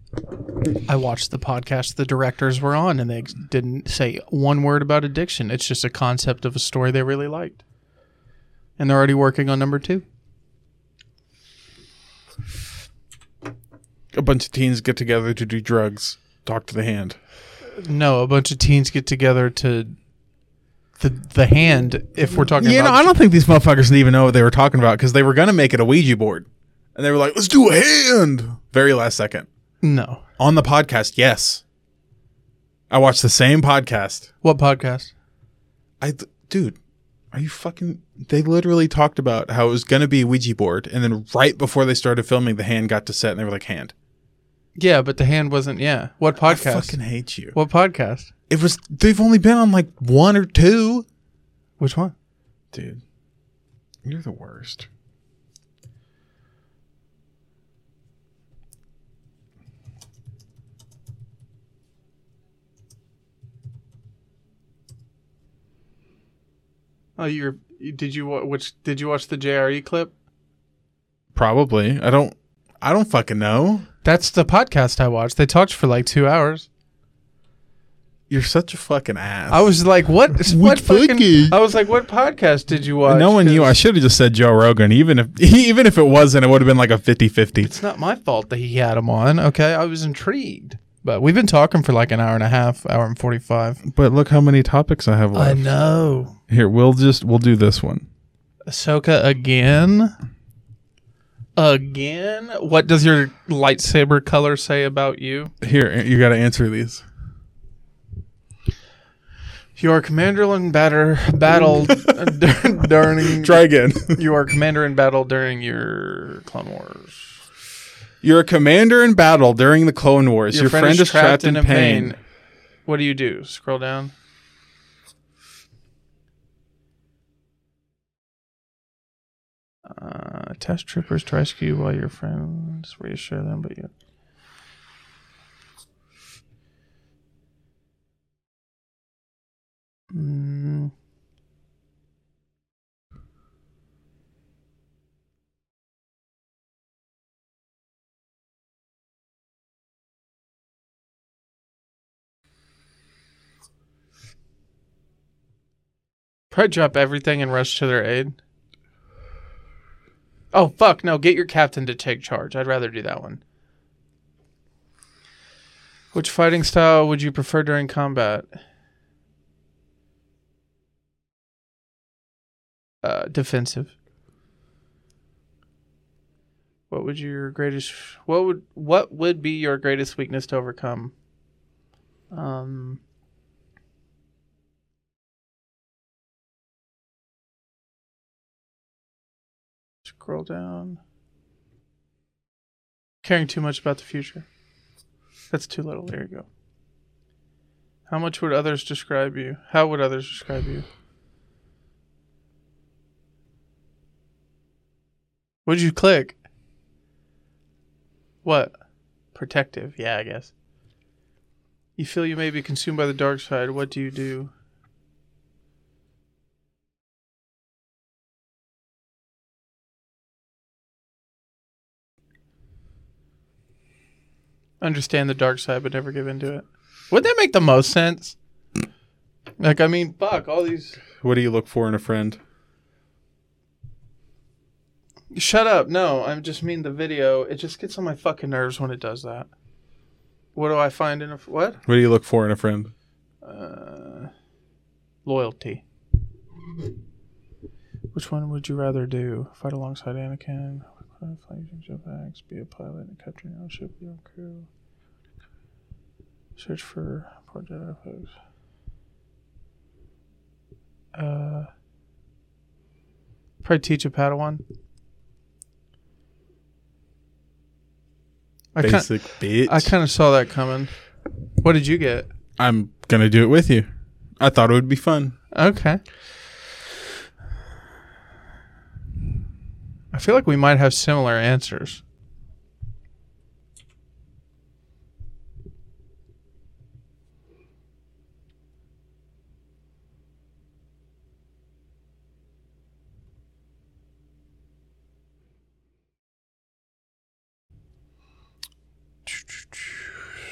I watched the podcast the directors were on, and they ex- didn't say one word about addiction. It's just a concept of a story they really liked, and they're already working on number two.
A bunch of teens get together to do drugs. Talk to the hand.
No, a bunch of teens get together to the the hand. If we're talking
You know,
about
I don't think these motherfuckers didn't even know what they were talking about because they were gonna make it a Ouija board, and they were like, "Let's do a hand." Very last second
no,
on the podcast. Yes, I watched the same podcast.
what podcast?
I, th- dude, are you fucking? They literally talked about how it was gonna be a Ouija board, and then right before they started filming, the hand got to set, and they were like, "Hand."
Yeah, but the hand wasn't. Yeah, what podcast?
I fucking hate you.
what podcast?
It was. They've only been on like one or two.
Which one?
Dude, you're the worst.
Oh, you're. Did you wa- which? Did you watch the JRE clip?
Probably. I don't. I don't fucking know.
That's the podcast I watched. They talked for like two hours.
You're such a fucking ass.
I was like, what? what
fucking-
fucking? I was like, what podcast did you watch?
No one knew. I
'Cause
should have just said Joe Rogan. Even if even if it wasn't, it would have been like a 50-50.
It's not my fault that he had him on. Okay, I was intrigued, but we've been talking for like an hour and a half, hour and forty-five.
But look how many topics I have
I
left.
know.
Here, we'll just we'll do this one.
Ahsoka again. Again. What does your lightsaber color say about you?
Here, you got to answer these.
Your commander in batter battle dur- during
Try again.
you are commander in battle during your Clone Wars.
You're a commander in battle during the Clone Wars. Your, friend, is trapped, in,
a
pain.
What do you do? Scroll down. Uh, test troopers to rescue while your friends reassure them, but you. Mm. Probably drop everything and rush to their aid. Oh fuck! No, get your captain to take charge. I'd rather do that one. Which fighting style would you prefer during combat? Uh, defensive. What would your greatest? What would what would be your greatest weakness to overcome? Um. Scroll down. Caring too much about the future. That's too little. There you go. How much would others describe you? How would others describe you? Would you click? What? Protective. Yeah, I guess. You feel you may be consumed by the dark side. What do you do? understand the dark side but never give in to it. Would that make the most sense? Like, I mean, fuck, all these.
What do you look for in a friend?
Shut up. No, I just mean the video. It just gets on my fucking nerves when it does that. What do I find in a. What?
What do you look for in a friend?
Uh, loyalty. Which one would you rather do? Fight alongside Anakin? Fly using jetpacks? Be a pilot in a country on ship with your crew? Search for poor Jedi folks. Uh, probably teach a Padawan. I kind
Basic bitch.
I kind of saw that coming. What did you get?
I'm gonna do it with you. I thought it would be fun.
Okay. I feel like we might have similar answers.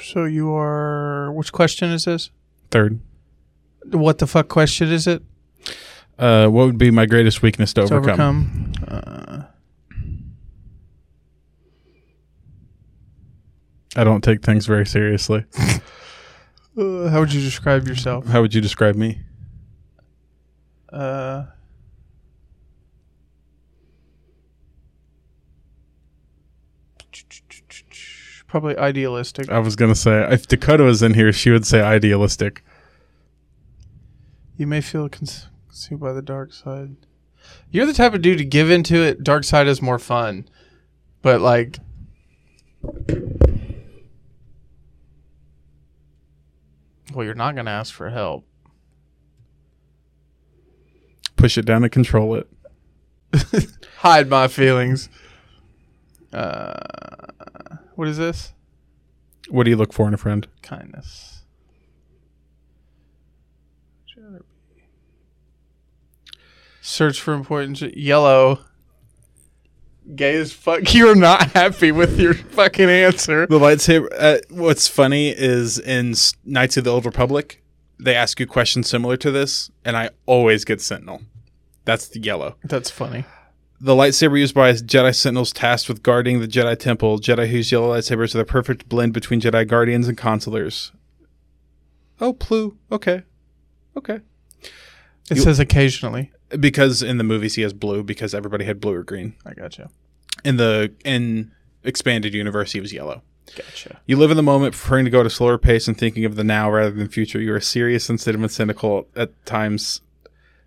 So you are. Which question is this?
Third,
What the fuck question is it?
uh, what would be my greatest weakness to overcome?
To overcome. Uh,
I don't take things very seriously.
Uh, how would you describe yourself?
How would you describe me?
Uh, probably idealistic.
I was gonna say if Dakota was in here, she would say idealistic.
You may feel cons- consumed by the dark side. You're the type of dude to give into it. Dark side is more fun, but like, well, you're not gonna ask for help.
Push it down and control it.
Hide my feelings. Uh, what is this?
What do you look for in a friend?
kindness. Search for important j- yellow. Gay as fuck. You're not happy with your fucking answer.
The lightsaber. Uh, what's funny is in S- Knights of the Old Republic, they ask you questions similar to this, and I always get Sentinel. That's the yellow.
That's funny.
The lightsaber used by Jedi Sentinels tasked with guarding the Jedi Temple. Jedi whose yellow lightsabers are the perfect blend between Jedi Guardians and Consulars. Oh, Plu. Okay. Okay.
It
You-
says occasionally.
Because in the movies he has blue because everybody had blue or green.
I gotcha.
In the in expanded universe he was yellow.
Gotcha.
You live in the moment, preferring to go at a slower pace and thinking of the now rather than future. You are serious, sensitive, and cynical at times.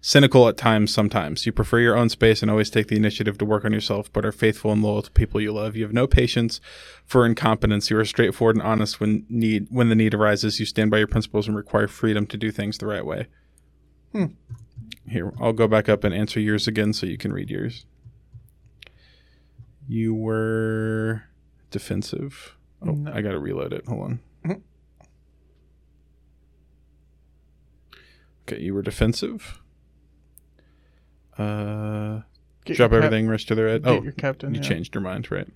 Cynical at times, sometimes. You prefer your own space and always take the initiative to work on yourself, but are faithful and loyal to people you love. You have no patience for incompetence. You are straightforward and honest when need when the need arises. You stand by your principles and require freedom to do things the right way.
Hmm.
Here, I'll go back up and answer yours again so you can read yours. You were defensive. Oh,
No.
I gotta reload it. Mm-hmm. Hold on.
Mhm.
Okay, you were defensive. Uh, drop everything, rush to the red.
Get
Oh,
your captain.
you
yeah.
changed your mind, right?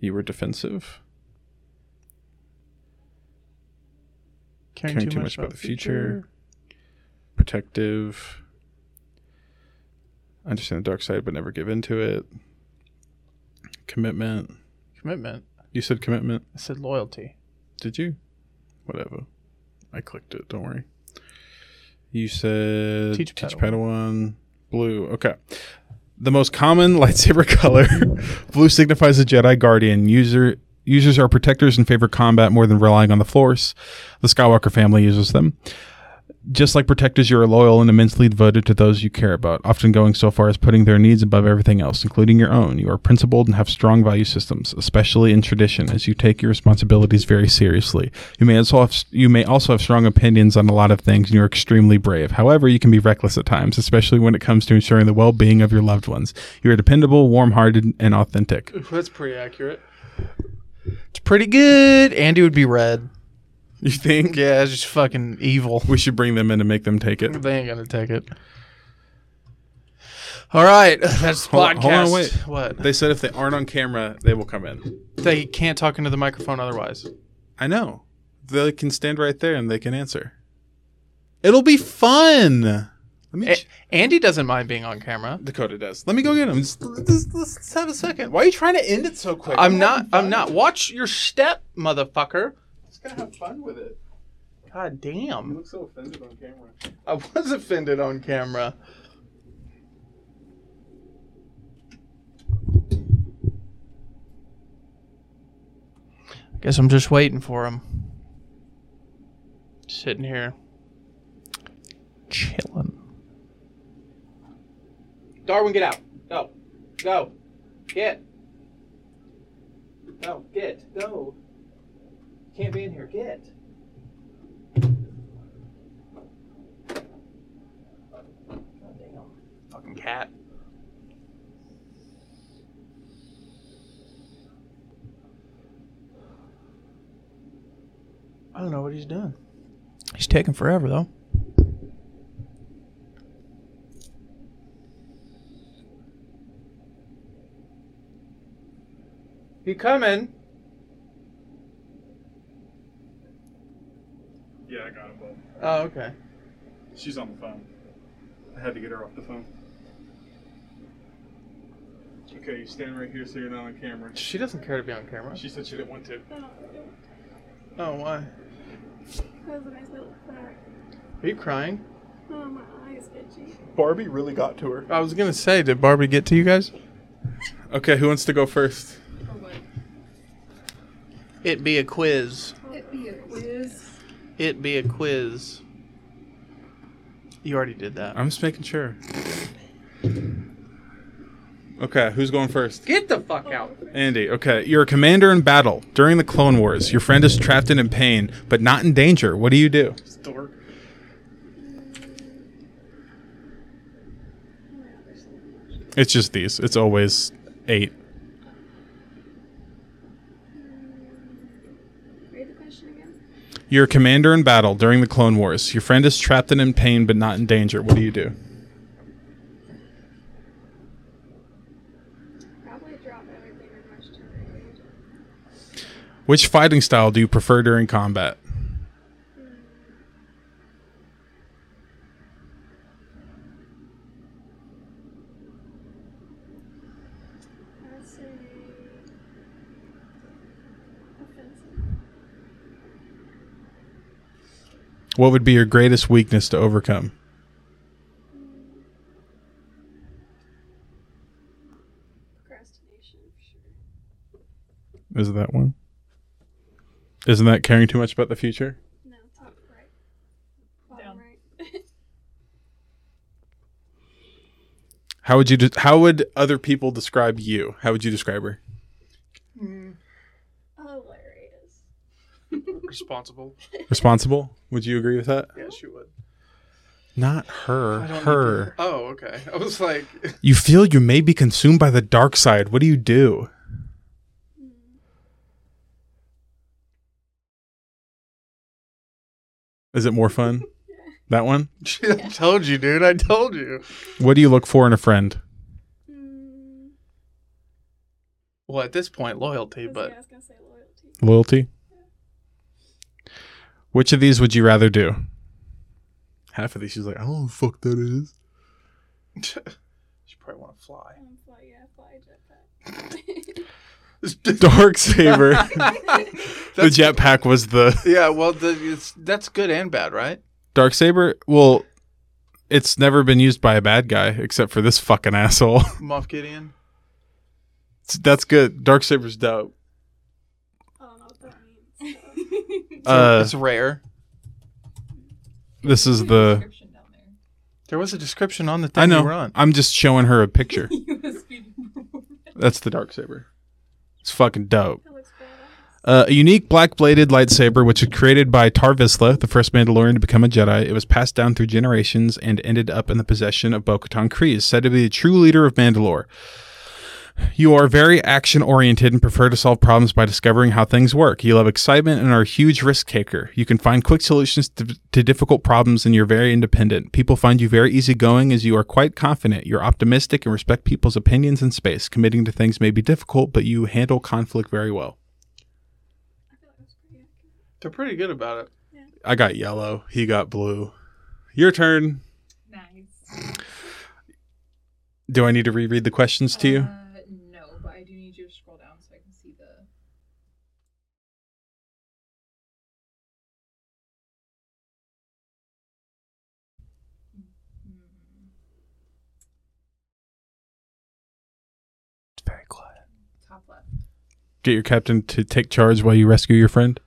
You were defensive,
Caring, too, much, about the future.
protective. Understand the dark side, but never give in to it. Commitment.
Commitment.
You said commitment.
I said loyalty.
Did you? Whatever. I clicked it. Don't worry. You said
Teach
teach,
Padawan.
Padawan. Blue. Okay. The most common lightsaber color. blue signifies a Jedi Guardian. User users are protectors and favor combat more than relying on the Force. The Skywalker family uses them. Just like protectors, you are loyal and immensely devoted to those you care about, often going so far as putting their needs above everything else, including your own. You are principled and have strong value systems, especially in tradition, as you take your responsibilities very seriously. You may also have, you may also have strong opinions on a lot of things, and you are extremely brave. However, you can be reckless at times, especially when it comes to ensuring the well-being of your loved ones. You are dependable, warm-hearted, and authentic.
That's pretty accurate. It's pretty good. Andy would be red.
You think?
Yeah, it's just fucking evil.
We should bring them in to make them take it.
They ain't gonna take it. All right, that's
Hold on-
podcast.
hold on, wait.
What? They,
They said if they aren't on camera, they will come in.
can't talk into the microphone otherwise.
I know. They can stand right there and they can answer. It'll be fun. Let me.
A- Andy doesn't mind being on camera.
Dakota does. Let me go get him. Just, just- let's have a second. Why are you trying to end it so quick?
I'm not. I'm not. Watch your step, motherfucker.
Just gonna have fun with it.
God
You
damn.
look so offended on camera.
I was offended on camera. I guess I'm just waiting for him. Sitting here. Chilling. Darwin, get out. Go. Go. Get. Go. Get. Go. Can't be in here. Get. Fucking cat. I don't know what he's doing. He's taking forever though. You coming? Oh, okay.
She's on the phone. I had to get her off the phone. Okay, you stand right here so you're not on camera.
She doesn't care to be on camera.
She said she didn't want to.
No, no,
Oh, why?
that was a nice little crack.
Are you crying?
Oh, my eye is itchy.
Barbie really got to her.
I was gonna say, did Barbie get to you guys?
Okay, who wants to go first?
Or what?
It be a quiz.
It be a quiz.
It be a quiz. You already did that.
I'm just making sure. Okay, who's going first?
Get the fuck out.
Andy, okay. You're a commander in battle during the Clone Wars. Your friend is trapped and in pain, but not in danger. What do you do?
Stork.
It's just these. It's always eight.
Read the question again.
You're a commander in battle during the Clone Wars. Your friend is trapped and in pain, but not in danger. What do you do?
Probably drop everything and rush to her aid.
Which fighting style do you prefer during combat?
I'd say offensive.
What would be your greatest weakness to overcome?
Procrastination, for sure.
Is that one? Isn't that caring too much about the future?
No, top right.
Down.
Bottom right.
How would you? De- how would other people describe you? How would you describe her?
Hilarious.
Responsible.
Responsible? Would you agree with that?
Yeah, she would.
Not her. Her.
Oh, okay. I was like,
You feel you may be consumed by the dark side. What do you do? Is it more fun? That one?
I told you, dude. I told you.
What do you look for in a friend?
Mm,
Well, at this point, loyalty,
that's-
but
yeah, I was gonna say loyalty.
Loyalty? Which of these would you rather do? Half of these, she's like, I don't know what the fuck that is.
she probably want to fly.
Um, fly, yeah, fly jetpack.
Dark saber. the
That's-
jetpack was the
Yeah, well, the, it's, that's good and bad, right?
dark saber. Well, it's never been used by a bad guy except for this fucking asshole.
Moff Gideon.
That's good. Dark saber's dope.
I don't know what that means. so.
Uh,
it's rare.
This is
There's a
the.
description down there.
There was a description on the thing
I know.
you were on.
I'm just showing her a picture.
You was feeding her.
That's the dark saber. It's fucking dope.
That looks badass.
Uh, a unique black bladed lightsaber, which was created by Tar Vizsla, the first Mandalorian to become a Jedi. It was passed down through generations and ended up in the possession of Bo Katan Kryze, said to be the true leader of Mandalore. You are very action oriented and prefer to solve problems by discovering how things work. You love excitement and are a huge risk taker. You can find quick solutions to, to difficult problems and you're very independent. People find you very easygoing as you are quite confident. You're optimistic and respect people's opinions and space. Committing to things may be difficult, but you handle conflict very well.
I feel like that's pretty accurate.
They're pretty good about it.
I got yellow. He got blue. Your turn.
Nice.
Do I need to reread the questions to you?
Uh, no, but I do need you to scroll down so I can see the.
Very quiet.
Top left.
Get your captain to take charge while you rescue your friend.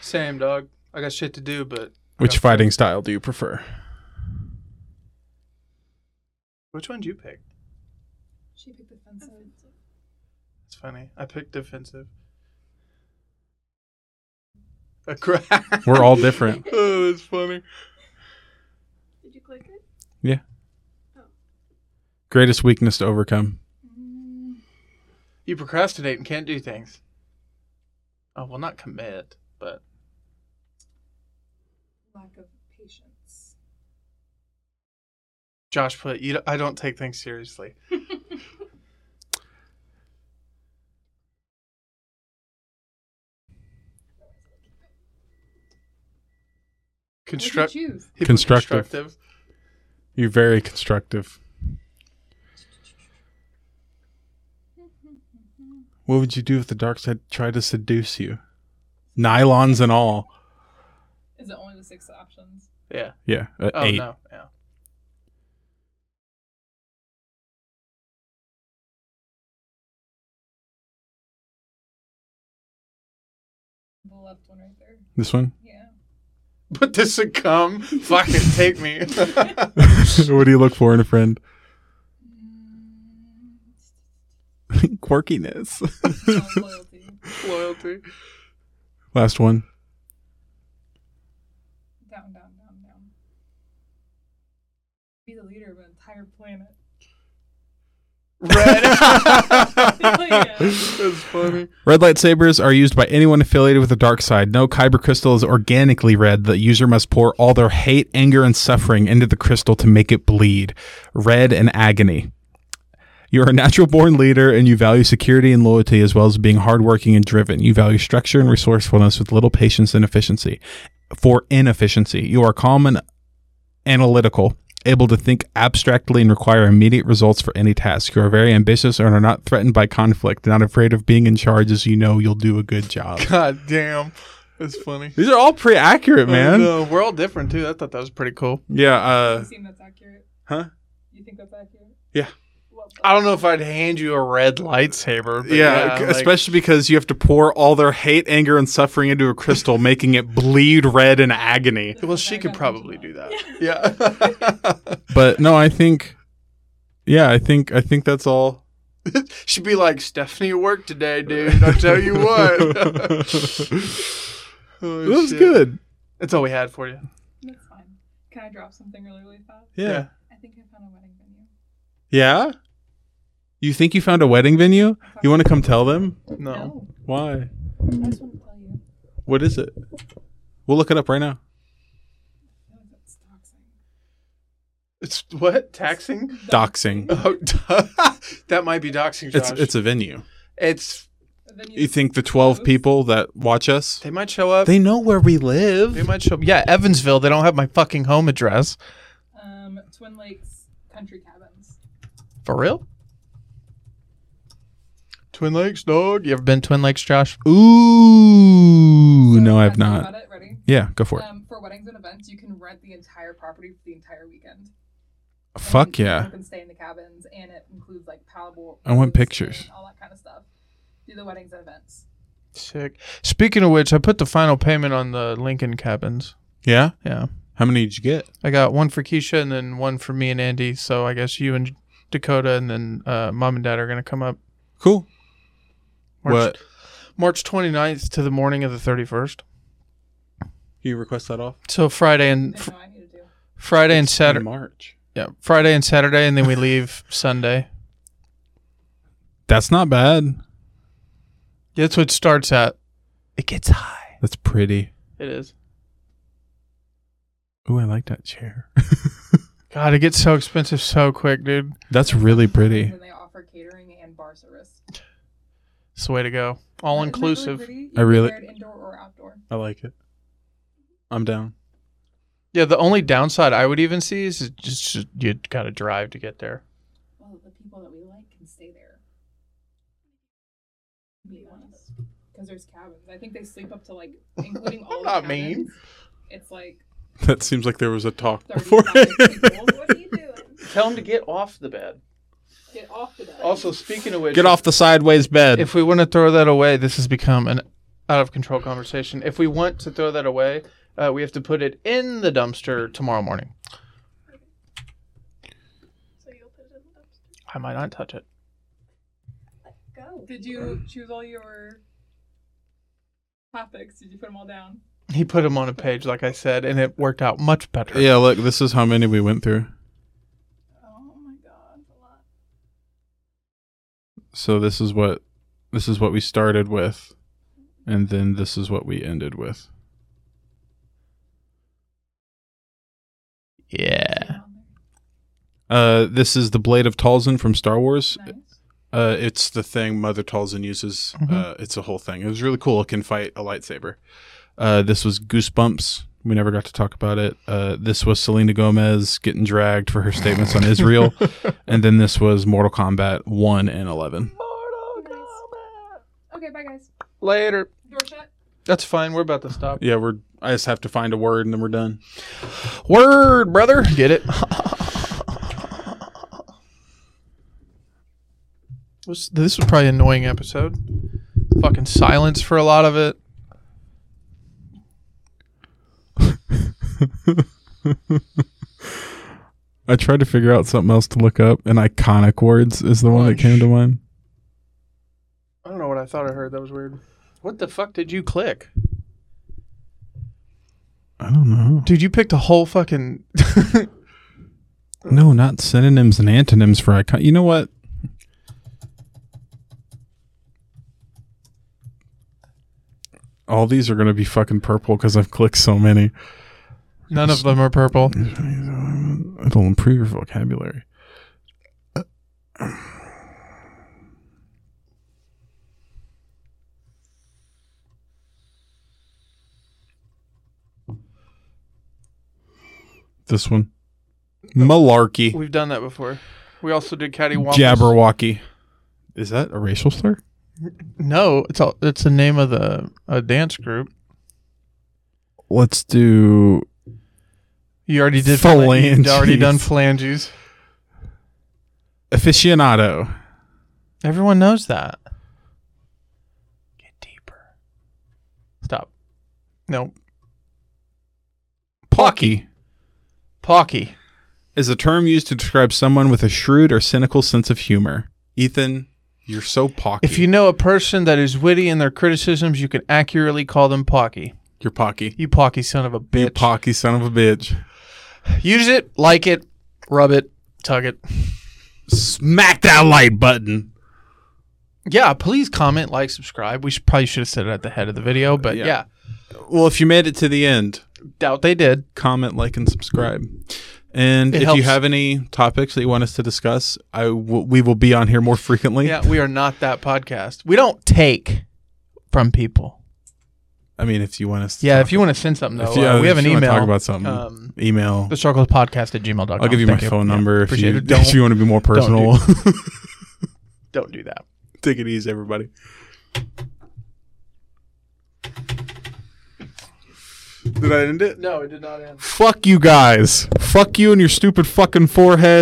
Same, dog. I got shit to do, but
Which
Okay.
fighting style do you prefer?
which one would you pick?
She picked the fence. up.
It's funny. I picked defensive. Aggra-
We're all different.
oh, that's funny.
Did you click it?
Greatest weakness to overcome.
Mm,
You procrastinate and can't do things. Oh, well, not commit, but
lack of patience.
Josh put, you, I don't take things seriously. Construct-
What'd you choose?
Hippo
Constructive. You're very constructive. What would you do if the dark side tried to seduce you? Nylons and all.
Is it only the six options?
Yeah.
Yeah. a
Oh
eight.
no. Yeah.
The left one right there.
This one?
Yeah.
But this succumb, fucking take me.
what do you look for in a friend?
Mm,
Quirkiness.
no, loyalty.
Loyalty.
Last one.
Down, down, down, down. Be the leader of an entire planet.
Red.
Yeah.
That's funny.
Red lightsabers are used by anyone affiliated with the dark side. No kyber crystal is organically red. The user must pour all their hate, anger, and suffering into the crystal to make it bleed. Red and agony. You're a natural born leader and you value security and loyalty as well as being hardworking and driven. You value structure and resourcefulness with little patience and efficiency. For inefficiency, you are calm and analytical, able to think abstractly and require immediate results for any task. You are very ambitious and are not threatened by conflict, not afraid of being in charge as you know you'll do a good job.
God damn. That's funny.
These are all pretty accurate,
I
man.
know. uh, we're all different too. I thought that was pretty cool.
Yeah,
you
uh
seem that's accurate?
huh?
You think that's accurate?
Yeah.
What the-
I don't know if I'd hand you a red lightsaber. But
Yeah,
yeah,
c-
like-
especially because you have to pour all their hate, anger, and suffering into a crystal, making it bleed red in agony.
Well, she could probably do that. Yeah.
But no, I think, yeah, I think, I think that's all.
She'd be like, Stephanie, you worked today, dude. I tell you what.
that
Oh,
was
shit.
good.
That's all we had for you.
That's fine. Can I drop something really, really fast?
Yeah.
I think I found a wedding venue.
Yeah. You think you found a wedding venue? You want to come tell them?
No.
Why?
No, I just want to tell you.
What is it? We'll look it up right now.
I feel like that's toxic.
It's what? Taxing?
Doxing.
Oh, that might be doxing,
It's
Josh.
it's a venue.
It's-
A venue
You think the twelve people that watch us?
They might show up.
They know where we
They
live.
might show up. Yeah, Evansville. They don't have my fucking home address.
Um, Twin Lakes Country Cabins.
For real? Twin Lakes, dog. You ever been Twin Lakes, Josh?
Ooh,
So
no, I've
can I talk
not.
About it? Ready?
Yeah, go for it.
Um, for weddings and events, you can rent the entire property for the entire weekend. And
Fuck
then
yeah.
You can stay in the cabins, and it includes like paddleboard.
I want
boats
pictures.
and All that kind of stuff. Do the weddings and events.
Sick. Speaking of which, I put the final payment on the Lincoln cabins.
Yeah.
Yeah.
How many did you get?
I got one for Keisha and then one for me and Andy. So I guess you and Dakota and then uh, mom and dad are going to come up
Cool.
March,
What?
March 29th to the morning of the 31st.
You request that off?
So Friday and
Didn't
fr-
know I needed to.
Friday and
In
Saturday.
March.
Yeah, Friday and Saturday and then we leave Sunday.
That's not bad.
That's what it starts at. It gets high.
That's pretty.
It is.
Ooh, I like that chair.
God, it gets so expensive so quick, dude.
That's really pretty.
And then they offer catering and bar service.
It's the way to go. All
Isn't that really
inclusive.
pretty? You
I really-
can wear it indoor or outdoor.
I like it. I'm down.
Yeah, the only downside I would even see is it just you gotta drive to get there.
Well, Oh, the people that we like can stay there. Be honest, because there's cabins. I think they sleep up to like, including all the
not
cabins.
mean.
It's like
That seems like there was a talk
30
before.
people.
What are you doing?
Tell them to get off the bed.
Get off the bed.
speaking of which,
Get off the sideways bed.
If we want to throw that away, this has become an out of control conversation. If we want to throw that away, uh, we have to put it in the dumpster tomorrow morning.
So you'll put it in the dumpster.
I might not touch it.
Go.
Did you choose all your topics? Did you put them all down?
He put them on a page, like I said, and it worked out much better.
yeah, look, this is how many we went through.
Oh my god, that's a lot.
So this is what this is what we started with, and then this is what we ended with.
Yeah.
Uh, this is the blade of Talzin from Star Wars.
Nice.
Uh, it's the thing Mother Talzin uses.
Mhm.
Uh, it's a whole thing. It was really cool. It can fight a lightsaber. Uh, this was Goosebumps We never got to talk about it. Uh, this was Selena Gomez getting dragged for her statements on Israel, and then this was Mortal Kombat One and Eleven.
Mortal
Nice.
Kombat.
Okay, bye guys.
Later.
Door shut.
That's fine. We're about to stop.
Yeah, we're. I just have to find a word, and then we're done.
Word, brother. Get it? Was- This was probably an annoying episode. Fucking silence for a lot of it.
I tried to figure out something else to look up, and iconic words is the one that came to mind.
I don't know what I thought I heard. That was weird. What the fuck did you click?
I don't know.
Dude, you picked a whole fucking.
No, not synonyms and antonyms for icon. You know what? All these are going to be fucking purple because I've clicked so many.
None of them are purple.
It'll improve your vocabulary. This one. Malarkey.
We've done that before. We also did Cattywampus.
Jabberwocky. Is that a racial slur?
No, it's all, it's the name of the a dance group.
Let's do.
You already did phalan-
Phalanges.
You'd already done phalanges.
Aficionado.
Everyone knows that. Get deeper. Stop. No.
Pocky.
Pocky.
is a term used to describe someone with a shrewd or cynical sense of humor. Ethan, you're so pocky.
If you know a person that is witty in their criticisms, you can accurately call them pocky.
you're pocky.
You pocky son of a
You
bitch.
pocky son of a bitch.
Use it, like it, rub it, tug it.
Smack that like button.
Yeah, please comment, like, subscribe. We should, probably should have said it at the head of the video, but
Yeah.
yeah.
Well, if you made it to the end,
Doubt they did.
comment, like, and subscribe. And
It
if you
helps.
have any topics that you want us to discuss, I w- we will be on here more frequently.
Yeah, we are not that podcast. We don't take from people.
I mean, if you want us, to
Yeah,
talk-
if you want to send something, though,
if you-
uh, we
if
have an
you wanna
email.
Talk about something.
Um,
email.
the circles podcast at gmail.com.
I'll give you my phone number if
appreciate
you,
it. Don't-
if you want to be more personal.
Don't do that.
Take it easy, everybody. Did I end it?
No, it did not end.
Fuck you guys. Fuck you and your stupid fucking forehead.